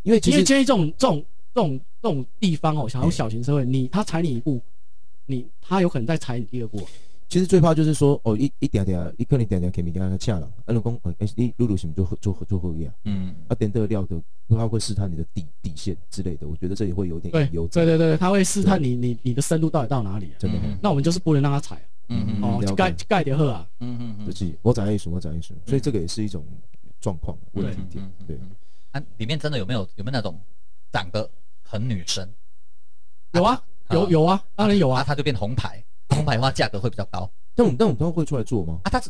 Speaker 2: 因为其
Speaker 3: 因为
Speaker 2: 实
Speaker 3: 建议这种这种这种这种地方哦，想要
Speaker 2: 嗯
Speaker 3: 小型社会，你他踩你一步，你他有可能再踩你第二步。啊
Speaker 2: 其实最怕就是说，哦，一一点点，一个人点点给米给他恰了，啊，老公，哎、欸，你露露什么做做做后样，
Speaker 1: 嗯，
Speaker 2: 啊，点的料的，他会试探你的底底线之类的，我觉得这也会有点
Speaker 3: 对，
Speaker 2: 隐忧
Speaker 3: 对
Speaker 2: 在，
Speaker 3: 对对，他会试探你你你的深度到底到哪里啊、
Speaker 2: 真的
Speaker 1: 嗯
Speaker 2: 很，
Speaker 3: 那我们就是不能让他踩啊、
Speaker 1: 嗯嗯
Speaker 2: 了
Speaker 3: 哦
Speaker 2: 解，
Speaker 3: 盖盖点喝啊，
Speaker 1: 嗯嗯嗯，
Speaker 2: 就是我长艺术，我长艺术，所以这个也是一种状况问
Speaker 1: 嗯
Speaker 2: 题点，对，
Speaker 1: 啊，里面真的有没有有没有那种长得很女生，
Speaker 3: 有啊
Speaker 1: 啊
Speaker 3: 有有啊，当然有
Speaker 1: 啊，
Speaker 3: 啊，
Speaker 1: 它就变红牌，红牌的话价格会比较高
Speaker 2: 但我们但我们都会出来做吗？
Speaker 1: 啊，它是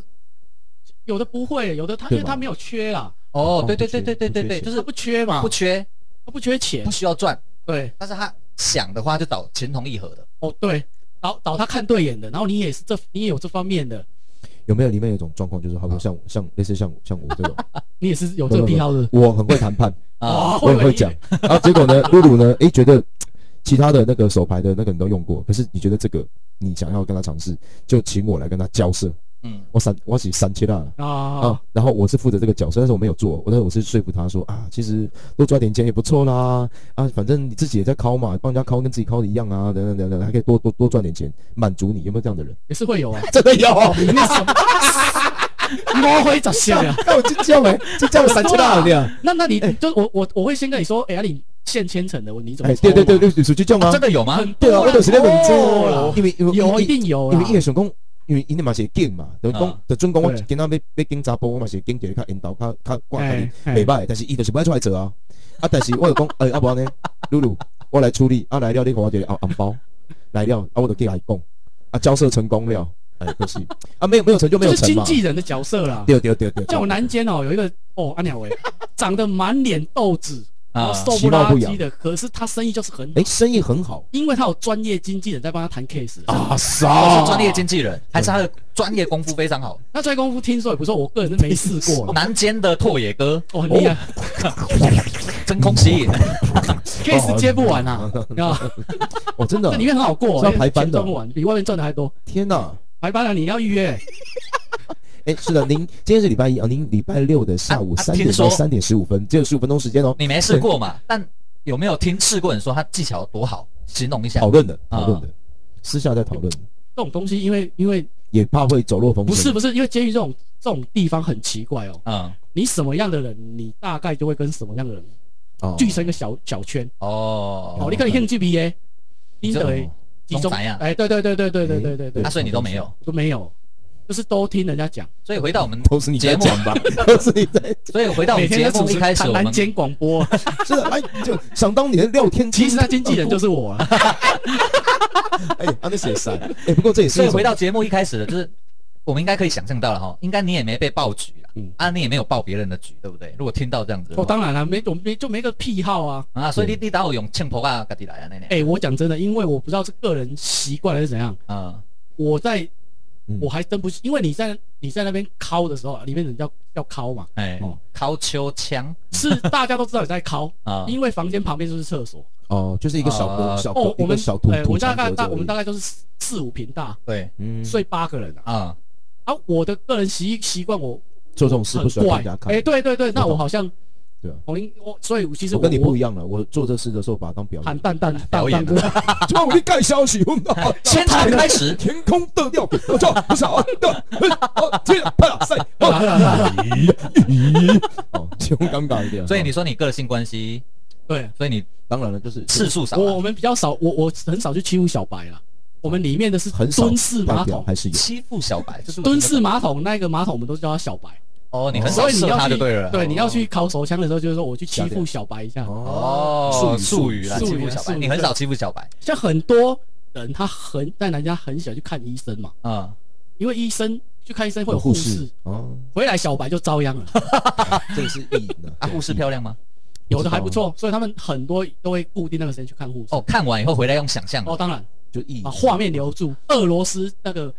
Speaker 3: 有的不会，有的他
Speaker 2: 对
Speaker 3: 因
Speaker 2: 吧
Speaker 3: 为他没有缺啦，
Speaker 1: 哦，对对对对对对对，就
Speaker 3: 就是
Speaker 1: 是
Speaker 3: 不啊缺嘛，
Speaker 1: 不缺
Speaker 3: 他不缺钱
Speaker 1: 不，需要赚，
Speaker 3: 对，
Speaker 1: 但是他想的话就找情同意合的，
Speaker 3: 哦对，找找他看对眼的，然后你也是这你也有这方面的，
Speaker 2: 有没有里面有一种状况，就是好比像像类似像像我这种，
Speaker 3: 你也是有这个癖好的。
Speaker 2: 我很会 谈判，
Speaker 3: 哦
Speaker 1: 啊，
Speaker 2: 我很会讲，然后结果呢，露露呢，诶，觉得其他的那个手牌的那个你都用过，可是你觉得这个你想要跟他尝试，就请我来跟他交涉，
Speaker 1: 嗯
Speaker 2: 我三我起三切大了。
Speaker 3: 啊
Speaker 2: 啊，，然后我是负责这个角色，但是我没有做，我但是我是说服他说啊，其实多赚点钱也不错啦，啊，反正你自己也在敲嘛，帮人家敲跟自己敲的一样啊，等等等等，还可以多多多赚点钱，满足你，有没有这样的人？
Speaker 3: 也是会有 啊，
Speaker 2: 真的有，
Speaker 3: 我会找线啊。
Speaker 2: 那我就这样呗，就这样三千大了呀，
Speaker 3: 那那你就我我我会先跟你说，哎呀，你现牵成的，你怎么
Speaker 2: 哎，
Speaker 3: 抽嘛？
Speaker 2: 对对对对，手机这样吗
Speaker 1: 真？的有吗？
Speaker 3: 哦很
Speaker 2: 对
Speaker 3: 多
Speaker 2: 啊，
Speaker 3: 啊，
Speaker 2: 我就是那种
Speaker 3: 多啦
Speaker 2: 这，因为因为
Speaker 3: 有一定有
Speaker 2: 因
Speaker 3: 啦
Speaker 2: 为。因为想讲，因为因为嘛是劲嘛，就是
Speaker 1: 啊
Speaker 2: 讲，就准讲我
Speaker 3: 对
Speaker 2: 今仔要要警查波，我嘛是警一个较引导较较挂
Speaker 3: 哎
Speaker 2: 你，
Speaker 3: 哎
Speaker 2: 袂歹，但是伊就是不爱出来做啊。啊，但是我 就讲，哎，啊，无安尼，露露，我来处理，啊来了，你给我一个红红包，来了，啊我就给伊讲，啊交涉成功了，哎，可惜，啊没有没有成就没
Speaker 3: 就
Speaker 2: 有
Speaker 3: 是
Speaker 2: 成
Speaker 3: 经
Speaker 2: 嘛。
Speaker 3: 纪人的角色啦。
Speaker 2: 对对对对，
Speaker 3: 像我南监哦，有一个哦安 鸟伟，长得满脸痘子，然
Speaker 1: 啊
Speaker 3: 后，瘦不拉几的，可是他生意就是很好
Speaker 2: 哎，，生意很好
Speaker 3: 因为他有专业经纪人在帮他谈 case。
Speaker 2: 啊，
Speaker 1: 他
Speaker 2: 少
Speaker 1: 是专业经纪人，还是他的专业功夫非常好？
Speaker 3: 那专业功夫听说也不错，我个人是没试
Speaker 2: 哦
Speaker 3: 过哦啊啦，
Speaker 1: 南间的拓野哥，
Speaker 3: 我很厉害
Speaker 1: 真空吸
Speaker 3: 哦
Speaker 1: 引，
Speaker 3: ，case 接不完啊，啊，
Speaker 2: 哦，真 的
Speaker 3: 这，里面很好过，
Speaker 2: 哦 是要排班的
Speaker 3: 钱赚不完，比外面赚的还多。
Speaker 2: 天哪！
Speaker 3: 排班了啊你要预约，
Speaker 2: 哎，是的，您今天是礼拜一啊，您礼拜六的下午
Speaker 1: 啊啊
Speaker 2: 三点
Speaker 1: 听
Speaker 2: 到
Speaker 1: 说
Speaker 2: 三点十五分，只有十五分钟时间哦，
Speaker 1: 你没试过嘛？但有没有听试过人说他技巧有多好？形容一下
Speaker 2: 讨。论的，
Speaker 1: 啊
Speaker 2: 讨论的，私下在讨论，
Speaker 3: 这种东西因为因为
Speaker 2: 也怕会走漏风
Speaker 3: 不是
Speaker 2: 声。
Speaker 3: 不是，因为监狱这种这种地方很奇怪哦，
Speaker 1: 嗯，
Speaker 3: 你什么样的人，你大概就会跟什么样的人
Speaker 2: 哦
Speaker 3: 聚成一个小小圈。
Speaker 1: 哦
Speaker 3: 哦，，你可以兴趣 B A，
Speaker 1: 你
Speaker 3: 你
Speaker 1: 这
Speaker 3: 得
Speaker 1: 种
Speaker 3: 集
Speaker 1: 中
Speaker 3: 中。
Speaker 1: 宅呀
Speaker 3: 哎，对对对对对对对对对
Speaker 1: 啊，，所以你都没有。
Speaker 3: 都没有，就是都听人家讲。
Speaker 1: 所以回到我们，
Speaker 2: 都是你在
Speaker 1: 节目
Speaker 2: 讲吧，都是你在，
Speaker 1: 所以回到我
Speaker 3: 每
Speaker 1: 们
Speaker 3: 天
Speaker 1: 节
Speaker 3: 在主
Speaker 1: 目一
Speaker 3: 持
Speaker 1: 开始，我们
Speaker 3: 南监广 播，
Speaker 2: 是的，哎，就想当年廖天，
Speaker 3: 其实他经纪人就是我啊。
Speaker 2: 哎，他那写啥？哎，不过这也是
Speaker 1: 所
Speaker 2: 一
Speaker 1: 以
Speaker 2: 种
Speaker 1: 回到节目一开始的，就是我们应该可以想象到了哈，应该你也没被爆局了，
Speaker 3: 嗯
Speaker 1: 啊，你也没有爆别人的局，对不对？如果听到这样子的
Speaker 3: 哦，
Speaker 1: 话，
Speaker 3: 当然了，没我没就没个癖好啊。
Speaker 1: 啊，所以你你打我用欠婆啊，自己来啊，那那，
Speaker 3: 哎，我讲真的，因为我不知道是个人习惯还是怎样，
Speaker 1: 嗯，
Speaker 3: 我在
Speaker 2: 嗯
Speaker 3: 我还真不，因为你在你在那边敲的时候啊，里面人要要敲嘛，
Speaker 1: 哎
Speaker 3: 哦，
Speaker 1: 敲秋枪
Speaker 3: 是 大家都知道你在敲，
Speaker 1: 啊，
Speaker 3: 因为房间旁边就是厕所。
Speaker 2: 哦，就是一个小
Speaker 1: 啊
Speaker 2: 格小
Speaker 3: 哦
Speaker 2: 格，
Speaker 3: 我
Speaker 2: 一个
Speaker 3: 们
Speaker 2: 小图
Speaker 3: 哎，我
Speaker 2: 图
Speaker 3: 们大
Speaker 2: 长
Speaker 3: 概
Speaker 2: 格子
Speaker 3: 大
Speaker 2: 而已
Speaker 3: 我们大概就是四四五平大，
Speaker 1: 对，
Speaker 2: 嗯，
Speaker 3: 睡八个人啊。
Speaker 1: 啊，
Speaker 3: 啊，我的个人习习惯我
Speaker 2: 做这种事
Speaker 3: 很
Speaker 2: 不喜欢被
Speaker 3: 怪
Speaker 2: 人家，看
Speaker 3: 哎，，对对对，那我好像
Speaker 2: 对啊
Speaker 3: 我应我，所以其实
Speaker 2: 我
Speaker 3: 我
Speaker 2: 跟你不
Speaker 3: 我
Speaker 2: 一样了，我做这事的时候把它当 表
Speaker 3: 喊
Speaker 2: 演，啊
Speaker 3: 蛋蛋
Speaker 1: 表
Speaker 3: 蛋
Speaker 1: 演
Speaker 3: 蛋哥，
Speaker 2: 就我盖消息，我们
Speaker 1: 现场开始，
Speaker 2: 天空的调，我操，不少啊，对，哦，天啊，拍了，塞，哦，就尴尬一点。
Speaker 1: 所以你说你个性关系，
Speaker 3: 对
Speaker 1: 所以你
Speaker 2: 当然了，就是
Speaker 1: 次数少啊，
Speaker 3: 我我们比较少，我我很少去欺负小白啦。我们里面的是
Speaker 2: 很少
Speaker 3: 蹲式
Speaker 2: 代
Speaker 3: 马
Speaker 2: 表
Speaker 3: 桶，
Speaker 2: 还是有。
Speaker 1: 欺负小白，这是我
Speaker 3: 蹲
Speaker 1: 觉得
Speaker 3: 式马桶那个马桶我们都叫他小白，
Speaker 1: 哦，你很少
Speaker 3: 所以你
Speaker 1: 射
Speaker 3: 要
Speaker 1: 他就
Speaker 3: 去
Speaker 1: 对了，
Speaker 3: 对你要去烤手枪的时候，就是说我去欺负小白一下。
Speaker 1: 哦，术语啦，
Speaker 3: 术
Speaker 1: 欺
Speaker 3: 语
Speaker 1: 负
Speaker 3: 啊
Speaker 1: 小白，
Speaker 3: 术语
Speaker 1: 你很少欺负小白，
Speaker 3: 像很多人他很在南家很喜欢去看医生嘛，
Speaker 1: 嗯，
Speaker 3: 因为医生去看医生会
Speaker 2: 有
Speaker 3: 有护
Speaker 2: 护士
Speaker 3: 士，
Speaker 2: 哦，
Speaker 3: 回来小白就遭殃了，
Speaker 2: 这个是意淫
Speaker 1: 啊，护士漂亮吗？
Speaker 3: 有的还不错，所以他们很多都会固定那个时间去看护士。
Speaker 1: 哦，看完以后回来用想象的
Speaker 3: 哦，当然。
Speaker 2: 就意淫
Speaker 3: 把画面留住。俄罗斯那个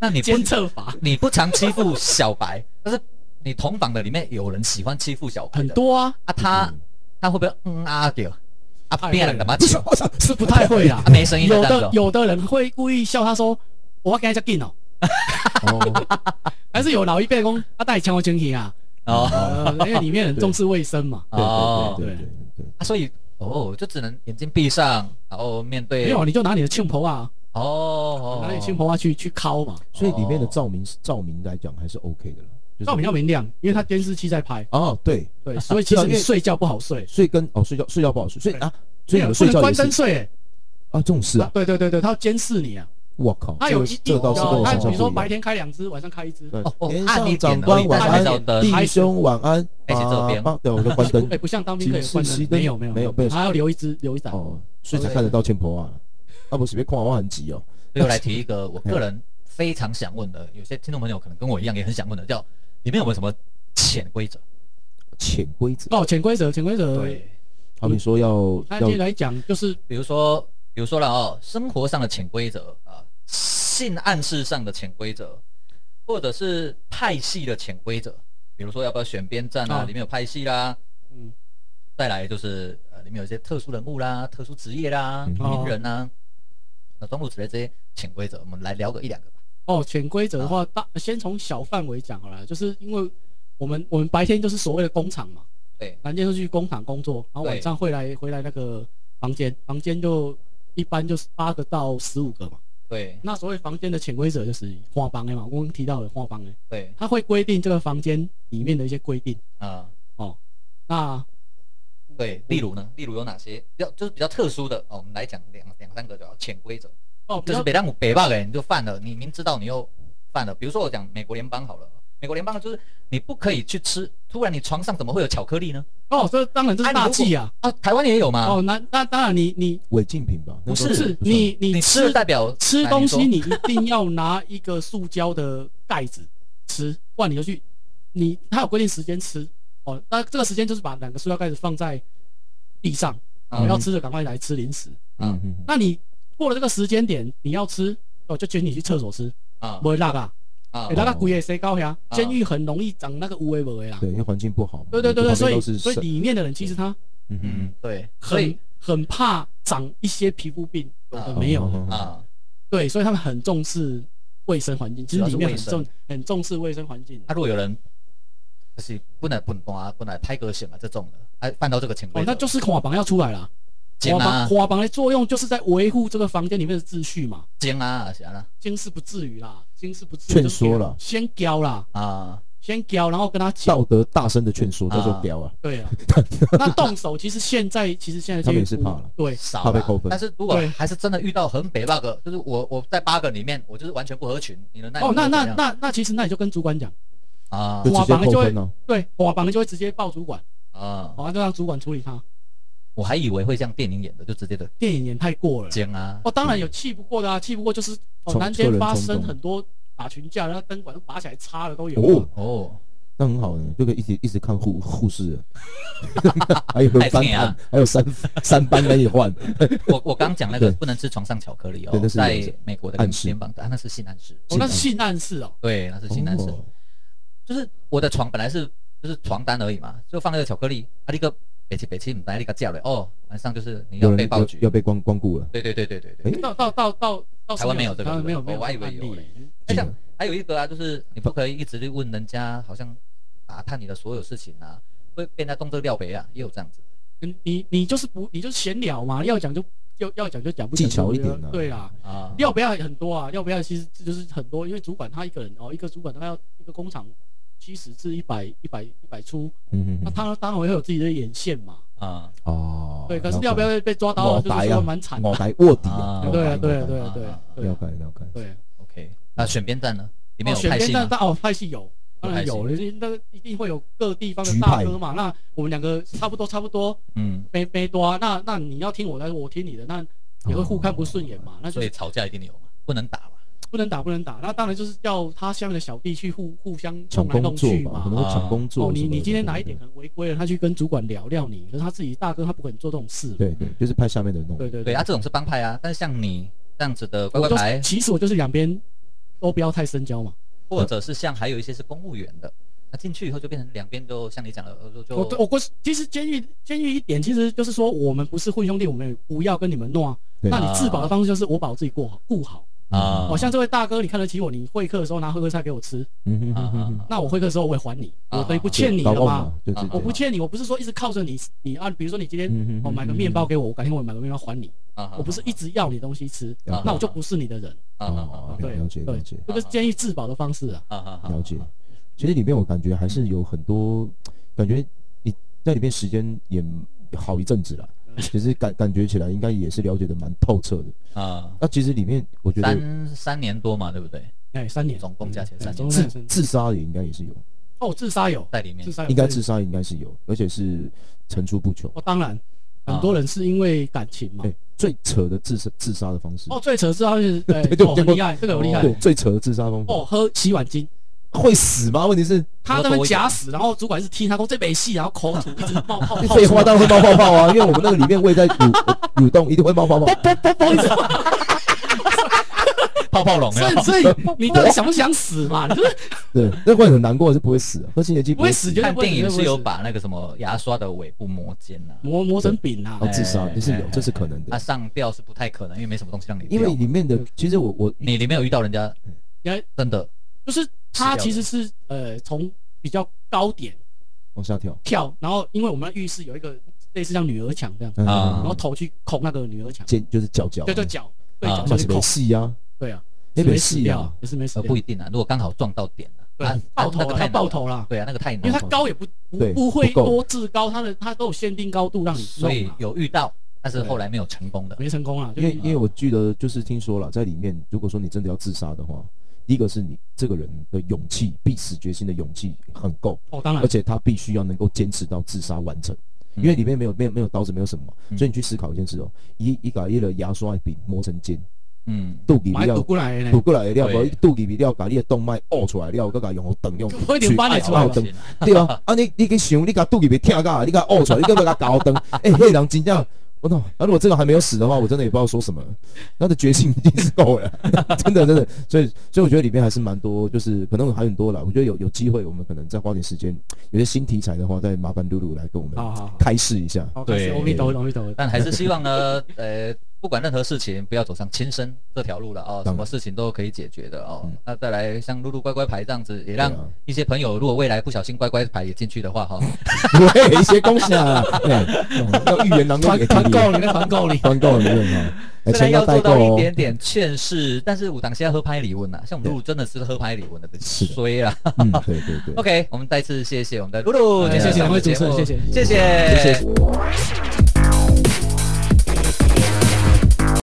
Speaker 1: 那你不
Speaker 3: 监测法
Speaker 1: 你不常欺负小白，但是你同房的里面有人喜欢欺负小白的
Speaker 3: 很多啊，
Speaker 1: 啊，他他会不会嗯啊掉啊
Speaker 3: 太会了
Speaker 1: 变了干嘛球啊。
Speaker 2: 我操，
Speaker 3: 是不太会啦
Speaker 1: 没声音
Speaker 3: 哎有
Speaker 1: 这样子
Speaker 3: 的
Speaker 1: 哦
Speaker 3: 有的人会故意笑他说：“ 我要跟他叫劲哦。
Speaker 2: 哦，”
Speaker 3: 还是有老一辈公他带枪我惊喜啊，
Speaker 1: 哦
Speaker 3: 呃，因为里面很重视卫生嘛。
Speaker 1: 哦，
Speaker 2: 对对对对
Speaker 1: 啊所以哦，就只能眼睛闭上，然后面
Speaker 3: 没
Speaker 1: 对
Speaker 3: 有，
Speaker 1: 哦
Speaker 3: 你就拿你的庆婆啊，
Speaker 1: 哦，
Speaker 3: 拿你的庆婆啊去去敲嘛，
Speaker 2: 对，所以里面的照明照明来讲还是 OK 的啦，就是
Speaker 3: 照明要明亮，因为它监视器在拍，
Speaker 2: 哦对，
Speaker 3: 对，所以其
Speaker 2: 对啊
Speaker 3: 实
Speaker 2: 因
Speaker 3: 你
Speaker 2: 为
Speaker 3: 睡觉不好睡，
Speaker 2: 所以跟哦睡觉睡觉不好睡，所以
Speaker 3: 对
Speaker 2: 啊，所以你
Speaker 3: 没有
Speaker 2: 们
Speaker 3: 不
Speaker 2: 睡
Speaker 3: 能
Speaker 2: 觉也
Speaker 3: 关
Speaker 2: 是
Speaker 3: 灯睡，欸
Speaker 2: 啊这种事
Speaker 3: 啊
Speaker 2: 啊，
Speaker 3: 对对对对，它要监视你啊，
Speaker 2: 我靠，
Speaker 3: 它
Speaker 2: 这
Speaker 3: 有
Speaker 2: 个
Speaker 3: 一
Speaker 2: 这
Speaker 3: 定
Speaker 2: 个倒是跟
Speaker 3: 有，
Speaker 2: 我
Speaker 3: 它
Speaker 2: 想
Speaker 3: 比
Speaker 2: 象
Speaker 3: 如说
Speaker 2: 不一
Speaker 3: 白
Speaker 2: 样。
Speaker 3: 天开两只，晚上开一只，
Speaker 2: 对
Speaker 1: 哦哦
Speaker 2: 天
Speaker 1: 按一
Speaker 2: 上长
Speaker 1: 点而已
Speaker 2: 官晚
Speaker 1: 按一点
Speaker 2: 安，
Speaker 1: 灯
Speaker 2: 弟兄晚安，
Speaker 1: 哎是这边
Speaker 2: 啊，对，我就关灯
Speaker 3: 哎，不像当兵可以
Speaker 2: 警
Speaker 3: 关
Speaker 2: 示
Speaker 3: 灯
Speaker 2: 熄，灯
Speaker 3: 没有没有
Speaker 2: 没有没有
Speaker 3: 它要留一只留一盏，
Speaker 2: 哦，所以才看得到千婆啊，啊不随便看我很急哦，
Speaker 1: 最后来提一个我
Speaker 2: 嗯
Speaker 1: 个人非常想问的，有些听众朋友可能跟我一样也很想问的，叫里面有没有什么潜规则？
Speaker 2: 潜规则，
Speaker 3: 哦，潜规则潜规则，
Speaker 1: 对，
Speaker 2: 好比说要
Speaker 3: 它
Speaker 2: 要
Speaker 3: 进来讲就是
Speaker 1: 比如说，比如说了哦，生活上的潜规则啊，性暗示上的潜规则，或者是派系的潜规则，比如说要不要选边站啊，
Speaker 3: 啊
Speaker 1: 里面有派系啦，
Speaker 3: 嗯
Speaker 1: 再来就是呃，里面有一些特殊人物啦、特殊职业啦、
Speaker 2: 嗯
Speaker 1: 名人啊，那诸如此类这些潜规则，我们来聊个一两个吧。
Speaker 3: 哦，潜规则的话，大先从小范围讲好了，就是因为我们我们白天就是所谓的工厂嘛，
Speaker 1: 对，
Speaker 3: 白天就去工厂工作，然后
Speaker 1: 对
Speaker 3: 晚上会来回来那个房间，房间就一般就是八个到十五个嘛。
Speaker 1: 对，
Speaker 3: 那所谓房间的潜规则就是画帮的嘛，我刚刚提到的画帮的，
Speaker 1: 对，
Speaker 3: 它会规定这个房间里面的一些规定
Speaker 1: 啊、
Speaker 3: 哦。那
Speaker 1: 对，例如呢，例如有哪些比较就是比较特殊的哦，我们来讲两两三个就好，潜规则。
Speaker 3: 哦，比
Speaker 1: 就
Speaker 3: 较
Speaker 1: 是北让北霸人你就犯了，你明知道你又犯了。比如说我讲美国联邦好了，美国联邦就是你不可以去吃，突然你床上怎么会有巧克力呢？
Speaker 3: 哦，这当然这是
Speaker 1: 啊你如
Speaker 3: 大
Speaker 1: 果
Speaker 3: 忌啊。
Speaker 1: 啊，台湾也有吗？
Speaker 3: 哦，那那当然你你
Speaker 2: 违禁品吧？那
Speaker 1: 不
Speaker 2: 时候
Speaker 3: 不
Speaker 1: 是
Speaker 3: 是
Speaker 2: 不算
Speaker 3: 你你
Speaker 1: 你吃了代表
Speaker 3: 吃
Speaker 1: 来
Speaker 3: 东
Speaker 1: 说
Speaker 3: 西你一定要拿一个塑胶的盖子吃，不然你就去，你它有规定时间吃哦。那这个时间就是把两个塑胶盖子放在地上，
Speaker 1: 嗯
Speaker 3: 你要吃的赶快来吃零食。
Speaker 2: 嗯嗯
Speaker 3: 那你过了这个时间点，你要吃哦，就请你去厕所吃，
Speaker 1: 啊
Speaker 3: 不会辣啊，
Speaker 1: 啊
Speaker 3: 欸，那个鬼也谁高呀？
Speaker 1: 啊
Speaker 3: 监狱很容易长那个乌龟尾啦
Speaker 2: 嗯，。对，因为环境不好嘛，
Speaker 3: 啊对对对对，
Speaker 2: 旁边
Speaker 3: 所以
Speaker 2: 都是
Speaker 3: 所以
Speaker 2: 神
Speaker 3: 里面的人其实他
Speaker 2: 嗯嗯
Speaker 1: 嗯对，所以
Speaker 3: 很很怕长一些皮肤病，有
Speaker 1: 啊
Speaker 3: 的
Speaker 2: 嗯
Speaker 3: 没有
Speaker 2: 嗯。嗯嗯
Speaker 1: 啊
Speaker 3: 对，所以他们很重视卫生环境，其
Speaker 1: 主
Speaker 3: 实
Speaker 1: 要是
Speaker 3: 里面很
Speaker 1: 卫
Speaker 3: 重很重视卫生环境。
Speaker 1: 啊，如果有人就是不能不能啊，不能拍歌险啊这种的，哎，犯到这个潜规
Speaker 3: 哦，
Speaker 1: 则，
Speaker 3: 那就是垮榜要出来了。
Speaker 1: 奸
Speaker 3: 垮
Speaker 1: 啊
Speaker 3: 榜垮榜的作用就是在维护这个房间里面的秩序嘛，
Speaker 1: 奸啊，行了
Speaker 3: 监视不至于啦，监视不至于。
Speaker 2: 劝说啦，
Speaker 3: 先教啦，
Speaker 1: 啊，
Speaker 3: 先教，然后跟他讲。
Speaker 2: 道德大声的劝说
Speaker 1: 啊
Speaker 2: 叫做屌 啊，
Speaker 3: 对啊，那动手其实现在其实现在
Speaker 2: 他们也
Speaker 3: 这
Speaker 2: 是怕了
Speaker 3: 对
Speaker 1: 少
Speaker 2: 怕被
Speaker 1: 啦
Speaker 2: 扣分
Speaker 1: 但是如果
Speaker 3: 对
Speaker 1: 还是真的遇到很北霸的，就是我我在八个里面，我就是完全不合群，你能耐
Speaker 3: 哦，那那
Speaker 1: 怎么样
Speaker 3: 那那其实那你就跟主管讲，
Speaker 1: 啊
Speaker 2: 就直接
Speaker 3: 哇反而就
Speaker 2: 扣
Speaker 3: 会
Speaker 2: 分哦。
Speaker 3: 对，垮榜的就会直接报主管，
Speaker 1: 啊。
Speaker 3: 好、哦，就让主管处理他。
Speaker 1: 我还以为会像电影演的，就直接的
Speaker 3: 电影演太过了。
Speaker 1: 奸啊，
Speaker 3: 哦，当然有气不过的啊，气不过就是哦，
Speaker 2: 嗯冲
Speaker 3: 南
Speaker 2: 车
Speaker 3: 边
Speaker 2: 轮
Speaker 3: 发
Speaker 2: 冲
Speaker 3: 生
Speaker 2: 动
Speaker 3: 很多打群架，然后灯管都拔起来插了都有啊。
Speaker 2: 哦，
Speaker 1: 哦，
Speaker 2: 那很好呢，就可以一直一直看护护士了， 还有
Speaker 1: 太
Speaker 2: 三
Speaker 1: 甜
Speaker 2: 班
Speaker 1: 啊，
Speaker 2: 还有三三班可以换，
Speaker 1: 我我刚讲那个
Speaker 2: 对
Speaker 1: 不能吃床上巧克力
Speaker 2: 对
Speaker 1: 哦，
Speaker 2: 那是
Speaker 1: 在美国的
Speaker 2: 暗示
Speaker 1: 联邦的，啊那是性暗示，
Speaker 3: 哦，那是性暗示哦。
Speaker 1: 对，那是性暗示，
Speaker 2: 哦
Speaker 1: 就是我的床本来是就是床单而已嘛，就放了个巧克力，啊那个北七北七，本来那个叫了哦，晚上就是你要
Speaker 2: 有人
Speaker 1: 被爆
Speaker 2: 要
Speaker 1: 菊，
Speaker 2: 要被光光顾了，
Speaker 1: 对对对对对对
Speaker 2: 诶，
Speaker 3: 到到到到到
Speaker 1: 台湾没有这个
Speaker 3: 台湾没有
Speaker 1: 对不
Speaker 3: 没
Speaker 1: 对
Speaker 3: 有，
Speaker 1: 我还以为有嘞
Speaker 3: 哎
Speaker 1: 还想还有一个啊，就是你不可以一直去问人家，好像打探你的所有事情啊，会被人家动这个料杯啊，也有这样子，
Speaker 3: 你嗯你你就是不你就是闲聊嘛，要讲就要要讲就讲，不讲就
Speaker 2: 技巧一点啊
Speaker 3: 对啦，
Speaker 1: 啊，
Speaker 3: 要不要很多啊？要不要其实这就是很多，因为主管他一个人哦，一个主管大概要一个工厂七十至一百一百一百出，
Speaker 2: 嗯
Speaker 3: 那
Speaker 2: 嗯，
Speaker 3: 他当然会有自己的眼线嘛。
Speaker 1: 啊
Speaker 2: 哦，
Speaker 3: 对，可是要不要被抓到，
Speaker 2: 我
Speaker 3: 就是说蛮惨的。
Speaker 2: 我逮卧底
Speaker 1: 啊
Speaker 2: 啊，
Speaker 3: 对啊，
Speaker 2: 我逮
Speaker 3: 对啊，
Speaker 2: 我
Speaker 3: 对
Speaker 2: 逮
Speaker 3: 啊，对啊，对
Speaker 2: 了
Speaker 3: 啊
Speaker 2: 解了解，
Speaker 3: 对啊。
Speaker 1: ，OK，那选边站呢？里面
Speaker 3: 哦
Speaker 1: 有
Speaker 3: 选
Speaker 1: 派
Speaker 3: 边
Speaker 1: 系吗
Speaker 3: 站？大哦，派系有，当然有，
Speaker 1: 有派
Speaker 3: 那个一定会有各地方的
Speaker 2: 局
Speaker 3: 大
Speaker 2: 派
Speaker 3: 哥嘛。那我们两个差不多，差不多，
Speaker 1: 嗯，
Speaker 3: 没没多啊。那那你要听我的，我听你的，那也会互看不顺眼嘛。那就
Speaker 1: 所以吵架一定有嘛，不能打嘛。
Speaker 3: 不能打，不能打。那当然就是叫他下面的小弟去互互相
Speaker 2: 抢
Speaker 3: 弄来
Speaker 2: 工
Speaker 3: 弄
Speaker 2: 作
Speaker 3: 去
Speaker 2: 吧，可
Speaker 3: 嘛。
Speaker 2: 能会抢工作
Speaker 3: 哦，
Speaker 2: 什
Speaker 3: 你
Speaker 2: 么的。
Speaker 3: 你今天哪一点可能违规了，他去跟主管聊聊你，可是他自己大哥他不肯做这种事嘛。
Speaker 2: 对？对对，就是派下面的人弄。
Speaker 3: 对对
Speaker 1: 对啊，这种是帮派啊，但是像你这样子的乖
Speaker 3: 我
Speaker 1: 乖
Speaker 3: 就
Speaker 1: 牌，
Speaker 3: 其实我就是两边都不要太深交嘛。
Speaker 1: 或者是像还有一些是公务员的，那进去以后就变成两边就像你讲的，就
Speaker 3: 我
Speaker 1: 就
Speaker 3: 我过其实监狱监狱一点，其实就是说我们不是混兄弟，我们也不要跟你们弄啊。
Speaker 2: 对
Speaker 3: 那你自保的方式就是我把我自己过好顾好，
Speaker 1: 啊
Speaker 3: 哦，像这位大哥，你看得起我，你会客的时候拿会客菜给我吃，
Speaker 2: 嗯哼
Speaker 1: 啊
Speaker 2: 哼哼哼
Speaker 1: 啊，
Speaker 3: 那我会客的时候我也还你，
Speaker 1: 啊
Speaker 3: 我等于不欠你的
Speaker 2: 高傲
Speaker 3: 嘛
Speaker 2: 嘛，，对对，
Speaker 1: 啊
Speaker 2: 对
Speaker 3: 我不欠你，我不是说一直靠着你，你啊，比如说你今天
Speaker 2: 嗯哼哼
Speaker 3: 哦买个面包给我，我改天我买个面包还你，
Speaker 1: 啊
Speaker 3: 我不是一直要你东西吃，
Speaker 2: 啊啊
Speaker 3: 那我就不是你的人，
Speaker 1: 啊
Speaker 2: 哦，
Speaker 3: 对
Speaker 2: 了解了
Speaker 3: 对
Speaker 2: 解
Speaker 3: 这个是建议自保的方式啊。
Speaker 1: 啊啊
Speaker 2: 了解。其实里面我感觉还是有很多，感觉你在里面时间也好一阵子了，
Speaker 3: 嗯
Speaker 2: 其实感感觉起来应该也是了解的蛮透彻的。
Speaker 1: 啊，
Speaker 2: 那其实里面我觉得
Speaker 1: 三三年多嘛，对不对？
Speaker 3: 哎，三年，
Speaker 1: 总共加起来
Speaker 3: 嗯
Speaker 1: 三年
Speaker 3: 总共加
Speaker 2: 自
Speaker 3: 起来三年
Speaker 2: 自杀的应该也是有，
Speaker 3: 哦，自杀有，
Speaker 1: 在里面
Speaker 3: 自杀有
Speaker 2: 应该
Speaker 3: 这
Speaker 2: 自杀应该是有，而且是层出不穷。
Speaker 3: 哦，当然，很多人是因为感情嘛
Speaker 2: 哎。，最扯的自杀自杀的方式
Speaker 3: 哦，，最扯的是他是，哎
Speaker 2: 对对
Speaker 3: 哦
Speaker 2: 我见
Speaker 3: 很
Speaker 2: 过
Speaker 3: 厉害，这个有厉害
Speaker 2: 对，。最扯的自杀方法
Speaker 3: 哦，喝洗碗巾，
Speaker 2: 会死吗？问题是
Speaker 3: 他那边假死，然后主管一直踢他，说这没戏，然后口吐一直冒泡泡
Speaker 2: 废话，当然会冒泡泡啊，因为我们那个里面胃在蠕 蠕动，一定会冒泡泡。
Speaker 1: 泡泡龙
Speaker 3: 所以，所以你到底想不想死嘛？你就是
Speaker 2: 对，那会很难过，是不会死啊。喝清洁剂
Speaker 3: 不会死，绝对
Speaker 1: 看
Speaker 3: 不会
Speaker 1: 电
Speaker 3: 死
Speaker 1: 影是有
Speaker 3: 绝对不会
Speaker 1: 把那个什么牙刷的尾部磨尖呐
Speaker 3: 死，磨磨成饼啊
Speaker 2: 哦，。自杀
Speaker 1: 哎
Speaker 2: 也是
Speaker 1: 哎
Speaker 2: 有，这是可能
Speaker 1: 它
Speaker 2: 的。
Speaker 1: 上吊是不太可能，因为没什么东西让你
Speaker 2: 因为嗯
Speaker 1: 掉。
Speaker 2: 里面的，其实我我
Speaker 1: 你里面有遇到人家
Speaker 3: 哎，
Speaker 1: 真的
Speaker 3: 就是他其实是呃从比较高点
Speaker 2: 往下跳
Speaker 3: 跳，然后因为我们的浴室有一个类似像女儿墙这样，
Speaker 2: 嗯
Speaker 1: 啊
Speaker 3: 然后头去控那个女儿墙，
Speaker 2: 尖就是脚脚，
Speaker 3: 对对，脚对
Speaker 1: 啊
Speaker 2: 小
Speaker 3: 脚下去
Speaker 2: 是没
Speaker 3: 控，
Speaker 2: 戏啊，
Speaker 3: 对啊，
Speaker 2: 也
Speaker 3: 也
Speaker 2: 没
Speaker 3: 没死
Speaker 2: 戏
Speaker 3: 掉
Speaker 2: 啊，，
Speaker 3: 也是没死
Speaker 1: 呃
Speaker 3: 掉
Speaker 1: 不一，定啊，如果刚好撞到点了，啊
Speaker 3: 对，爆头
Speaker 1: 那个
Speaker 3: 了，
Speaker 1: 太
Speaker 3: 他
Speaker 1: 难了
Speaker 3: 爆头了。
Speaker 1: 对啊，那个太难
Speaker 3: 因为
Speaker 1: 了，
Speaker 3: 他高也不不
Speaker 2: 哦对
Speaker 3: 不会
Speaker 2: 不够
Speaker 3: 多至高，他的他都有限定高度让你
Speaker 1: 所
Speaker 3: 弄
Speaker 1: 以
Speaker 3: 啊，
Speaker 1: 有遇到，但是后来没有成功的。
Speaker 3: 没成功啊，就
Speaker 2: 因
Speaker 3: 是
Speaker 2: 为因为我记得就是听说了，在里面如果说你真的要自杀的话，第一个是你这个人的勇气，必死决心的勇气很够，
Speaker 3: 哦当然
Speaker 2: 而且他必须要能够坚持到自杀完成。
Speaker 3: 嗯
Speaker 2: 因为里面没有没有没有刀子，没有什么嘛，
Speaker 1: 嗯
Speaker 2: 所以你去思考一件事哦，一一把一的牙刷柄磨成尖，
Speaker 1: 嗯，
Speaker 2: 肚皮
Speaker 3: 买
Speaker 2: 料
Speaker 3: 赌过来的呢
Speaker 2: 补，过来的料，
Speaker 1: 对
Speaker 2: 无肚皮料把你的动脉呕出来了，佮甲用等用
Speaker 3: 就不会连班
Speaker 1: 哎
Speaker 3: 的
Speaker 1: 呀
Speaker 3: 出来
Speaker 2: 好
Speaker 3: 吧
Speaker 2: 的？对啊，啊你你去想，你甲肚皮被疼到，你甲呕出来，你佮甲搞灯，哎，那人真正，我操！啊，如果这个还没有死的话，我真的也不知道说什么了。他的决心已经是够了，真的真的。所以所以我觉得里面还是蛮多，就是可能还有很多啦。我觉得有有机会，我们可能再花点时间，有些新题材的话，再麻烦露露来跟我们
Speaker 3: 好好好
Speaker 2: 开示一下。
Speaker 3: 好，
Speaker 1: 对
Speaker 3: 对，我们懂，我们懂。
Speaker 1: 但还是希望呢， 呃，不管任何事情，不要走上轻生这条路了哦，
Speaker 2: 当
Speaker 1: 什
Speaker 2: 然
Speaker 1: 么事情都可以解决的哦
Speaker 2: 嗯。
Speaker 1: 那再来像露露乖乖牌这样子，也让
Speaker 2: 对啊
Speaker 1: 一些朋友如果未来不小心乖乖牌也进去的话哈，
Speaker 2: 对，一些恭喜啊，对，哦要预言当中
Speaker 3: 团
Speaker 2: 也
Speaker 3: 团购，你的团购里，
Speaker 2: 团购里面啊，哎
Speaker 1: 虽然
Speaker 2: 钱
Speaker 1: 要
Speaker 2: 要代
Speaker 1: 做
Speaker 2: 购
Speaker 1: 到一
Speaker 2: 哦。
Speaker 1: 点点劝世，但是武当现在喝拍礼物呢，像我们露露真的是喝拍礼物的，
Speaker 2: 是的
Speaker 1: 衰啊啦。
Speaker 2: 嗯，对对对。
Speaker 1: OK，我们再次谢谢我们的露露，
Speaker 3: 谢谢
Speaker 1: 今天
Speaker 3: 两位
Speaker 1: 上
Speaker 3: 主
Speaker 1: 节
Speaker 3: 持人，
Speaker 1: 目
Speaker 3: 谢谢。
Speaker 1: 谢谢，谢谢。